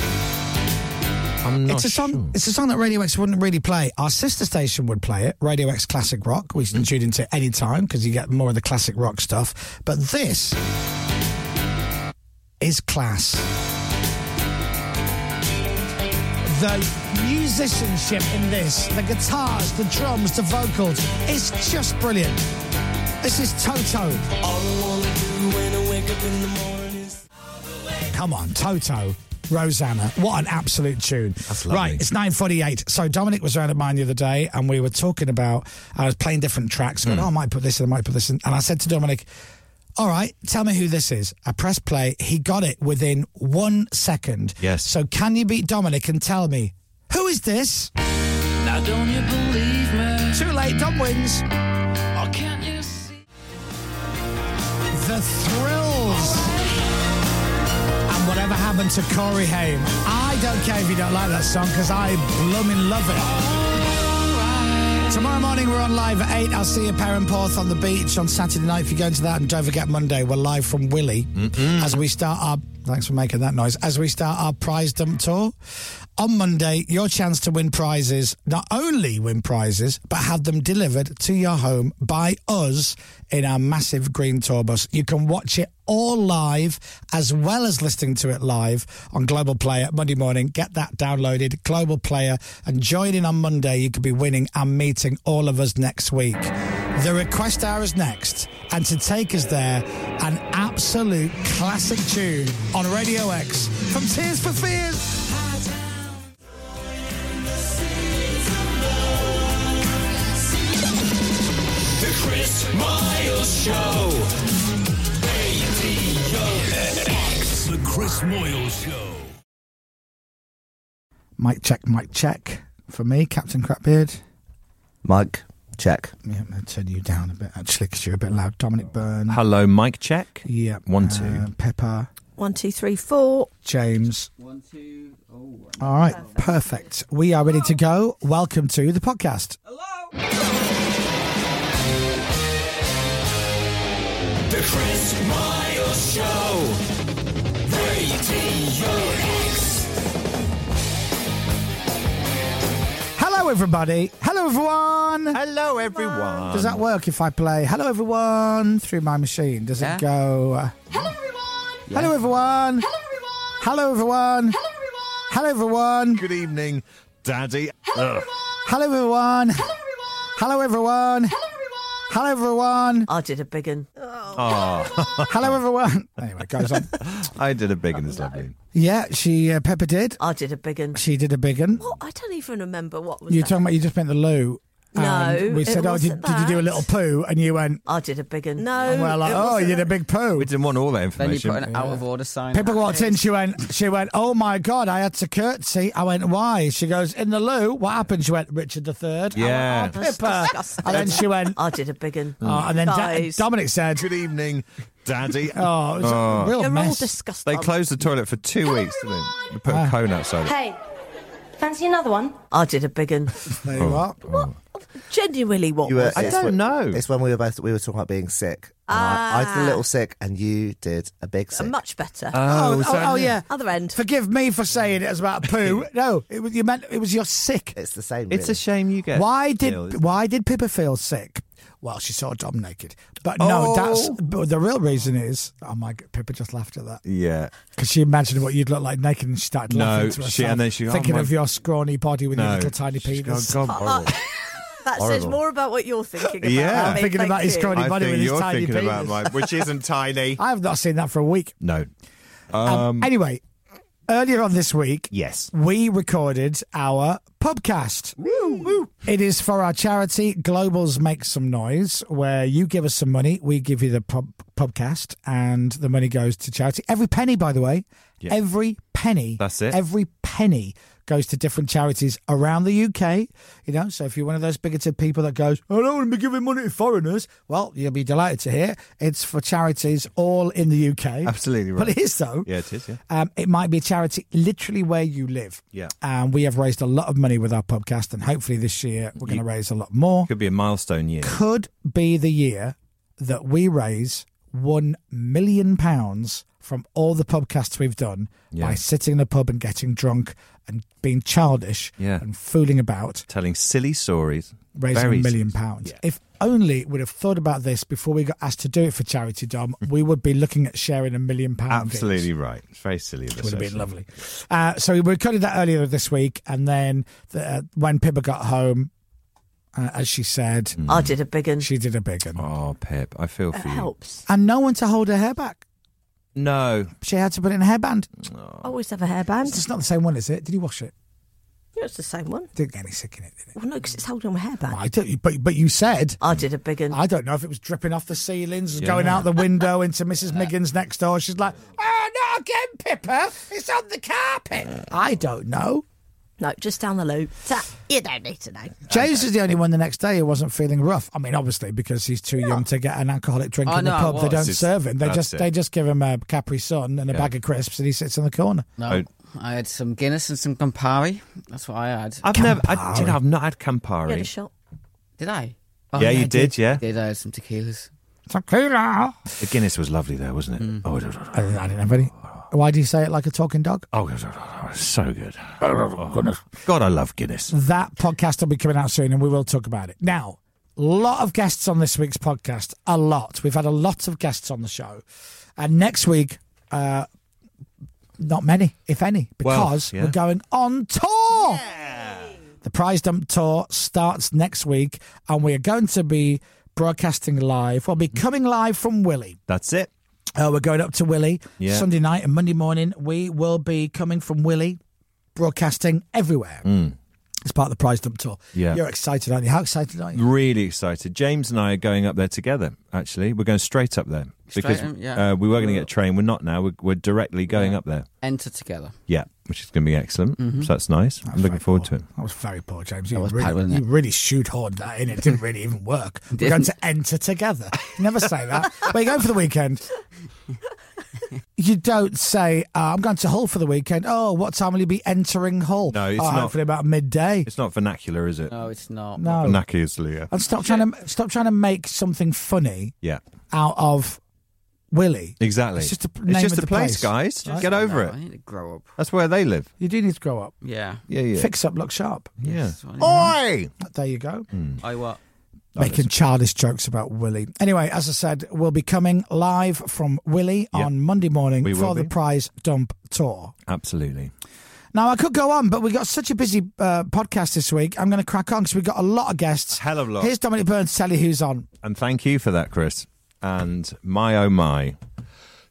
Speaker 8: I'm
Speaker 5: it's a song. It's a song that Radio X wouldn't really play. Our sister station would play it, Radio X Classic Rock, which you can tune into any time because you get more of the classic rock stuff. But this is class. The musicianship in this, the guitars, the drums, the vocals, it's just brilliant. This is Toto. Come on, Toto. Rosanna. What an absolute tune. That's
Speaker 8: lovely.
Speaker 5: Right, it's 9.48. So Dominic was around at mine the other day and we were talking about, I was playing different tracks. Going,
Speaker 8: Hmm.
Speaker 5: oh, I might put this in, I might put this in. And I said to Dominic, all right, tell me who this is. I pressed play. He got it within one second.
Speaker 8: Yes.
Speaker 5: So can you beat Dominic and tell me, who is this?
Speaker 15: Now don't you believe me?
Speaker 5: Too late, Dom wins.
Speaker 15: Or can't you see?
Speaker 5: The Thrills. And whatever happened to Corey Haim? I don't care if you don't like that song because I bloomin' love it. Tomorrow morning we're on live at 8. I'll see you Perrin Porth on the beach on Saturday night if you're going to that. And don't forget Monday, we're live from Willie as we start our thanks for making that noise. As we start our prize dump tour. On Monday, your chance to win prizes, not only win prizes, but have them delivered to your home by us in our massive green tour bus. You can watch it all live as well as listening to it live on Global Player Monday morning. Get that downloaded, Global Player, and join in on Monday. You could be winning and meeting all of us next week. The request hour is next, and to take us there, an absolute classic tune on Radio X from Tears for Fears.
Speaker 15: The Chris Miles Show. Radio X.
Speaker 1: The Chris Moyle Show.
Speaker 5: Mic check, mic check for me, Captain Crapbeard.
Speaker 17: Mike, check.
Speaker 5: Yeah, I'm going to turn you down a bit actually because you're a bit loud. Dominic Byrne.
Speaker 8: Hello, mic check.
Speaker 5: Yeah.
Speaker 8: One, two.
Speaker 5: Uh, Pepper.
Speaker 3: One, two, three, four.
Speaker 5: James. All right, perfect. We are ready to go. Welcome to the podcast.
Speaker 15: The Chris Miles Show. Radio X.
Speaker 5: Hello, everybody. Hello, everyone.
Speaker 17: Hello, everyone.
Speaker 5: Does that work if I play "Hello, everyone" through my machine? Does
Speaker 17: Yeah.
Speaker 5: it go? Uh, Hello, everyone. Hello, everyone. Hello, everyone. Hello, everyone.
Speaker 17: Good evening, Daddy. Hello,
Speaker 5: Hello, everyone. Hello, everyone. Hello, everyone.
Speaker 3: I did a big one.
Speaker 8: Oh.
Speaker 5: Uh, Hello, everyone. Anyway, goes on.
Speaker 8: I did a big and it's lovely.
Speaker 5: Yeah, she uh, Pepper did.
Speaker 3: I did a big one.
Speaker 5: She did a big one.
Speaker 3: What? I don't even remember what was
Speaker 5: You're
Speaker 3: that.
Speaker 5: talking about you just went to the loo. and
Speaker 3: No,
Speaker 5: we
Speaker 3: it
Speaker 5: said, "Oh, did,
Speaker 3: wasn't
Speaker 5: did you do a
Speaker 3: that.
Speaker 5: little poo?" And you went,
Speaker 3: I did a big one.
Speaker 5: and
Speaker 3: No.
Speaker 5: we're like,
Speaker 3: it
Speaker 5: "Oh,
Speaker 3: wasn't
Speaker 5: you did a big poo."
Speaker 8: We didn't want all that
Speaker 9: Then you
Speaker 8: information.
Speaker 9: put an out of order sign.
Speaker 5: Pippa walked in. She went. She went. Oh my god! I had to curtsy. I went. Why? She goes in the loo. What happened? She went. Richard III. I went,
Speaker 8: Yeah.
Speaker 5: oh, Pippa. and then she went.
Speaker 3: I did a big one.
Speaker 5: Oh, and then da- Dominic said,
Speaker 17: Good evening, Daddy.
Speaker 5: "Oh, it's
Speaker 8: Oh.
Speaker 5: a real
Speaker 3: You're all
Speaker 5: mess."
Speaker 3: disgusting.
Speaker 8: They closed the toilet for two weeks, didn't they? They put a cone outside it.
Speaker 19: Hey, fancy another one?
Speaker 3: I did a big one.
Speaker 5: there you are.
Speaker 3: Genuinely, what
Speaker 17: You were,
Speaker 3: was
Speaker 17: it's
Speaker 3: it?
Speaker 17: when- It's when we were both we were talking about being sick. And I, I did a
Speaker 3: Ah.
Speaker 17: little sick, and you did a big
Speaker 3: Uh,
Speaker 17: sick.
Speaker 3: Much better.
Speaker 5: Oh, oh, oh, yeah.
Speaker 3: Other end.
Speaker 5: Forgive me for saying it was about poo. no, it was you meant it was your sick.
Speaker 17: it's the same.
Speaker 8: It's a
Speaker 17: really.
Speaker 8: shame you get.
Speaker 5: Why did
Speaker 8: ill, isn't it?
Speaker 5: why did Pippa feel sick? Well, she saw Dom naked, but no, that's
Speaker 8: Oh.
Speaker 5: but the real reason is. Oh my god, Pippa just laughed at that.
Speaker 8: Yeah.
Speaker 5: Because she imagined what you'd look like naked and she started
Speaker 8: No,
Speaker 5: laughing to herself.
Speaker 8: she- and then she- oh,
Speaker 5: thinking
Speaker 8: my-
Speaker 5: of your scrawny body with your
Speaker 8: No.
Speaker 5: little tiny
Speaker 8: She's
Speaker 5: penis.
Speaker 8: gone, God, horrible.
Speaker 3: Ah, That says
Speaker 8: Horrible.
Speaker 3: more about what you're thinking about.
Speaker 8: Yeah.
Speaker 3: than me.
Speaker 5: Thinking
Speaker 3: Thank
Speaker 5: about his
Speaker 3: you.
Speaker 5: current-
Speaker 8: I
Speaker 5: Anybody with
Speaker 8: think
Speaker 5: his
Speaker 8: you're
Speaker 5: tiny
Speaker 8: thinking about
Speaker 5: penis.
Speaker 8: mine, which isn't tiny.
Speaker 5: I have not seen that for a week.
Speaker 8: No.
Speaker 5: Um,
Speaker 8: Um,
Speaker 5: anyway, earlier on this week,
Speaker 17: yes.
Speaker 5: we recorded our pubcast. It is for our charity, Globals Make Some Noise, where you give us some money, we give you the pub, pubcast, and the money goes to charity. Every penny, by the way,
Speaker 8: Yeah.
Speaker 5: every penny.
Speaker 8: That's it.
Speaker 5: Every penny goes to different charities around the UK. You know, so if you're one of those bigoted people that goes, I don't want to be giving money to foreigners, well, you'll be delighted to hear it's for charities all in the UK.
Speaker 8: Absolutely right.
Speaker 5: But it is though.
Speaker 8: yeah, it is, yeah.
Speaker 5: Um, it might be a charity literally where you live.
Speaker 8: Yeah.
Speaker 5: And we have raised a lot of money with our podcast, and hopefully this year we're going to raise a lot more.
Speaker 8: Could be a milestone year.
Speaker 5: Could be the year that we raise one million pounds from all the podcasts we've done
Speaker 8: Yeah.
Speaker 5: by sitting in a pub and getting drunk and being childish
Speaker 8: Yeah.
Speaker 5: and fooling about,
Speaker 8: Telling silly stories.
Speaker 5: raising
Speaker 8: Very
Speaker 5: a million
Speaker 8: silly.
Speaker 5: pounds. If only we'd have thought about this before we got asked to do it for charity, Dom, we would be looking at sharing a million pounds.
Speaker 8: Mm-hmm. Absolutely right. It's very silly. of us,
Speaker 5: Would have been
Speaker 8: actually.
Speaker 5: lovely. Uh, so we recorded that earlier this week, and then the, uh, when Pippa got home, uh, as she said,
Speaker 8: Mm.
Speaker 3: I did a big one.
Speaker 5: she did a big one.
Speaker 8: Oh, Pip, I feel
Speaker 3: It
Speaker 8: for you.
Speaker 3: helps.
Speaker 5: And no one to hold her hair back.
Speaker 8: No.
Speaker 5: She had to put it in a hairband.
Speaker 8: Oh.
Speaker 3: I always have a hairband.
Speaker 5: It's not the same one, is it? Did you wash it?
Speaker 3: Yeah, it's the same one.
Speaker 5: Didn't get any sick in it.
Speaker 3: Well, no, because it's holding on my hairband.
Speaker 5: I don't, but but you said
Speaker 3: I did a big one.
Speaker 5: I don't know if it was dripping off the ceilings,
Speaker 3: Yeah.
Speaker 5: going out the window into Mrs. Miggins next door. She's like, Oh, not again, Pippa. It's on the carpet. I don't know.
Speaker 3: No, just down the loop. Ta- You don't need to know.
Speaker 5: James is the only one the next day who wasn't feeling rough. I mean, obviously because he's too young to get an alcoholic drink
Speaker 9: Oh,
Speaker 5: in the
Speaker 9: no, I
Speaker 5: pub. They
Speaker 9: was.
Speaker 5: don't
Speaker 9: It's-
Speaker 5: serve him. They
Speaker 9: that's
Speaker 5: just
Speaker 9: it.
Speaker 5: they just give him a Capri Sun and a bag of crisps, and he sits in the corner.
Speaker 9: No, I had some Guinness and some Campari. That's what I had.
Speaker 8: I've never. I, do you know, I've not had Campari.
Speaker 9: shot. Did I?
Speaker 5: Oh,
Speaker 8: Yeah, you did, yeah.
Speaker 9: Did I had some tequilas?
Speaker 5: Tequila.
Speaker 8: The Guinness was lovely there, wasn't it? Oh, it was-
Speaker 5: I didn't, I didn't have any. Why do you say it like a talking dog?
Speaker 8: oh, it was- oh, it was so good. Oh, goodness. God, I love Guinness.
Speaker 5: That podcast will be coming out soon, and we will talk about it. Now, lot of guests on this week's podcast. A lot. We've had a lot of guests on the show, and next week, uh, not many, if any,
Speaker 8: Well,
Speaker 5: because
Speaker 8: yeah.
Speaker 5: we're going on tour. The prize dump tour starts next week, and we are going to be broadcasting live. We'll be coming live from Willie.
Speaker 8: Mm-hmm. That's it.
Speaker 5: Uh, we're going up to Willie
Speaker 8: Yeah.
Speaker 5: Sunday night and Monday morning. We will be coming from Willie, broadcasting everywhere.
Speaker 8: Mm.
Speaker 5: It's part of the prize dump tour.
Speaker 8: Yeah.
Speaker 5: You're excited, aren't you? How excited are you?
Speaker 8: Really excited. James and I are going up there together. Actually, we're going straight up there
Speaker 9: Straight
Speaker 8: because
Speaker 9: in, yeah.
Speaker 8: uh, we were going to get a train. We're not now. We're, we're directly going up there.
Speaker 9: Enter together. Mm-hmm.
Speaker 8: Yeah, which is going to be excellent. Mm-hmm. So that's nice. I'm looking forward to it.
Speaker 5: That was very poor, James. You,
Speaker 8: was
Speaker 5: really,
Speaker 8: bad, wasn't it?
Speaker 5: you really shoehorned that in. It didn't really even work. We're going
Speaker 8: Didn't.
Speaker 5: to enter together. You never say that. Where you going for the weekend? You don't say, uh, I'm going to Hull for the weekend. Oh, what time will you be entering Hull?
Speaker 8: No, it's
Speaker 5: "Oh,
Speaker 8: not.
Speaker 5: Hopefully about midday.
Speaker 8: It's not vernacular, is it?
Speaker 9: No, it's not.
Speaker 5: No.
Speaker 8: vernacular is Leah.
Speaker 5: And stop trying to stop trying to make something funny
Speaker 8: Yeah,
Speaker 5: out of Willie.
Speaker 8: exactly.
Speaker 5: It's just a p-
Speaker 8: It's
Speaker 5: name
Speaker 8: just
Speaker 5: of
Speaker 8: a
Speaker 5: the
Speaker 8: place,
Speaker 5: place.
Speaker 8: guys. Just
Speaker 5: Right.
Speaker 8: get over
Speaker 9: No,
Speaker 8: it.
Speaker 9: I need to grow up.
Speaker 8: That's where they live.
Speaker 5: You do need to grow up.
Speaker 9: Yeah.
Speaker 8: Yeah, yeah.
Speaker 5: Fix up, look sharp.
Speaker 8: yeah.
Speaker 5: Oi! There you go.
Speaker 8: Hmm.
Speaker 9: I what?
Speaker 8: Oh,
Speaker 5: Making childish jokes about Willie. Anyway, as I said, we'll be coming live from Willie
Speaker 8: Yep.
Speaker 5: on Monday morning
Speaker 8: We will
Speaker 5: for the
Speaker 8: be.
Speaker 5: prize dump tour.
Speaker 8: Absolutely.
Speaker 5: Now, I could go on, but we got such a busy uh, podcast this week. I'm going to crack on because we've got a lot of guests.
Speaker 8: Hell of a lot.
Speaker 5: Here's Dominic Burns to tell you who's on.
Speaker 8: And thank you for that, Chris. And my oh my.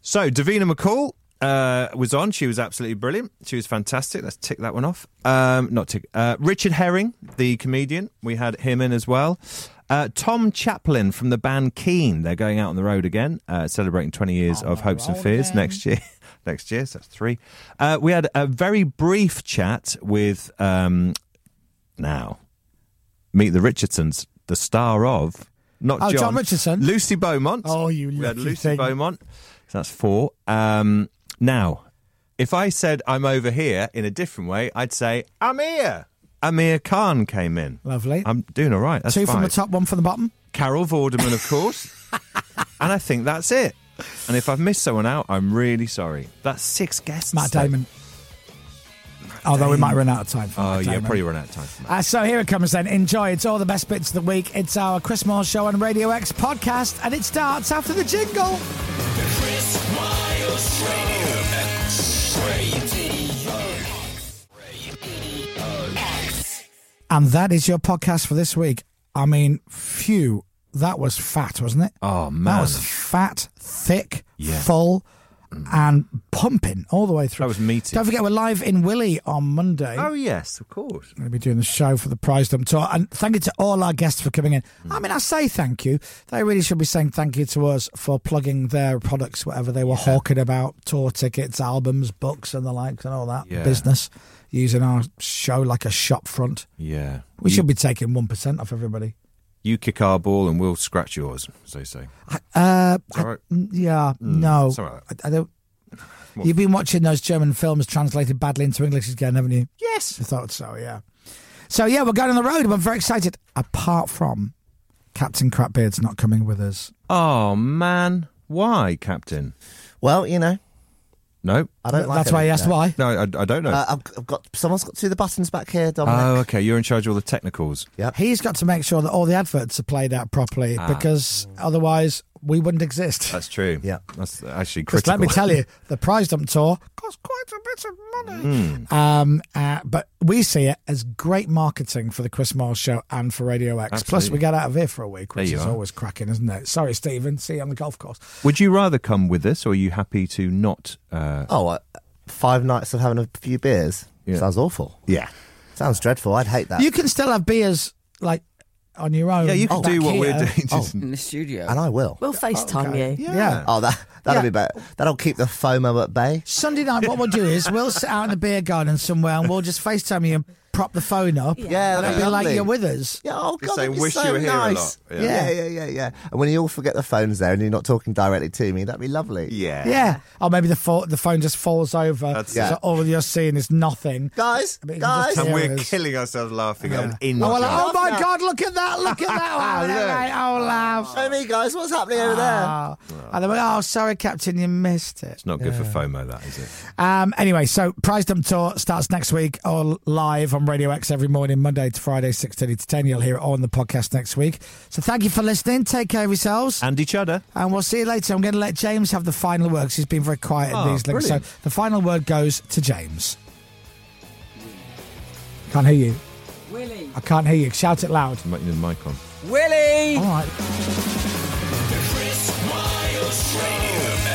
Speaker 8: So Davina McCall uh, was on. She was absolutely brilliant. She was fantastic. Let's tick that one off. Um, not tick. Uh, Richard Herring, the comedian. We had him in as well. Uh, Tom Chaplin from the band Keen. They're going out on the road again, uh, celebrating 20 years of Hopes and Fears next year. next year, so that's three. Uh, we had a very brief chat with um, now meet the Richardsons, the star of not
Speaker 5: Oh,
Speaker 8: John,
Speaker 5: John Richardson.
Speaker 8: Lucy Beaumont.
Speaker 5: Oh, you
Speaker 8: we had
Speaker 5: lucky
Speaker 8: Lucy
Speaker 5: thing.
Speaker 8: Beaumont. So that's four. Um, now, if I said I'm over here in a different way, I'd say I'm here. Amir Khan came in.
Speaker 5: Lovely.
Speaker 8: I'm doing all right. That's
Speaker 5: Two
Speaker 8: five.
Speaker 5: from the top, one from the bottom.
Speaker 8: Carol Vorderman, of course. and I think that's it. And if I've missed someone out, I'm really sorry. That's six guests.
Speaker 5: Matt Damon. Although we might run out of time. For
Speaker 8: Oh,
Speaker 5: Matt
Speaker 8: yeah,
Speaker 5: Damon.
Speaker 8: probably run out of time.
Speaker 5: Uh, so here it comes then. Enjoy. It's all the best bits of the week. It's our Chris Moore Show on Radio X podcast, and it starts after the jingle.
Speaker 15: The Chris Miles Show. Radio X.
Speaker 5: And that is your podcast for this week. I mean, phew, that was fat, wasn't it?
Speaker 8: Oh,
Speaker 5: That
Speaker 8: man.
Speaker 5: was fat, thick,
Speaker 8: Yeah. Mm.
Speaker 5: full, and pumping all the way through.
Speaker 8: That was meaty.
Speaker 5: Don't forget, we're live in Willie on Monday.
Speaker 8: Oh, yes, of course.
Speaker 5: going to be doing the show for the prize dump tour. And thank you to all our guests for coming in.
Speaker 8: Mm.
Speaker 5: I mean, I say thank you. They really should be saying thank you to us for plugging their products, whatever they were hawking about tour tickets, albums, books, and the likes, and all that
Speaker 8: Yeah.
Speaker 5: business, using our show like a shop front.
Speaker 8: Yeah.
Speaker 5: We
Speaker 8: you,
Speaker 5: should be taking 1% off everybody.
Speaker 8: You kick our ball and we'll scratch yours, as they say.
Speaker 5: Uh,
Speaker 8: It's all right.
Speaker 5: I-
Speaker 8: Hmm,
Speaker 5: mm, yeah, no.
Speaker 8: it's all right.
Speaker 5: I, I don't. You've been watching those German films translated badly into English again, haven't you?
Speaker 8: Yes.
Speaker 5: I thought so, yeah. So, yeah, we're going on the road. I'm very excited. Apart from Captain Crapbeard's not coming with us.
Speaker 8: Oh, man. Why, Captain?
Speaker 17: Well, you know,
Speaker 8: No.
Speaker 17: I don't like
Speaker 5: That's
Speaker 17: it.
Speaker 5: why he asked
Speaker 17: No.
Speaker 5: why.
Speaker 8: No, I, I don't know.
Speaker 17: Uh, I've, I've got someone's got two of the buttons back here, Dominic.
Speaker 8: oh, okay. You're in charge of all the technicals. Ah.
Speaker 5: He's got to make sure that all the adverts are played out properly because otherwise, we wouldn't exist.
Speaker 8: That's true. Yeah, that's actually
Speaker 5: Just
Speaker 8: critical.
Speaker 5: let me tell you, the prize dump tour
Speaker 8: Mm.
Speaker 5: Um, uh, but we see it as great marketing for the Chris Miles show and for Radio X. Plus,
Speaker 8: Absolutely.
Speaker 5: we get out of here for a week,
Speaker 8: There
Speaker 5: which
Speaker 8: you
Speaker 5: is
Speaker 8: are.
Speaker 5: always cracking, isn't it? Sorry, Stephen. See you on the golf course.
Speaker 8: Would you rather come with us, or are you happy to not? Uh,
Speaker 17: Oh, uh, five nights of having a few beers. Sounds awful.
Speaker 8: Yeah.
Speaker 17: Sounds dreadful. I'd hate that.
Speaker 5: You can still have beers like on your own.
Speaker 17: Yeah, you can
Speaker 5: back
Speaker 17: do what
Speaker 5: here.
Speaker 17: we're doing,
Speaker 5: Oh.
Speaker 17: just-
Speaker 9: in the studio.
Speaker 17: and I will.
Speaker 3: We'll FaceTime you.
Speaker 5: Yeah.
Speaker 17: Oh, that that'll
Speaker 5: Yeah.
Speaker 17: be better. That'll keep the FOMO at bay.
Speaker 5: Sunday night, what we'll do is we'll sit out in the beer garden somewhere and we'll just FaceTime you and prop the phone up.
Speaker 17: Yeah,
Speaker 5: and
Speaker 17: that'd
Speaker 5: it'll
Speaker 17: be
Speaker 5: be like
Speaker 17: lovely.
Speaker 5: you're with us.
Speaker 17: Yeah, oh
Speaker 8: Just
Speaker 17: god,
Speaker 8: say,
Speaker 17: that'd be
Speaker 8: "Wish
Speaker 17: so
Speaker 8: you were here a lot."
Speaker 17: nice.
Speaker 8: Yeah.
Speaker 17: Yeah. yeah, yeah, yeah, And when you all forget the phone's there and you're not talking directly to me, that'd be lovely.
Speaker 8: Yeah.
Speaker 5: Yeah. Or maybe the, fo- the phone just falls over.
Speaker 8: That's
Speaker 5: so
Speaker 8: it.
Speaker 5: all you're seeing is nothing.
Speaker 17: Guys,
Speaker 5: But you can just
Speaker 17: guys.
Speaker 5: hear
Speaker 8: And we're
Speaker 5: us.
Speaker 8: killing ourselves laughing. I'm in.
Speaker 5: Oh, well,
Speaker 8: the joke.
Speaker 5: oh my God, look at that, look at that. Oh,
Speaker 17: Look.
Speaker 5: right, oh, love.
Speaker 17: Show me, guys, what's happening over there?
Speaker 5: Oh. And they went, oh, sorry, Captain, you missed it.
Speaker 8: It's not good for FOMO, that is it?
Speaker 5: Um, anyway, so Prize Dump Tour starts next week, all live on Radio X every morning, Monday to Friday, 6.30 to 10. You'll hear it all on the podcast next week. So thank you for listening. Take care of yourselves.
Speaker 8: And each other.
Speaker 5: And we'll see you later. I'm going to let James have the final word 'cause he's been very quiet
Speaker 8: Oh,
Speaker 5: in these links.
Speaker 8: brilliant.
Speaker 5: So the final word goes to James. Can't hear you.
Speaker 9: Willie.
Speaker 5: I can't hear you. Shout it loud.
Speaker 8: I'm putting the mic on.
Speaker 9: Willie.
Speaker 5: All right.
Speaker 15: Chris Miles Radio.